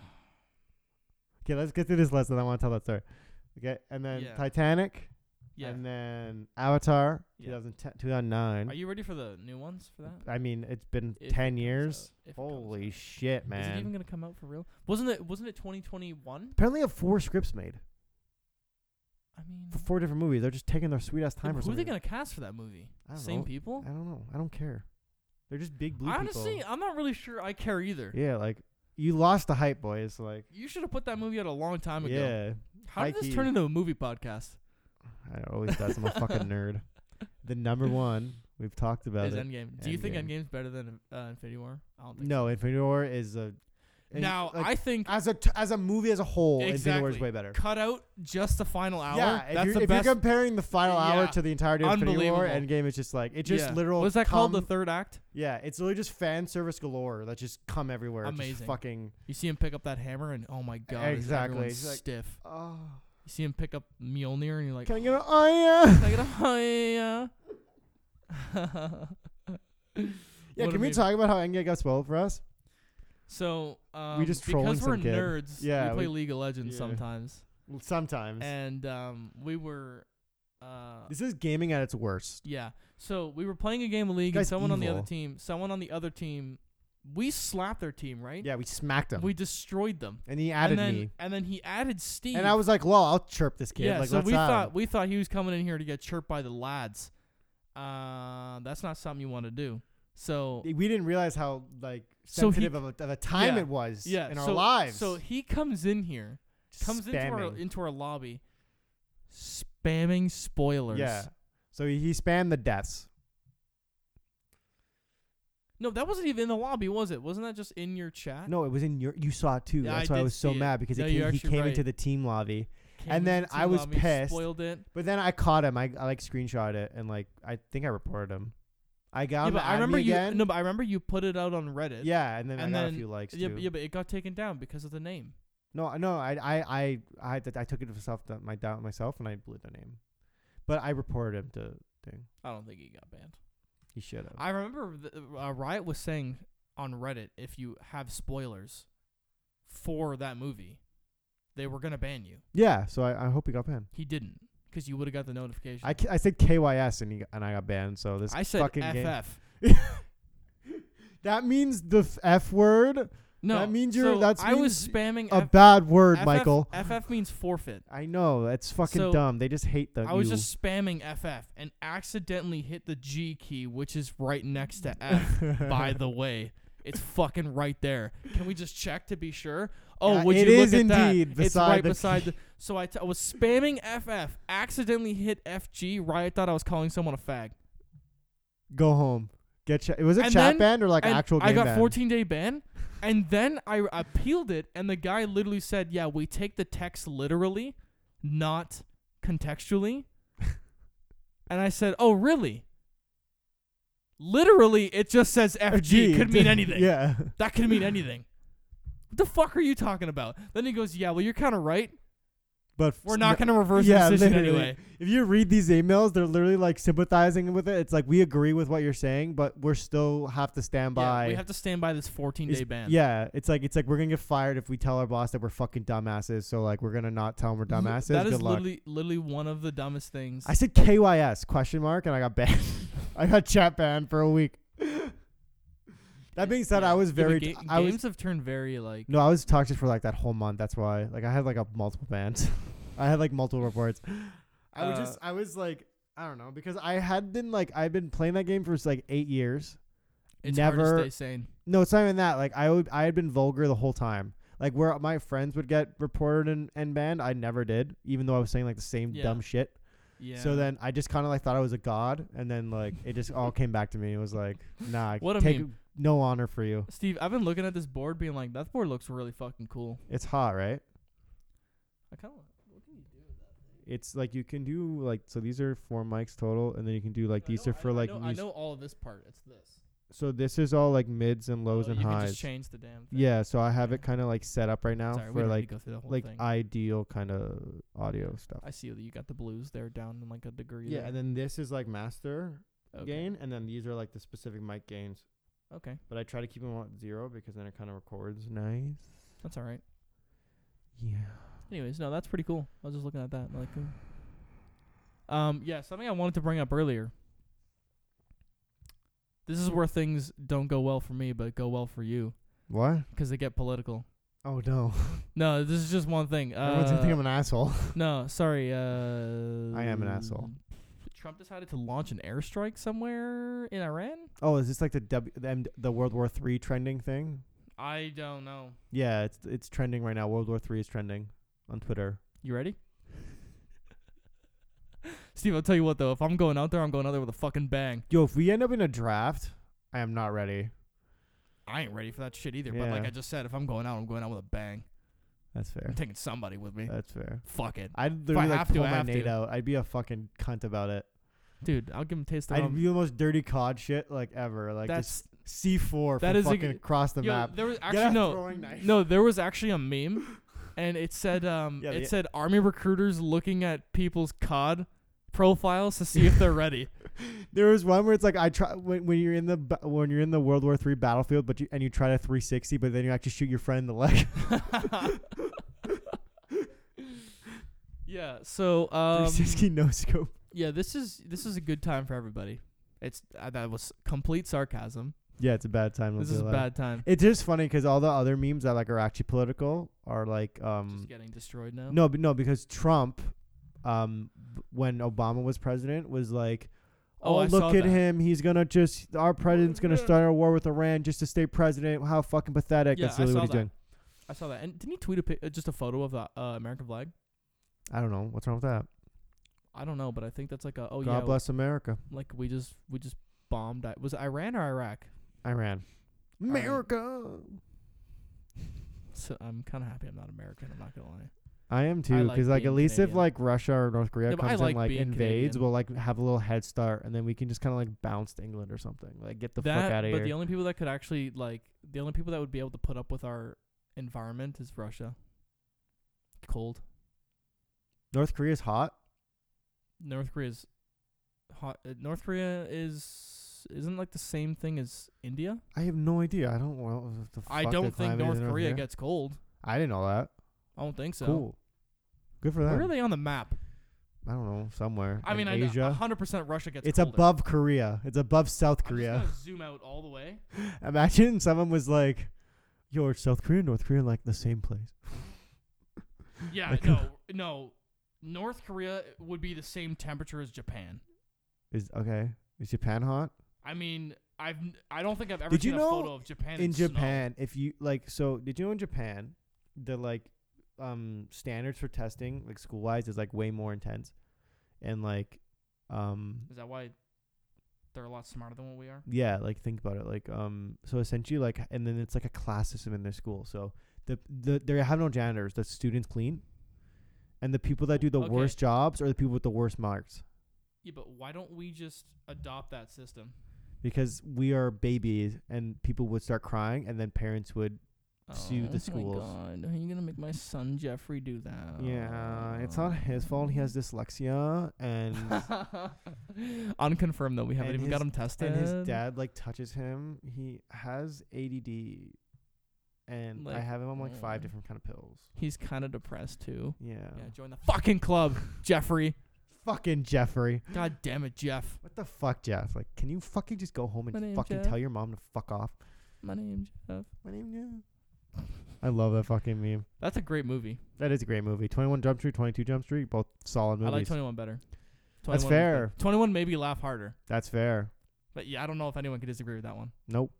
[SPEAKER 1] Okay, let's get through this lesson. I want to tell that story. Okay, and then
[SPEAKER 3] Yeah.
[SPEAKER 1] Titanic,
[SPEAKER 3] Yeah.
[SPEAKER 1] and then Avatar,
[SPEAKER 3] Yeah.
[SPEAKER 1] 2010, 2009.
[SPEAKER 3] Are you ready for the new ones for that?
[SPEAKER 1] I mean, it's been
[SPEAKER 3] If it
[SPEAKER 1] ten
[SPEAKER 3] comes
[SPEAKER 1] years.
[SPEAKER 3] out, if it comes
[SPEAKER 1] Holy
[SPEAKER 3] out.
[SPEAKER 1] shit, man!
[SPEAKER 3] Is it even gonna come out for real? Wasn't it? Wasn't it 2021?
[SPEAKER 1] Apparently, have four scripts made
[SPEAKER 3] I mean,
[SPEAKER 1] for four different movies. They're just taking their sweet ass
[SPEAKER 3] yeah,
[SPEAKER 1] time
[SPEAKER 3] but
[SPEAKER 1] for
[SPEAKER 3] who are they
[SPEAKER 1] something.
[SPEAKER 3] gonna cast for that movie?
[SPEAKER 1] I don't
[SPEAKER 3] Same
[SPEAKER 1] know.
[SPEAKER 3] people?
[SPEAKER 1] I don't know. I don't care. They're just big blue
[SPEAKER 3] Honestly,
[SPEAKER 1] people.
[SPEAKER 3] I'm not really sure. I care either.
[SPEAKER 1] Yeah, like you lost the hype, boys. Like,
[SPEAKER 3] You should have put that movie out a long time ago.
[SPEAKER 1] yeah,
[SPEAKER 3] How did this
[SPEAKER 1] high-key.
[SPEAKER 3] turn into a movie podcast?
[SPEAKER 1] I always does. I'm a fucking nerd. The number one we've talked about
[SPEAKER 3] Is
[SPEAKER 1] it.
[SPEAKER 3] Endgame? Do you think
[SPEAKER 1] Endgame.
[SPEAKER 3] Endgame's better than uh, Infinity War? I don't think.
[SPEAKER 1] no, Infinity War is a.
[SPEAKER 3] So.
[SPEAKER 1] and,
[SPEAKER 3] Now
[SPEAKER 1] like,
[SPEAKER 3] I think
[SPEAKER 1] as a t- as a movie as a whole, Infinity War is
[SPEAKER 3] Exactly.
[SPEAKER 1] way better.
[SPEAKER 3] cut out just the final hour.
[SPEAKER 1] yeah, if,
[SPEAKER 3] that's
[SPEAKER 1] you're,
[SPEAKER 3] the
[SPEAKER 1] if
[SPEAKER 3] best.
[SPEAKER 1] you're comparing the final hour
[SPEAKER 3] Yeah.
[SPEAKER 1] to the entirety of Infinity War,
[SPEAKER 3] Unbelievable.
[SPEAKER 1] Endgame is just like it just
[SPEAKER 3] yeah.
[SPEAKER 1] literal.
[SPEAKER 3] What's that called? The
[SPEAKER 1] cum-
[SPEAKER 3] third act.
[SPEAKER 1] yeah, it's literally just fan service galore that just come everywhere. just
[SPEAKER 3] Amazing.
[SPEAKER 1] fucking.
[SPEAKER 3] You see him pick up that hammer, and oh my god,
[SPEAKER 1] Exactly.
[SPEAKER 3] exactly.
[SPEAKER 1] He's like-
[SPEAKER 3] stiff.
[SPEAKER 1] Oh,
[SPEAKER 3] You see him pick up Mjolnir, and you're like,
[SPEAKER 1] can I get an oh
[SPEAKER 3] Can I get a hiya?
[SPEAKER 1] yeah?
[SPEAKER 3] What
[SPEAKER 1] Can
[SPEAKER 3] a
[SPEAKER 1] we
[SPEAKER 3] meme.
[SPEAKER 1] talk about how Endgame got spoiled for us?
[SPEAKER 3] So um,
[SPEAKER 1] We just trolling
[SPEAKER 3] because we're
[SPEAKER 1] some kid.
[SPEAKER 3] nerds,
[SPEAKER 1] Yeah,
[SPEAKER 3] we play
[SPEAKER 1] we-
[SPEAKER 3] League of Legends
[SPEAKER 1] yeah.
[SPEAKER 3] sometimes,
[SPEAKER 1] Well, Sometimes
[SPEAKER 3] and um, we were, uh,
[SPEAKER 1] this is gaming at its worst.
[SPEAKER 3] yeah. So we were playing a game of League, and
[SPEAKER 1] guy's
[SPEAKER 3] someone on the other
[SPEAKER 1] evil.
[SPEAKER 3] team, someone on the other team, we slapped their team, right?
[SPEAKER 1] Yeah, we smacked him,
[SPEAKER 3] We destroyed them,
[SPEAKER 1] and he
[SPEAKER 3] and
[SPEAKER 1] added
[SPEAKER 3] then
[SPEAKER 1] me,
[SPEAKER 3] and then he added Steve,
[SPEAKER 1] and I was like, "Lol, I'll chirp this kid."
[SPEAKER 3] yeah.
[SPEAKER 1] like,
[SPEAKER 3] so
[SPEAKER 1] let's
[SPEAKER 3] we
[SPEAKER 1] have
[SPEAKER 3] thought
[SPEAKER 1] him.
[SPEAKER 3] we thought he was coming in here to get chirped by the lads. Uh, that's not something you want to do. So
[SPEAKER 1] we didn't realize how like
[SPEAKER 3] So he-
[SPEAKER 1] sensitive of, a, of a time
[SPEAKER 3] Yeah.
[SPEAKER 1] it was
[SPEAKER 3] yeah,
[SPEAKER 1] in
[SPEAKER 3] so,
[SPEAKER 1] our lives.
[SPEAKER 3] So he comes in here,
[SPEAKER 1] Just
[SPEAKER 3] comes into our
[SPEAKER 1] spamming.
[SPEAKER 3] into our lobby, spamming spoilers.
[SPEAKER 1] yeah. So he, he spammed the deaths.
[SPEAKER 3] No, that wasn't even in the lobby, was it? Wasn't that just in your chat?
[SPEAKER 1] No, it was in your. You saw it too.
[SPEAKER 3] Yeah,
[SPEAKER 1] That's
[SPEAKER 3] I
[SPEAKER 1] why I
[SPEAKER 3] did
[SPEAKER 1] was so
[SPEAKER 3] see it.
[SPEAKER 1] mad because
[SPEAKER 3] No,
[SPEAKER 1] he
[SPEAKER 3] you're
[SPEAKER 1] came, he
[SPEAKER 3] actually
[SPEAKER 1] came
[SPEAKER 3] right.
[SPEAKER 1] into the team lobby,
[SPEAKER 3] Came
[SPEAKER 1] and
[SPEAKER 3] into
[SPEAKER 1] then
[SPEAKER 3] the
[SPEAKER 1] I was
[SPEAKER 3] lobby,
[SPEAKER 1] pissed.
[SPEAKER 3] Spoiled it.
[SPEAKER 1] but then I caught him. I, I like screenshot it and like I think I reported him. I got
[SPEAKER 3] yeah,
[SPEAKER 1] him.
[SPEAKER 3] but
[SPEAKER 1] to
[SPEAKER 3] I
[SPEAKER 1] add me
[SPEAKER 3] remember you.
[SPEAKER 1] again.
[SPEAKER 3] No, but I remember you put it out on Reddit.
[SPEAKER 1] yeah, and then
[SPEAKER 3] and
[SPEAKER 1] I got
[SPEAKER 3] then-
[SPEAKER 1] a few likes
[SPEAKER 3] Yeah,
[SPEAKER 1] too.
[SPEAKER 3] but, yeah, but it got taken down because of the name.
[SPEAKER 1] No, no, I, I, I, I, had to- I took it myself, that- my doubt myself, and I blew the name. But I reported him to thing.
[SPEAKER 3] I don't think he got banned.
[SPEAKER 1] He should have.
[SPEAKER 3] I remember the, uh, Riot was saying on Reddit if you have spoilers for that movie, they were gonna ban you.
[SPEAKER 1] Yeah, so I, I hope he got banned.
[SPEAKER 3] He didn't because you would have got the notification.
[SPEAKER 1] I, ca- I said KYS and he, got- and I got banned. So this
[SPEAKER 3] I said
[SPEAKER 1] fucking
[SPEAKER 3] FF.
[SPEAKER 1] game. That means the f-, f word,
[SPEAKER 3] No,
[SPEAKER 1] That means you're-
[SPEAKER 3] so
[SPEAKER 1] that's
[SPEAKER 3] I
[SPEAKER 1] means
[SPEAKER 3] was spamming
[SPEAKER 1] a
[SPEAKER 3] F-
[SPEAKER 1] bad word,
[SPEAKER 3] FF
[SPEAKER 1] Michael.
[SPEAKER 3] FF means forfeit.
[SPEAKER 1] I know that's fucking
[SPEAKER 3] So,
[SPEAKER 1] dumb. They just hate the.
[SPEAKER 3] I was
[SPEAKER 1] you.
[SPEAKER 3] just spamming FF and accidentally hit the G key, which is right next to F. by the way, it's fucking right there. Can we just check to be sure? Oh,
[SPEAKER 1] Yeah,
[SPEAKER 3] would
[SPEAKER 1] it
[SPEAKER 3] you look
[SPEAKER 1] is
[SPEAKER 3] at that?
[SPEAKER 1] indeed
[SPEAKER 3] it's
[SPEAKER 1] beside
[SPEAKER 3] right
[SPEAKER 1] the
[SPEAKER 3] beside.
[SPEAKER 1] key.
[SPEAKER 3] The, so I, t- I was spamming FF, accidentally hit FG. Riot thought I was calling someone a fag.
[SPEAKER 1] go home. Get cha- was it
[SPEAKER 3] And
[SPEAKER 1] chat
[SPEAKER 3] then-
[SPEAKER 1] banned or like
[SPEAKER 3] And
[SPEAKER 1] actual?
[SPEAKER 3] I
[SPEAKER 1] game
[SPEAKER 3] got
[SPEAKER 1] ban?
[SPEAKER 3] 14 day ban, and then I appealed it, and the guy literally said, "Yeah, we take the text literally. not contextually. and I said, "Oh, really?" Literally, it just says
[SPEAKER 1] A G,
[SPEAKER 3] FG could mean anything.
[SPEAKER 1] yeah.
[SPEAKER 3] That could mean anything. What the fuck are you talking about? Then he goes, "Yeah, well, you're kind of right.
[SPEAKER 1] But
[SPEAKER 3] We're not going to reverse
[SPEAKER 1] yeah,
[SPEAKER 3] the decision
[SPEAKER 1] literally.
[SPEAKER 3] anyway."
[SPEAKER 1] If you read these emails, they're literally like sympathizing with it. It's like we agree with what you're saying, but we're still have to stand by.
[SPEAKER 3] Yeah, we have to stand by this 14
[SPEAKER 1] It's-
[SPEAKER 3] day ban.
[SPEAKER 1] Yeah, it's like it's like we're gonna get fired if we tell our boss that we're fucking dumbasses. So like we're gonna not tell them we're
[SPEAKER 3] Li-
[SPEAKER 1] dumbasses.
[SPEAKER 3] That is
[SPEAKER 1] Good luck.
[SPEAKER 3] literally literally one of the dumbest things.
[SPEAKER 1] I said KYS question mark and I got banned. I got chat banned for a week. that being said,
[SPEAKER 3] Yeah.
[SPEAKER 1] I was
[SPEAKER 3] Dude,
[SPEAKER 1] very
[SPEAKER 3] the ga-
[SPEAKER 1] t- I
[SPEAKER 3] games
[SPEAKER 1] was
[SPEAKER 3] have turned very like
[SPEAKER 1] no, I was toxic for like that whole month. That's why like I had like a multiple bans. I had like multiple reports. I was
[SPEAKER 3] Uh,
[SPEAKER 1] just I was like I don't know because I had been like I've been playing that game for like eight years.
[SPEAKER 3] it's hard
[SPEAKER 1] never-
[SPEAKER 3] to stay sane.
[SPEAKER 1] No, it's not even that. Like I would, I had been vulgar the whole time. Like where my friends would get reported and, and banned, I never did, even though I was saying like the same
[SPEAKER 3] Yeah.
[SPEAKER 1] dumb shit.
[SPEAKER 3] Yeah.
[SPEAKER 1] So then I just kind of like thought I was a god, and then like it just all came back to me. It was like, nah,
[SPEAKER 3] What a
[SPEAKER 1] take
[SPEAKER 3] meme.
[SPEAKER 1] no honor for you.
[SPEAKER 3] Steve, I've been looking at this board, being like, that board looks really fucking cool.
[SPEAKER 1] It's hot, right?
[SPEAKER 3] I kind of what can you do?
[SPEAKER 1] It's like you can do like so. These are four mics total, and then you can do like
[SPEAKER 3] I
[SPEAKER 1] these
[SPEAKER 3] know-
[SPEAKER 1] are for
[SPEAKER 3] I,
[SPEAKER 1] like
[SPEAKER 3] I know, I
[SPEAKER 1] mus-
[SPEAKER 3] know all of this part. It's this.
[SPEAKER 1] so this is all like mids and lows
[SPEAKER 3] Oh,
[SPEAKER 1] and
[SPEAKER 3] you
[SPEAKER 1] highs.
[SPEAKER 3] can just change the damn. Thing.
[SPEAKER 1] yeah, so I have it
[SPEAKER 3] Yeah.
[SPEAKER 1] kind of like set up right now
[SPEAKER 3] Sorry, we
[SPEAKER 1] for
[SPEAKER 3] don't
[SPEAKER 1] like
[SPEAKER 3] need to go through the whole
[SPEAKER 1] like
[SPEAKER 3] thing.
[SPEAKER 1] ideal kind of audio stuff.
[SPEAKER 3] I see that you got the blues there down in like a degree.
[SPEAKER 1] Yeah,
[SPEAKER 3] there.
[SPEAKER 1] and then this is like master
[SPEAKER 3] Okay.
[SPEAKER 1] gain, and then these are like the specific mic gains.
[SPEAKER 3] Okay,
[SPEAKER 1] But I try to keep them at zero because then it kind of records nice.
[SPEAKER 3] that's all right.
[SPEAKER 1] Yeah.
[SPEAKER 3] Anyways, no, that's pretty cool. I was just looking at that. and Like, hmm. um, yeah, something I wanted to bring up earlier. This is where things don't go well for me, but go well for you
[SPEAKER 1] What?
[SPEAKER 3] 'cause they get political.
[SPEAKER 1] Oh no!
[SPEAKER 3] No, this is just one thing.
[SPEAKER 1] Everyone's gonna think
[SPEAKER 3] Uh,
[SPEAKER 1] I'm an asshole.
[SPEAKER 3] No, sorry. Uh,
[SPEAKER 1] I am an asshole.
[SPEAKER 3] Trump decided to launch an airstrike somewhere in Iran.
[SPEAKER 1] Oh, is this like the W the, M- the World War Three trending thing?
[SPEAKER 3] I don't know.
[SPEAKER 1] Yeah, it's it's trending right now. World War Three is trending on Twitter.
[SPEAKER 3] You ready? Steve, I'll tell you what though. If I'm going out there, I'm going out there with a fucking bang.
[SPEAKER 1] Yo, if we end up in a draft, I am not ready.
[SPEAKER 3] I ain't ready for that shit either. But
[SPEAKER 1] Yeah.
[SPEAKER 3] like I just said, if I'm going out, I'm going out with a bang.
[SPEAKER 1] That's
[SPEAKER 3] I'm
[SPEAKER 1] fair.
[SPEAKER 3] taking somebody with me.
[SPEAKER 1] That's fair.
[SPEAKER 3] Fuck it,
[SPEAKER 1] I'd literally like
[SPEAKER 3] have to,
[SPEAKER 1] pull
[SPEAKER 3] I
[SPEAKER 1] my
[SPEAKER 3] have
[SPEAKER 1] nade
[SPEAKER 3] to.
[SPEAKER 1] out. I'd be a fucking cunt about it.
[SPEAKER 3] dude. I'll give him taste of
[SPEAKER 1] I'd
[SPEAKER 3] home.
[SPEAKER 1] be the most dirty cod shit like ever. Like just
[SPEAKER 3] Um, That's
[SPEAKER 1] C four
[SPEAKER 3] That
[SPEAKER 1] from
[SPEAKER 3] is a g-
[SPEAKER 1] fucking across the
[SPEAKER 3] yo,
[SPEAKER 1] map.
[SPEAKER 3] There was
[SPEAKER 1] Get
[SPEAKER 3] actually
[SPEAKER 1] a
[SPEAKER 3] no.
[SPEAKER 1] throwing knife.
[SPEAKER 3] No, there was actually a meme, and it said um,
[SPEAKER 1] Yeah,
[SPEAKER 3] it
[SPEAKER 1] the-
[SPEAKER 3] said army recruiters looking at people's COD profiles to see if they're ready.
[SPEAKER 1] There was one where it's like I try when, when you're in the ba- when you're in the World War Three battlefield, but you and you try to 360, but then you actually shoot your friend in the leg.
[SPEAKER 3] yeah. So um,
[SPEAKER 1] 360 no scope.
[SPEAKER 3] yeah, this is this is a good time for everybody. It's uh, that was complete sarcasm.
[SPEAKER 1] Yeah, it's a bad time. to
[SPEAKER 3] This
[SPEAKER 1] be
[SPEAKER 3] is a
[SPEAKER 1] alive.
[SPEAKER 3] bad time.
[SPEAKER 1] It's just funny because all the other memes that like are actually political are like um
[SPEAKER 3] Just getting destroyed now.
[SPEAKER 1] no but no because Trump um b- when Obama was president was like
[SPEAKER 3] Oh,
[SPEAKER 1] oh,
[SPEAKER 3] I
[SPEAKER 1] look
[SPEAKER 3] saw
[SPEAKER 1] at
[SPEAKER 3] that.
[SPEAKER 1] him he's gonna just our president's gonna start a war with Iran just to stay president how fucking pathetic
[SPEAKER 3] Yeah,
[SPEAKER 1] that's
[SPEAKER 3] I
[SPEAKER 1] really
[SPEAKER 3] saw
[SPEAKER 1] what he's
[SPEAKER 3] that.
[SPEAKER 1] doing
[SPEAKER 3] I saw that. And didn't he tweet a pic, uh, just a photo of the uh, American flag?
[SPEAKER 1] I don't know what's wrong with that
[SPEAKER 3] I don't know, but I think that's like a oh
[SPEAKER 1] God
[SPEAKER 3] yeah,
[SPEAKER 1] bless America
[SPEAKER 3] like we just we just bombed. I- Was it Iran or Iraq?
[SPEAKER 1] Iran America
[SPEAKER 3] So I'm kind of happy I'm not American. I'm not gonna lie.
[SPEAKER 1] I am too
[SPEAKER 3] like
[SPEAKER 1] because like,
[SPEAKER 3] being
[SPEAKER 1] at least if
[SPEAKER 3] Canadian.
[SPEAKER 1] like Russia or North Korea
[SPEAKER 3] Yeah, but I
[SPEAKER 1] comes
[SPEAKER 3] like
[SPEAKER 1] and like
[SPEAKER 3] being
[SPEAKER 1] invades
[SPEAKER 3] Canadian.
[SPEAKER 1] we'll like have a little head start and then we can just kind of like bounce to England or something like get the fuck out of
[SPEAKER 3] but
[SPEAKER 1] here
[SPEAKER 3] the only people that could actually like the only people that would be able to put up with our environment is Russia. Cold.
[SPEAKER 1] North Korea's hot.
[SPEAKER 3] North Korea's hot. Uh, North Korea is isn't like the same thing as India.
[SPEAKER 1] I have no idea. I don't know what the fuck
[SPEAKER 3] I
[SPEAKER 1] the
[SPEAKER 3] don't think
[SPEAKER 1] climate is
[SPEAKER 3] North
[SPEAKER 1] in
[SPEAKER 3] Korea,
[SPEAKER 1] Korea.
[SPEAKER 3] gets cold.
[SPEAKER 1] I didn't know that.
[SPEAKER 3] I don't think so.
[SPEAKER 1] Cool. Good for them.
[SPEAKER 3] Where are they on the map?
[SPEAKER 1] I don't know. Somewhere.
[SPEAKER 3] I
[SPEAKER 1] in
[SPEAKER 3] mean, I
[SPEAKER 1] Asia.
[SPEAKER 3] know 100% Russia gets
[SPEAKER 1] it's
[SPEAKER 3] colder.
[SPEAKER 1] above Korea. It's above South
[SPEAKER 3] I'm
[SPEAKER 1] Korea.
[SPEAKER 3] just gonna zoom out all the way.
[SPEAKER 1] Imagine someone was like, "Yo, are South Korea and North Korea like the same place."
[SPEAKER 3] Yeah,
[SPEAKER 1] Like-
[SPEAKER 3] no, no. North Korea would be the same temperature as Japan.
[SPEAKER 1] Is okay. Is Japan hot?
[SPEAKER 3] I mean, I've n- I don't think I've ever
[SPEAKER 1] Did you
[SPEAKER 3] seen
[SPEAKER 1] know
[SPEAKER 3] a photo of Japan
[SPEAKER 1] in
[SPEAKER 3] snow.
[SPEAKER 1] Japan, if you like, so did you know in Japan, the like um standards for testing, like school wise, is like way more intense, and like um
[SPEAKER 3] Is that why they're a lot smarter than what we are?
[SPEAKER 1] yeah like think about it like um so essentially like and then it's like a class system in their school so the, the they have no janitors the students clean and the people that do the
[SPEAKER 3] Okay.
[SPEAKER 1] worst jobs are the people with the worst marks
[SPEAKER 3] Yeah, but why don't we just adopt that system?
[SPEAKER 1] because we are babies and people would start crying and then parents would Sue the
[SPEAKER 3] Oh my
[SPEAKER 1] schools.
[SPEAKER 3] God. Are you gonna make my son Jeffrey do that? Oh.
[SPEAKER 1] yeah it's not his fault he has dyslexia and
[SPEAKER 3] Unconfirmed though. We haven't
[SPEAKER 1] And
[SPEAKER 3] even got
[SPEAKER 1] his-
[SPEAKER 3] him tested.
[SPEAKER 1] and his dad like touches him he has ADD and I
[SPEAKER 3] Like,
[SPEAKER 1] have him on like five
[SPEAKER 3] mm.
[SPEAKER 1] different kind of pills
[SPEAKER 3] He's kind of depressed too.
[SPEAKER 1] yeah,
[SPEAKER 3] Yeah, join the fucking club, Jeffrey.
[SPEAKER 1] fucking Jeffrey
[SPEAKER 3] God damn it, Jeff.
[SPEAKER 1] what the fuck Jeff like can you fucking just go home
[SPEAKER 3] My
[SPEAKER 1] and
[SPEAKER 3] name's
[SPEAKER 1] fucking
[SPEAKER 3] Jeff.
[SPEAKER 1] tell your mom to fuck off
[SPEAKER 3] My name's Jeff.
[SPEAKER 1] my name yeah. I love that fucking meme
[SPEAKER 3] That's a great movie.
[SPEAKER 1] That is a great movie. 21 Jump Street, 22 Jump Street, both solid movies.
[SPEAKER 3] I like 21 better. 21
[SPEAKER 1] That's
[SPEAKER 3] was good.
[SPEAKER 1] fair.
[SPEAKER 3] 21 maybe laugh harder.
[SPEAKER 1] That's fair.
[SPEAKER 3] But yeah, I don't know if anyone could disagree with that one.
[SPEAKER 1] Nope.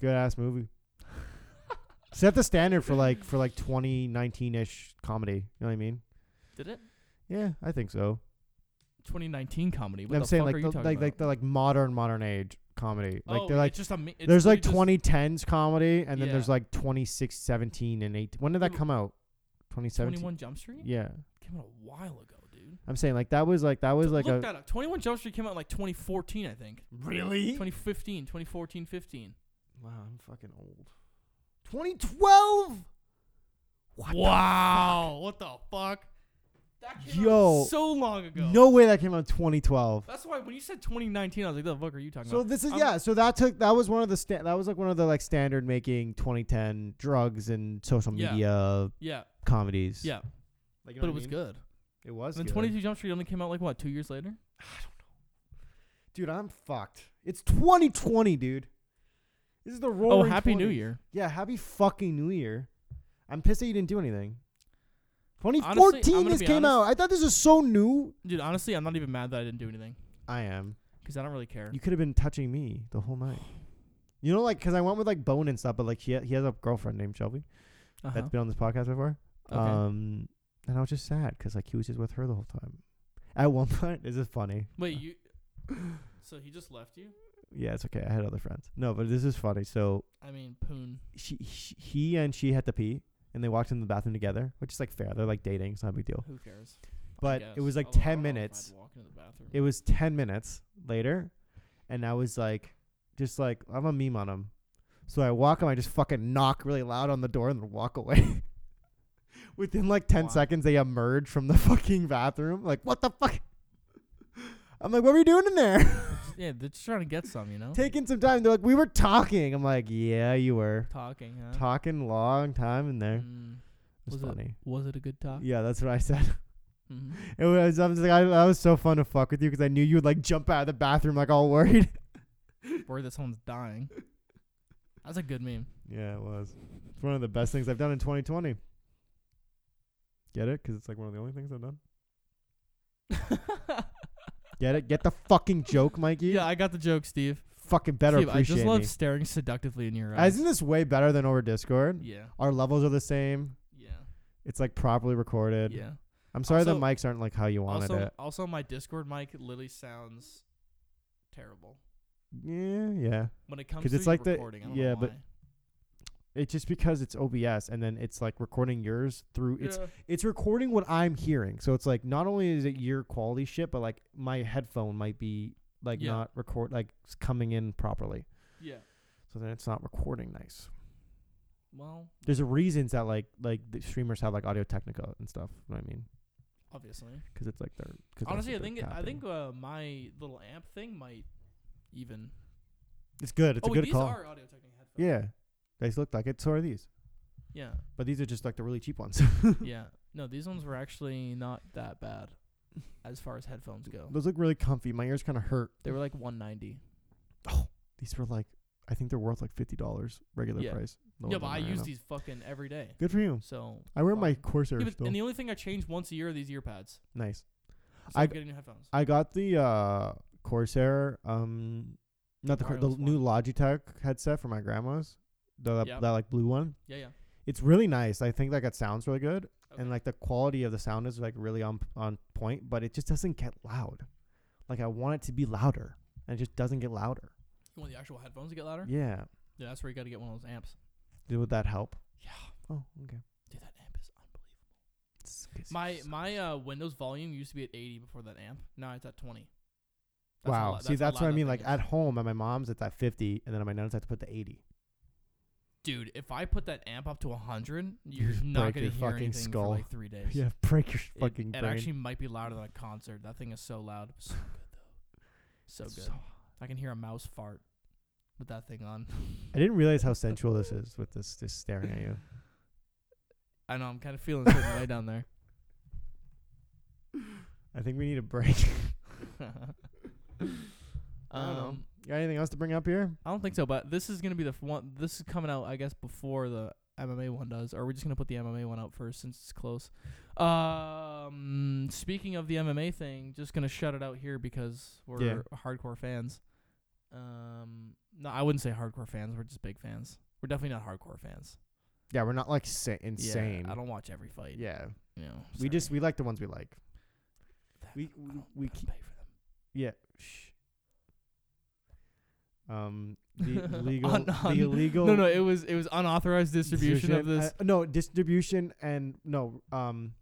[SPEAKER 1] Good ass movie. Set the standard for like for like 2019-ish comedy, you know what I mean?
[SPEAKER 3] Did it?
[SPEAKER 1] Yeah, I think so.
[SPEAKER 3] 2019 comedy. What
[SPEAKER 1] I'm
[SPEAKER 3] the
[SPEAKER 1] saying
[SPEAKER 3] fuck
[SPEAKER 1] like the,
[SPEAKER 3] are you talking
[SPEAKER 1] like
[SPEAKER 3] about?
[SPEAKER 1] like the like modern modern age comedy. Like
[SPEAKER 3] oh,
[SPEAKER 1] they're
[SPEAKER 3] it's
[SPEAKER 1] like
[SPEAKER 3] just a, mi- it's
[SPEAKER 1] there's like
[SPEAKER 3] literally
[SPEAKER 1] 2010s comedy and then there's
[SPEAKER 3] Yeah.
[SPEAKER 1] like 2016, 17 and 18. When did that
[SPEAKER 3] Dude,
[SPEAKER 1] come out?
[SPEAKER 3] just
[SPEAKER 1] 2017.
[SPEAKER 3] 21 Jump Street.
[SPEAKER 1] Yeah.
[SPEAKER 3] Came out a while ago, dude.
[SPEAKER 1] I'm saying like that was like that was like
[SPEAKER 3] Look
[SPEAKER 1] a
[SPEAKER 3] that up. 21 Jump Street came out in like 2014, I think. 2015, 2014, 15.
[SPEAKER 1] Wow, I'm fucking old. 2012. What the
[SPEAKER 3] wow. what the fuck? That came
[SPEAKER 1] Yo,
[SPEAKER 3] out so long ago.
[SPEAKER 1] No way that came out in 2012.
[SPEAKER 3] That's why when you said 2019, I was like, the fuck are you talking
[SPEAKER 1] So
[SPEAKER 3] about?
[SPEAKER 1] this is
[SPEAKER 3] I'm-
[SPEAKER 1] yeah. So that took that was one of the sta- that was like one of the like standard making 2010 drugs and social
[SPEAKER 3] Yeah.
[SPEAKER 1] media
[SPEAKER 3] Yeah,
[SPEAKER 1] comedies.
[SPEAKER 3] yeah.
[SPEAKER 1] like,
[SPEAKER 3] But it was good.
[SPEAKER 1] It was.
[SPEAKER 3] And then
[SPEAKER 1] good.
[SPEAKER 3] 22 Jump Street only came out like, what, two years later?
[SPEAKER 1] Dude, I'm fucked. It's 2020, dude. This is the
[SPEAKER 3] Oh,
[SPEAKER 1] roaring.
[SPEAKER 3] Happy New
[SPEAKER 1] 20s.
[SPEAKER 3] Year.
[SPEAKER 1] Yeah, happy fucking New Year. I'm pissed that you didn't do anything. 2014.
[SPEAKER 3] gonna
[SPEAKER 1] this
[SPEAKER 3] be
[SPEAKER 1] came out.
[SPEAKER 3] honest.
[SPEAKER 1] I thought this was so new.
[SPEAKER 3] Dude, honestly, I'm not even mad that I didn't do anything
[SPEAKER 1] I am.
[SPEAKER 3] because I don't really care.
[SPEAKER 1] You could have been touching me the whole night. You know, like, because I went with like Bone and stuff, but like he, he has a girlfriend named Shelby
[SPEAKER 3] Uh-huh.
[SPEAKER 1] that's been on this podcast before.
[SPEAKER 3] Okay.
[SPEAKER 1] Um, and I was just sad because like he was just with her the whole time. At one point, this is funny.
[SPEAKER 3] Wait, you. So he just left you?
[SPEAKER 1] Yeah, it's okay. I had other friends. No, but this is funny. So
[SPEAKER 3] I mean, poon.
[SPEAKER 1] she, she he and she had to pee, and they walked in the bathroom together, which is like fair. They're like dating. It's not a big deal.
[SPEAKER 3] Who cares? I
[SPEAKER 1] But it
[SPEAKER 3] guess.
[SPEAKER 1] was like
[SPEAKER 3] Although I
[SPEAKER 1] ten
[SPEAKER 3] don't know if I'd
[SPEAKER 1] minutes.
[SPEAKER 3] walk into the bathroom.
[SPEAKER 1] It was 10 minutes later, and I was like, just like, I'm a meme on him. So I walk him, I just fucking knock really loud on the door and then walk away. Within like 10
[SPEAKER 3] Wow.
[SPEAKER 1] seconds, they emerge from the fucking bathroom. Like, what the fuck? I'm like, what were you doing in there?
[SPEAKER 3] yeah, they're just trying to get some, you know?
[SPEAKER 1] Taking some time. They're like, we were talking. I'm like, yeah, you were.
[SPEAKER 3] Talking, huh?
[SPEAKER 1] Talking long time in there.
[SPEAKER 3] Mm.
[SPEAKER 1] It's
[SPEAKER 3] Was it-
[SPEAKER 1] funny.
[SPEAKER 3] Was it a good talk?
[SPEAKER 1] Yeah, that's what I said.
[SPEAKER 3] Mhm.
[SPEAKER 1] It was. I was like, I, that was so fun to fuck with you because I knew you would like jump out of the bathroom like all worried.
[SPEAKER 3] Worried that someone's dying. That's a good meme.
[SPEAKER 1] Yeah, it was. It's one of the best things I've done in 2020. Get it? Because it's like one of the only things I've done. Get it? Get the fucking joke, Mikey.
[SPEAKER 3] yeah, I got the joke, Steve.
[SPEAKER 1] Fucking better
[SPEAKER 3] Steve, I
[SPEAKER 1] appreciate
[SPEAKER 3] just love
[SPEAKER 1] me.
[SPEAKER 3] staring seductively in your eyes.
[SPEAKER 1] Isn't this way better than over Discord?
[SPEAKER 3] yeah,
[SPEAKER 1] Our levels are the same.
[SPEAKER 3] yeah,
[SPEAKER 1] It's like properly recorded.
[SPEAKER 3] yeah.
[SPEAKER 1] I'm sorry the
[SPEAKER 3] Also-
[SPEAKER 1] mics aren't like how you wanted
[SPEAKER 3] Also,
[SPEAKER 1] it.
[SPEAKER 3] also, my Discord mic literally sounds terrible
[SPEAKER 1] Yeah, yeah.
[SPEAKER 3] when it comes
[SPEAKER 1] 'Cause
[SPEAKER 3] to
[SPEAKER 1] it's like the-
[SPEAKER 3] recording. I don't know
[SPEAKER 1] yeah, but
[SPEAKER 3] why.
[SPEAKER 1] It's just because it's OBS and then it's like recording yours through it's
[SPEAKER 3] Yeah.
[SPEAKER 1] it's recording what I'm hearing. So it's like not only is it your quality shit, but like my headphone might be like
[SPEAKER 3] Yeah.
[SPEAKER 1] not record like s- coming in properly.
[SPEAKER 3] yeah.
[SPEAKER 1] So then it's not recording nice.
[SPEAKER 3] Well,
[SPEAKER 1] There's a reasons that like like the streamers have like Audio Technica and stuff. You know what I mean?
[SPEAKER 3] obviously.
[SPEAKER 1] 'Cause it's like they're 'cause that's
[SPEAKER 3] Honestly, I
[SPEAKER 1] what they're
[SPEAKER 3] think it- I
[SPEAKER 1] tapping.
[SPEAKER 3] think uh, my little amp thing might even.
[SPEAKER 1] it's good. It's
[SPEAKER 3] oh,
[SPEAKER 1] a
[SPEAKER 3] wait,
[SPEAKER 1] good
[SPEAKER 3] these
[SPEAKER 1] call.
[SPEAKER 3] are Audio Technica headphones.
[SPEAKER 1] yeah, they just look like it. So are these,
[SPEAKER 3] Yeah.
[SPEAKER 1] but these are just like the really cheap ones.
[SPEAKER 3] yeah. No, these ones were actually not that bad as far as headphones go.
[SPEAKER 1] Those look really comfy. My ears kind of hurt.
[SPEAKER 3] They were like 190.
[SPEAKER 1] These were like I think they're worth like fifty dollars regular
[SPEAKER 3] Yeah.
[SPEAKER 1] price. The
[SPEAKER 3] yeah,
[SPEAKER 1] ones
[SPEAKER 3] but
[SPEAKER 1] I'm
[SPEAKER 3] I
[SPEAKER 1] wearing
[SPEAKER 3] use
[SPEAKER 1] now.
[SPEAKER 3] these fucking every day.
[SPEAKER 1] Good for you.
[SPEAKER 3] So
[SPEAKER 1] I wear my
[SPEAKER 3] fine.
[SPEAKER 1] Corsair
[SPEAKER 3] Yeah, but-
[SPEAKER 1] still.
[SPEAKER 3] and the only thing I change once a year are these ear pads.
[SPEAKER 1] nice.
[SPEAKER 3] So
[SPEAKER 1] I
[SPEAKER 3] I'm
[SPEAKER 1] g-
[SPEAKER 3] getting new headphones.
[SPEAKER 1] I got the uh Corsair, um, not the Cor- the
[SPEAKER 3] wireless
[SPEAKER 1] new Logitech headset for my grandma's, the that,
[SPEAKER 3] Yep.
[SPEAKER 1] that like blue one.
[SPEAKER 3] Yeah, yeah.
[SPEAKER 1] It's really nice. I think like it sounds really good,
[SPEAKER 3] Okay.
[SPEAKER 1] and like the quality of the sound is like really on on point. But it just doesn't get loud. Like I want it to be louder, and it just doesn't get louder.
[SPEAKER 3] you want the actual headphones to get louder?
[SPEAKER 1] Yeah,
[SPEAKER 3] Yeah, that's where you got to get one of those amps.
[SPEAKER 1] Did- would that help?
[SPEAKER 3] Yeah.
[SPEAKER 1] Oh, okay.
[SPEAKER 3] Dude, that amp is unbelievable.
[SPEAKER 1] It's
[SPEAKER 3] My my uh, Windows volume used to be at 80 before that amp. Now it's at 20. That's
[SPEAKER 1] wow.
[SPEAKER 3] how lou-
[SPEAKER 1] See,
[SPEAKER 3] how
[SPEAKER 1] that's what I
[SPEAKER 3] loud that
[SPEAKER 1] mean.
[SPEAKER 3] thing
[SPEAKER 1] Like
[SPEAKER 3] is.
[SPEAKER 1] at home, at my mom's, it's at 50, and then at my nan's, I have to put the 80.
[SPEAKER 3] dude, if I put that amp up to 100, you're not
[SPEAKER 1] break
[SPEAKER 3] gonna
[SPEAKER 1] your
[SPEAKER 3] hear
[SPEAKER 1] fucking
[SPEAKER 3] anything
[SPEAKER 1] skull.
[SPEAKER 3] for like three days.
[SPEAKER 1] Yeah, break your
[SPEAKER 3] It-
[SPEAKER 1] fucking
[SPEAKER 3] It,
[SPEAKER 1] brain.
[SPEAKER 3] actually might be louder than a concert. That thing is so loud. So good
[SPEAKER 1] It's
[SPEAKER 3] though. So good.
[SPEAKER 1] so
[SPEAKER 3] I can hear a mouse fart with that thing on.
[SPEAKER 1] I didn't realize how sensual this is with this just staring at you.
[SPEAKER 3] I know I'm kind of feeling a certain way down there.
[SPEAKER 1] I think we need a break. don't know.
[SPEAKER 3] um,
[SPEAKER 1] Got anything else to bring up here?
[SPEAKER 3] I don't think so, but this is gonna be the f- one. This is coming out, I guess, before the MMA one does. Or are we just gonna put the MMA one out first since it's close? Um, speaking of the MMA thing, just gonna shut it out here because we're hardcore fans. Um, no, I wouldn't say hardcore fans. We're just big fans. We're definitely not hardcore fans.
[SPEAKER 1] Yeah, we're not like sa-
[SPEAKER 3] Yeah,
[SPEAKER 1] insane.
[SPEAKER 3] I don't watch every fight. Yeah,
[SPEAKER 1] yeah,
[SPEAKER 3] you know,
[SPEAKER 1] we
[SPEAKER 3] sorry.
[SPEAKER 1] just we like the ones we like. we-
[SPEAKER 3] I
[SPEAKER 1] we-
[SPEAKER 3] don't
[SPEAKER 1] we
[SPEAKER 3] gotta
[SPEAKER 1] keep-
[SPEAKER 3] pay for them.
[SPEAKER 1] Yeah. Shh. Um, the illegal,
[SPEAKER 3] Un- un-
[SPEAKER 1] the illegal.
[SPEAKER 3] No, no, it was it was unauthorized distribution, of this.
[SPEAKER 1] uh, no, distribution and no. Um,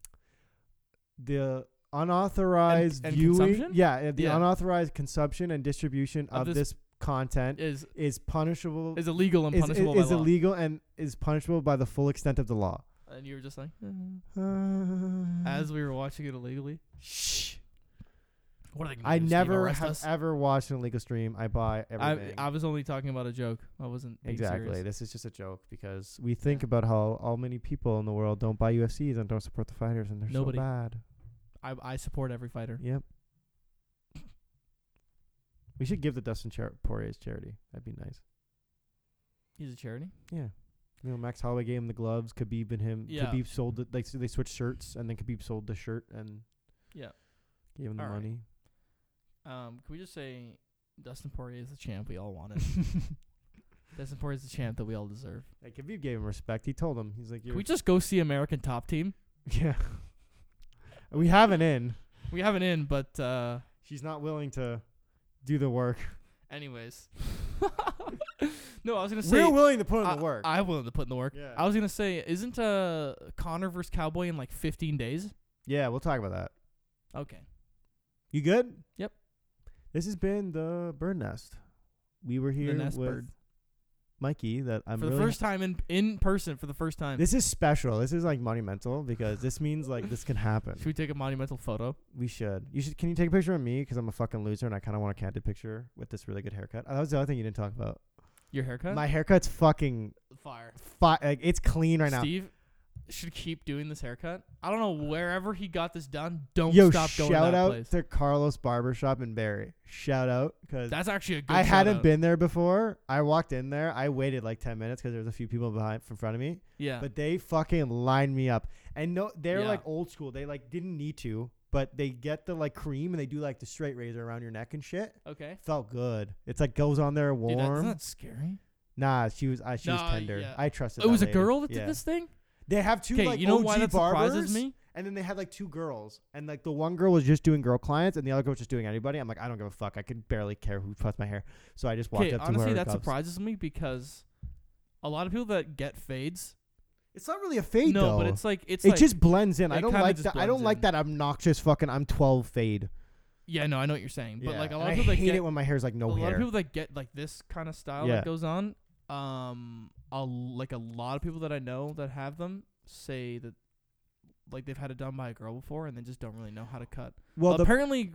[SPEAKER 1] the unauthorized
[SPEAKER 3] and
[SPEAKER 1] viewing.
[SPEAKER 3] consumption?
[SPEAKER 1] Yeah, uh, the
[SPEAKER 3] Yeah.
[SPEAKER 1] unauthorized consumption and distribution
[SPEAKER 3] Of
[SPEAKER 1] of,
[SPEAKER 3] this-
[SPEAKER 1] this, content
[SPEAKER 3] is
[SPEAKER 1] is punishable.
[SPEAKER 3] is illegal and
[SPEAKER 1] is,
[SPEAKER 3] punishable
[SPEAKER 1] is
[SPEAKER 3] by law.
[SPEAKER 1] illegal and is punishable by the full extent of the law.
[SPEAKER 3] And you were just like, "Uh." as we were watching it illegally.
[SPEAKER 1] Shh.
[SPEAKER 3] What are they gonna
[SPEAKER 1] I
[SPEAKER 3] do, just
[SPEAKER 1] never
[SPEAKER 3] arrest
[SPEAKER 1] have
[SPEAKER 3] us?
[SPEAKER 1] ever watched an illegal stream. I buy
[SPEAKER 3] I,
[SPEAKER 1] everything.
[SPEAKER 3] I was only talking about a joke. I wasn't being
[SPEAKER 1] exactly.
[SPEAKER 3] serious.
[SPEAKER 1] This is just a joke because we think about how all many people in the world don't buy UFCs and don't support the fighters, and they're
[SPEAKER 3] Nobody.
[SPEAKER 1] so bad.
[SPEAKER 3] I I support every fighter.
[SPEAKER 1] Yep. We should give the Dustin Char- Poirier's charity. That'd be nice.
[SPEAKER 3] He's a charity.
[SPEAKER 1] Yeah. You know, Max Holloway gave him the gloves. Khabib and him.
[SPEAKER 3] Yeah.
[SPEAKER 1] Khabib sold it. Like, so they switched shirts, and then Khabib sold the shirt and
[SPEAKER 3] Yeah.
[SPEAKER 1] gave him the
[SPEAKER 3] Alright.
[SPEAKER 1] money.
[SPEAKER 3] Um, can we just say Dustin Poirier is the champ we all wanted. Dustin Poirier is the champ that we all deserve.
[SPEAKER 1] Like Khabib gave him respect. He told him, he's like,
[SPEAKER 3] Can
[SPEAKER 1] You're
[SPEAKER 3] we just go see American Top Team?
[SPEAKER 1] yeah. we have an in.
[SPEAKER 3] We haven't in, but uh,
[SPEAKER 1] She's not willing to do the work.
[SPEAKER 3] anyways. no, I was gonna say
[SPEAKER 1] We're willing to put in
[SPEAKER 3] I,
[SPEAKER 1] the work.
[SPEAKER 3] I'm willing to put in the work.
[SPEAKER 1] Yeah.
[SPEAKER 3] I was gonna say, isn't uh Connor versus Cowboy in like 15 days?
[SPEAKER 1] yeah, we'll talk about that.
[SPEAKER 3] Okay.
[SPEAKER 1] You good?
[SPEAKER 3] Yep.
[SPEAKER 1] This has been the bird nest. We were here
[SPEAKER 3] nest
[SPEAKER 1] with
[SPEAKER 3] bird.
[SPEAKER 1] Mikey. That I'm
[SPEAKER 3] for the
[SPEAKER 1] really
[SPEAKER 3] first time in in person for the first time.
[SPEAKER 1] This is special. This is like monumental because this means like this can happen.
[SPEAKER 3] Should we take a monumental photo?
[SPEAKER 1] We should. You should. Can you take a picture of me? Because I'm a fucking loser and I kind of want a candid picture with this really good haircut. Oh, that was the other thing you didn't talk about.
[SPEAKER 3] Your haircut?
[SPEAKER 1] My haircut's fucking
[SPEAKER 3] fire.
[SPEAKER 1] fi- like it's clean right now. Uh,
[SPEAKER 3] Steve should keep doing this haircut. I don't know wherever he got this done. Don't
[SPEAKER 1] Yo,
[SPEAKER 3] stop going
[SPEAKER 1] shout
[SPEAKER 3] that
[SPEAKER 1] out
[SPEAKER 3] place.
[SPEAKER 1] to Carlos Barbershop in Barry. Shout out because
[SPEAKER 3] That's actually a good.
[SPEAKER 1] I hadn't
[SPEAKER 3] shout-out.
[SPEAKER 1] been there before. I walked in there. I waited like ten minutes because there was a few people behind in front of me.
[SPEAKER 3] Yeah.
[SPEAKER 1] But they fucking lined me up. And no, they're
[SPEAKER 3] Yeah.
[SPEAKER 1] like old school. They like didn't need to, but they get the like cream and they do like the straight razor around your neck and shit.
[SPEAKER 3] okay.
[SPEAKER 1] Felt good. It's like goes on there
[SPEAKER 3] Dude, that,
[SPEAKER 1] warm.
[SPEAKER 3] isn't that scary?
[SPEAKER 1] nah, she was uh, she was
[SPEAKER 3] Nah,
[SPEAKER 1] tender.
[SPEAKER 3] yeah. Oh,
[SPEAKER 1] I trusted.
[SPEAKER 3] It was
[SPEAKER 1] that
[SPEAKER 3] a
[SPEAKER 1] lady.
[SPEAKER 3] girl that
[SPEAKER 1] Yeah.
[SPEAKER 3] did this thing.
[SPEAKER 1] They have two
[SPEAKER 3] Okay,
[SPEAKER 1] like
[SPEAKER 3] you know
[SPEAKER 1] OG
[SPEAKER 3] why that
[SPEAKER 1] barbers,
[SPEAKER 3] surprises me?
[SPEAKER 1] and then they had like two girls, and like the one girl was just doing girl clients, and the other girl was just doing anybody. I'm like, I don't give a fuck. I could barely care who cuts my hair, so I just walked
[SPEAKER 3] Okay,
[SPEAKER 1] up to
[SPEAKER 3] honestly,
[SPEAKER 1] whoever
[SPEAKER 3] that
[SPEAKER 1] cuts.
[SPEAKER 3] surprises me because a lot of people that get fades.
[SPEAKER 1] It's not really a fade
[SPEAKER 3] no,
[SPEAKER 1] though.
[SPEAKER 3] but it's like it's
[SPEAKER 1] it
[SPEAKER 3] like
[SPEAKER 1] just blends in. I
[SPEAKER 3] it
[SPEAKER 1] don't
[SPEAKER 3] kinda
[SPEAKER 1] like
[SPEAKER 3] just
[SPEAKER 1] that. I don't
[SPEAKER 3] blends in.
[SPEAKER 1] like that obnoxious fucking I'm 12 fade.
[SPEAKER 3] yeah. No, I know what you're saying, but
[SPEAKER 1] Yeah.
[SPEAKER 3] like a
[SPEAKER 1] And
[SPEAKER 3] lot of
[SPEAKER 1] I
[SPEAKER 3] people that
[SPEAKER 1] hate
[SPEAKER 3] get
[SPEAKER 1] it when my hair's like no
[SPEAKER 3] a lot
[SPEAKER 1] hair.
[SPEAKER 3] of people that get like this kind of style
[SPEAKER 1] Yeah.
[SPEAKER 3] that goes on, um, a, like a lot of people that I know that have them say that like they've had it done by a girl before and they just don't really know how to cut.
[SPEAKER 1] well, the
[SPEAKER 3] apparently, g-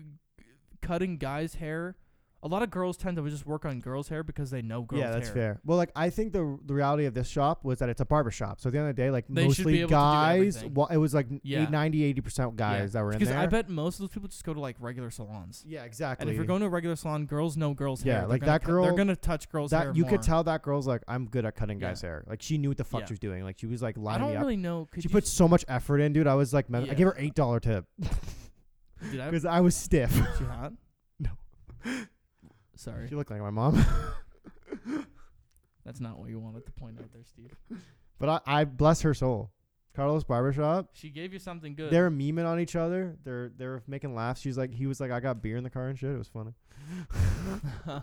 [SPEAKER 3] cutting guys' hair, a lot of girls tend to just work on girls' hair because they know girls'
[SPEAKER 1] yeah, that's
[SPEAKER 3] hair.
[SPEAKER 1] fair. Well, like I think the the reality of this shop was that it's a barber shop. So at the end of the day, like
[SPEAKER 3] They should be
[SPEAKER 1] mostly
[SPEAKER 3] able to do
[SPEAKER 1] guys,
[SPEAKER 3] everything.
[SPEAKER 1] wa- it was like
[SPEAKER 3] Yeah.
[SPEAKER 1] eight, 90 80 percent guys that were in
[SPEAKER 3] Because
[SPEAKER 1] there.
[SPEAKER 3] I bet most of those people just go to like regular salons.
[SPEAKER 1] yeah, exactly.
[SPEAKER 3] And if you're going to a regular salon, girls know girls'
[SPEAKER 1] Yeah,
[SPEAKER 3] hair. They're
[SPEAKER 1] like
[SPEAKER 3] gonna
[SPEAKER 1] that
[SPEAKER 3] cut- they're
[SPEAKER 1] girl-
[SPEAKER 3] gonna touch girls' hair.
[SPEAKER 1] that you
[SPEAKER 3] more.
[SPEAKER 1] could tell that girl's like I'm good at cutting guys'
[SPEAKER 3] Yeah.
[SPEAKER 1] hair. Like she knew what the fuck
[SPEAKER 3] Yeah.
[SPEAKER 1] she was doing. Like she was like
[SPEAKER 3] I
[SPEAKER 1] lining
[SPEAKER 3] don't
[SPEAKER 1] me up.
[SPEAKER 3] really know. Could
[SPEAKER 1] she
[SPEAKER 3] you
[SPEAKER 1] put so much effort in, dude. I was like, mad-
[SPEAKER 3] Yeah.
[SPEAKER 1] I gave her eight dollar tip
[SPEAKER 3] s- Did I?
[SPEAKER 1] because I was stiff.
[SPEAKER 3] She hot?
[SPEAKER 1] No.
[SPEAKER 3] Sorry.
[SPEAKER 1] she looked like my mom,
[SPEAKER 3] That's not what you wanted to point out there, Steve.
[SPEAKER 1] but I, I bless her soul. Carlos Barbershop.
[SPEAKER 3] She gave you something good.
[SPEAKER 1] They're memeing on each other. They're they're making laughs. She's like, he was like, I got beer in the car and shit. It was funny.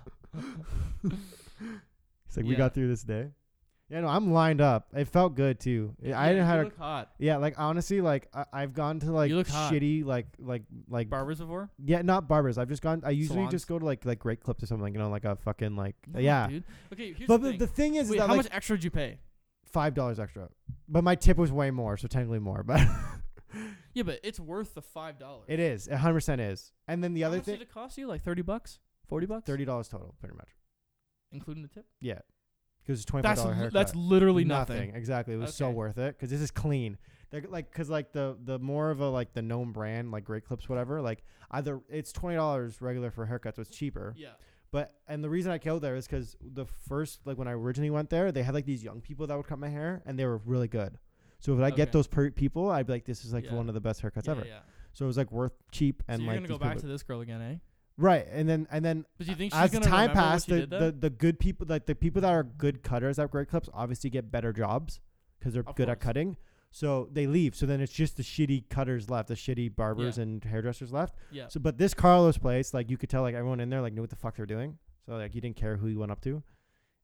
[SPEAKER 1] He's like, we
[SPEAKER 3] Yeah.
[SPEAKER 1] got through this day. Yeah, no, I'm lined up. It felt good too. Yeah, I didn't
[SPEAKER 3] you
[SPEAKER 1] have. A,
[SPEAKER 3] look hot.
[SPEAKER 1] yeah, like honestly, like I, I've gone to like
[SPEAKER 3] look hot.
[SPEAKER 1] shitty, like like like.
[SPEAKER 3] Barbers before?
[SPEAKER 1] yeah, not barbers. I've just gone. I usually
[SPEAKER 3] Salons.
[SPEAKER 1] just go to like like Great Clips or something. You know, like a fucking like
[SPEAKER 3] No,
[SPEAKER 1] yeah.
[SPEAKER 3] Dude. Okay, here's
[SPEAKER 1] But
[SPEAKER 3] the
[SPEAKER 1] the,
[SPEAKER 3] thing.
[SPEAKER 1] the thing is, is
[SPEAKER 3] Wait,
[SPEAKER 1] that
[SPEAKER 3] how
[SPEAKER 1] like
[SPEAKER 3] much extra did you pay?
[SPEAKER 1] five dollars extra, but my tip was way more, so technically more. But
[SPEAKER 3] Yeah, but it's worth the five dollars.
[SPEAKER 1] it is, a hundred percent is. And then the
[SPEAKER 3] How
[SPEAKER 1] other
[SPEAKER 3] much
[SPEAKER 1] thing,
[SPEAKER 3] did it cost you? Like thirty bucks, forty bucks,
[SPEAKER 1] thirty dollars total, pretty much.
[SPEAKER 3] including the tip.
[SPEAKER 1] Yeah, because it's twenty five
[SPEAKER 3] That's
[SPEAKER 1] dollar
[SPEAKER 3] li-
[SPEAKER 1] haircut.
[SPEAKER 3] that's literally nothing.
[SPEAKER 1] nothing. Exactly. It was so
[SPEAKER 3] Okay.
[SPEAKER 1] worth it because this is clean. They're, like, cause like the the more of a like the known brand, like Great Clips, whatever. Like either it's twenty dollars regular for haircuts, so it's cheaper.
[SPEAKER 3] Yeah.
[SPEAKER 1] But and the reason I killed there is because the first like when I originally went there, they had like these young people that would cut my hair, and they were really good. So if I
[SPEAKER 3] Okay.
[SPEAKER 1] get those per- people, I'd be like, this is like
[SPEAKER 3] Yeah.
[SPEAKER 1] one of the best haircuts
[SPEAKER 3] yeah,
[SPEAKER 1] ever.
[SPEAKER 3] yeah.
[SPEAKER 1] So it was like worth cheap and
[SPEAKER 3] so you're
[SPEAKER 1] like
[SPEAKER 3] gonna go
[SPEAKER 1] these
[SPEAKER 3] back
[SPEAKER 1] people-
[SPEAKER 3] to this girl again, eh?
[SPEAKER 1] right. And then and then
[SPEAKER 3] But do you think she's
[SPEAKER 1] as
[SPEAKER 3] gonna
[SPEAKER 1] time
[SPEAKER 3] remember
[SPEAKER 1] passed,
[SPEAKER 3] what she
[SPEAKER 1] the,
[SPEAKER 3] did though?
[SPEAKER 1] the the good people like the people that are good cutters at Great Clips obviously get better jobs because they're
[SPEAKER 3] Of
[SPEAKER 1] good at
[SPEAKER 3] course.
[SPEAKER 1] cutting. So they leave. So then it's just the shitty cutters left, the shitty barbers
[SPEAKER 3] Yeah.
[SPEAKER 1] and hairdressers left.
[SPEAKER 3] yeah.
[SPEAKER 1] So, but this Carlos place, like you could tell, like everyone in there, like knew what the fuck they're doing. So like you didn't care who you went up to,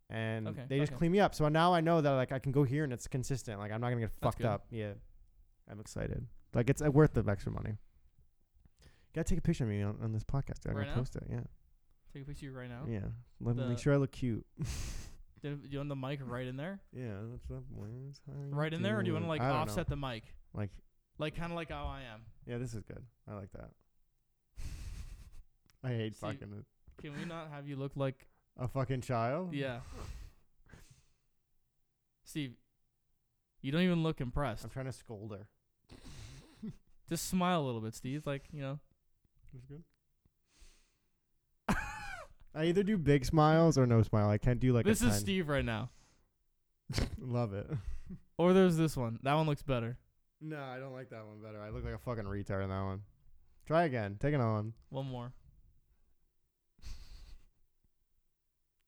[SPEAKER 1] and
[SPEAKER 3] Okay,
[SPEAKER 1] they just
[SPEAKER 3] okay.
[SPEAKER 1] clean me up. So now I know that like I can go here and it's consistent. Like I'm not gonna get
[SPEAKER 3] That's
[SPEAKER 1] fucked
[SPEAKER 3] good.
[SPEAKER 1] up. Yeah, I'm excited. Like it's uh, worth the extra money. Gotta take a picture of me on, on this podcast. dude. I'm
[SPEAKER 3] Right
[SPEAKER 1] gonna
[SPEAKER 3] now?
[SPEAKER 1] post it. Yeah,
[SPEAKER 3] Take a picture of you right now.
[SPEAKER 1] yeah. Let me
[SPEAKER 3] The-
[SPEAKER 1] make sure I look cute.
[SPEAKER 3] Do you want the mic right in there?
[SPEAKER 1] Yeah, that's up. Where's how you
[SPEAKER 3] Right in there, or do you want to
[SPEAKER 1] doing?
[SPEAKER 3] like
[SPEAKER 1] I don't know.
[SPEAKER 3] offset the mic?
[SPEAKER 1] Like,
[SPEAKER 3] Like kind of like how I am.
[SPEAKER 1] yeah, this is good. I like that. I hate
[SPEAKER 3] See-
[SPEAKER 1] fucking it.
[SPEAKER 3] Can we not have you look like
[SPEAKER 1] a fucking child.
[SPEAKER 3] yeah? Steve, you don't even look impressed.
[SPEAKER 1] I'm trying to scold her.
[SPEAKER 3] Just smile a little bit, Steve. Like you know.
[SPEAKER 1] That's good. I either do big smiles or no smile. I can't do like
[SPEAKER 3] this
[SPEAKER 1] a
[SPEAKER 3] is
[SPEAKER 1] tiny-
[SPEAKER 3] Steve right now.
[SPEAKER 1] Love it.
[SPEAKER 3] Or there's this one. That one looks better.
[SPEAKER 1] No, I don't like that one better. I look like a fucking retard in that one. Try again. Take another one.
[SPEAKER 3] One more.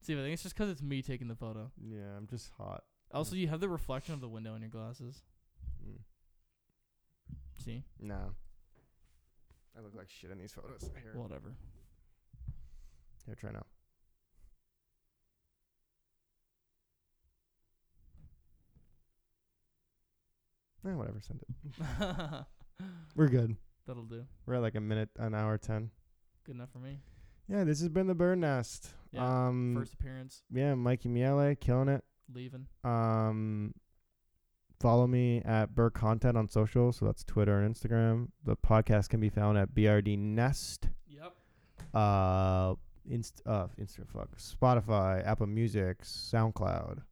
[SPEAKER 3] Steve, I think it's just 'cause it's me taking the photo.
[SPEAKER 1] Yeah, I'm just hot.
[SPEAKER 3] Also, you have the reflection of the window in your glasses.
[SPEAKER 1] Mm.
[SPEAKER 3] See?
[SPEAKER 1] No. I look like shit in these photos. Here,
[SPEAKER 3] Whatever.
[SPEAKER 1] here try now. Eh, whatever, send it. We're good.
[SPEAKER 3] That'll do.
[SPEAKER 1] We're at like a minute, an hour, ten.
[SPEAKER 3] Good enough for me.
[SPEAKER 1] Yeah, this has been the bird nest.
[SPEAKER 3] Yeah,
[SPEAKER 1] um,
[SPEAKER 3] First appearance,
[SPEAKER 1] yeah, Mikey Miele killing it.
[SPEAKER 3] leaving.
[SPEAKER 1] Um, follow me at Burr Content on social, so that's Twitter and Instagram. The podcast can be found at BRD Nest,
[SPEAKER 3] Yep.
[SPEAKER 1] uh, inst uh, Insta fuck, Spotify, Apple Music, SoundCloud.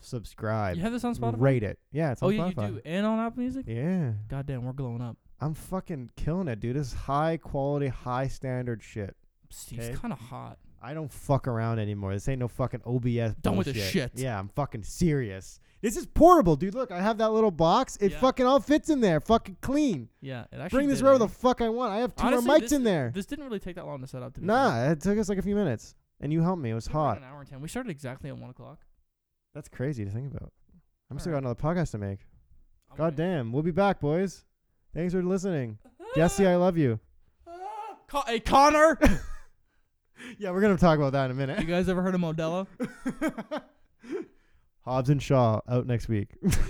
[SPEAKER 1] Subscribe.
[SPEAKER 3] You have this on Spotify?
[SPEAKER 1] Rate it. Yeah, it's
[SPEAKER 3] oh,
[SPEAKER 1] on
[SPEAKER 3] yeah,
[SPEAKER 1] Spotify.
[SPEAKER 3] you do. And on Apple Music?
[SPEAKER 1] Yeah,
[SPEAKER 3] Goddamn, we're glowing up.
[SPEAKER 1] I'm fucking killing it, dude. This is high quality, high standard shit.
[SPEAKER 3] Steve's
[SPEAKER 1] Okay.
[SPEAKER 3] kind of hot.
[SPEAKER 1] I don't fuck around anymore. This ain't no fucking OBS.
[SPEAKER 3] Done with the
[SPEAKER 1] bullshit.
[SPEAKER 3] shit.
[SPEAKER 1] Yeah, I'm fucking serious. This is portable, dude. Look, I have that little box. It
[SPEAKER 3] Yeah.
[SPEAKER 1] fucking all fits in there. Fucking clean.
[SPEAKER 3] Yeah. It actually
[SPEAKER 1] Bring this
[SPEAKER 3] did,
[SPEAKER 1] wherever
[SPEAKER 3] eh?
[SPEAKER 1] the fuck I want. I have two
[SPEAKER 3] Honestly,
[SPEAKER 1] more mics
[SPEAKER 3] this-
[SPEAKER 1] in there.
[SPEAKER 3] This didn't really take that long to set up, to be fair.
[SPEAKER 1] nah, it took us like a few minutes, and you helped me. It was
[SPEAKER 3] It took like
[SPEAKER 1] hot.
[SPEAKER 3] An hour and ten. We started exactly at one o'clock.
[SPEAKER 1] That's crazy to think about. I'm still
[SPEAKER 3] Alright.
[SPEAKER 1] got another podcast to make.
[SPEAKER 3] I'm
[SPEAKER 1] God
[SPEAKER 3] like-
[SPEAKER 1] damn, we'll be back, boys. Thanks for listening. Jesse, I love you.
[SPEAKER 3] Con- hey, Connor!
[SPEAKER 1] Yeah, we're gonna talk about that in a
[SPEAKER 3] you
[SPEAKER 1] minute.
[SPEAKER 3] guys ever heard of Modelo?
[SPEAKER 1] Hobbs and Shaw out next week.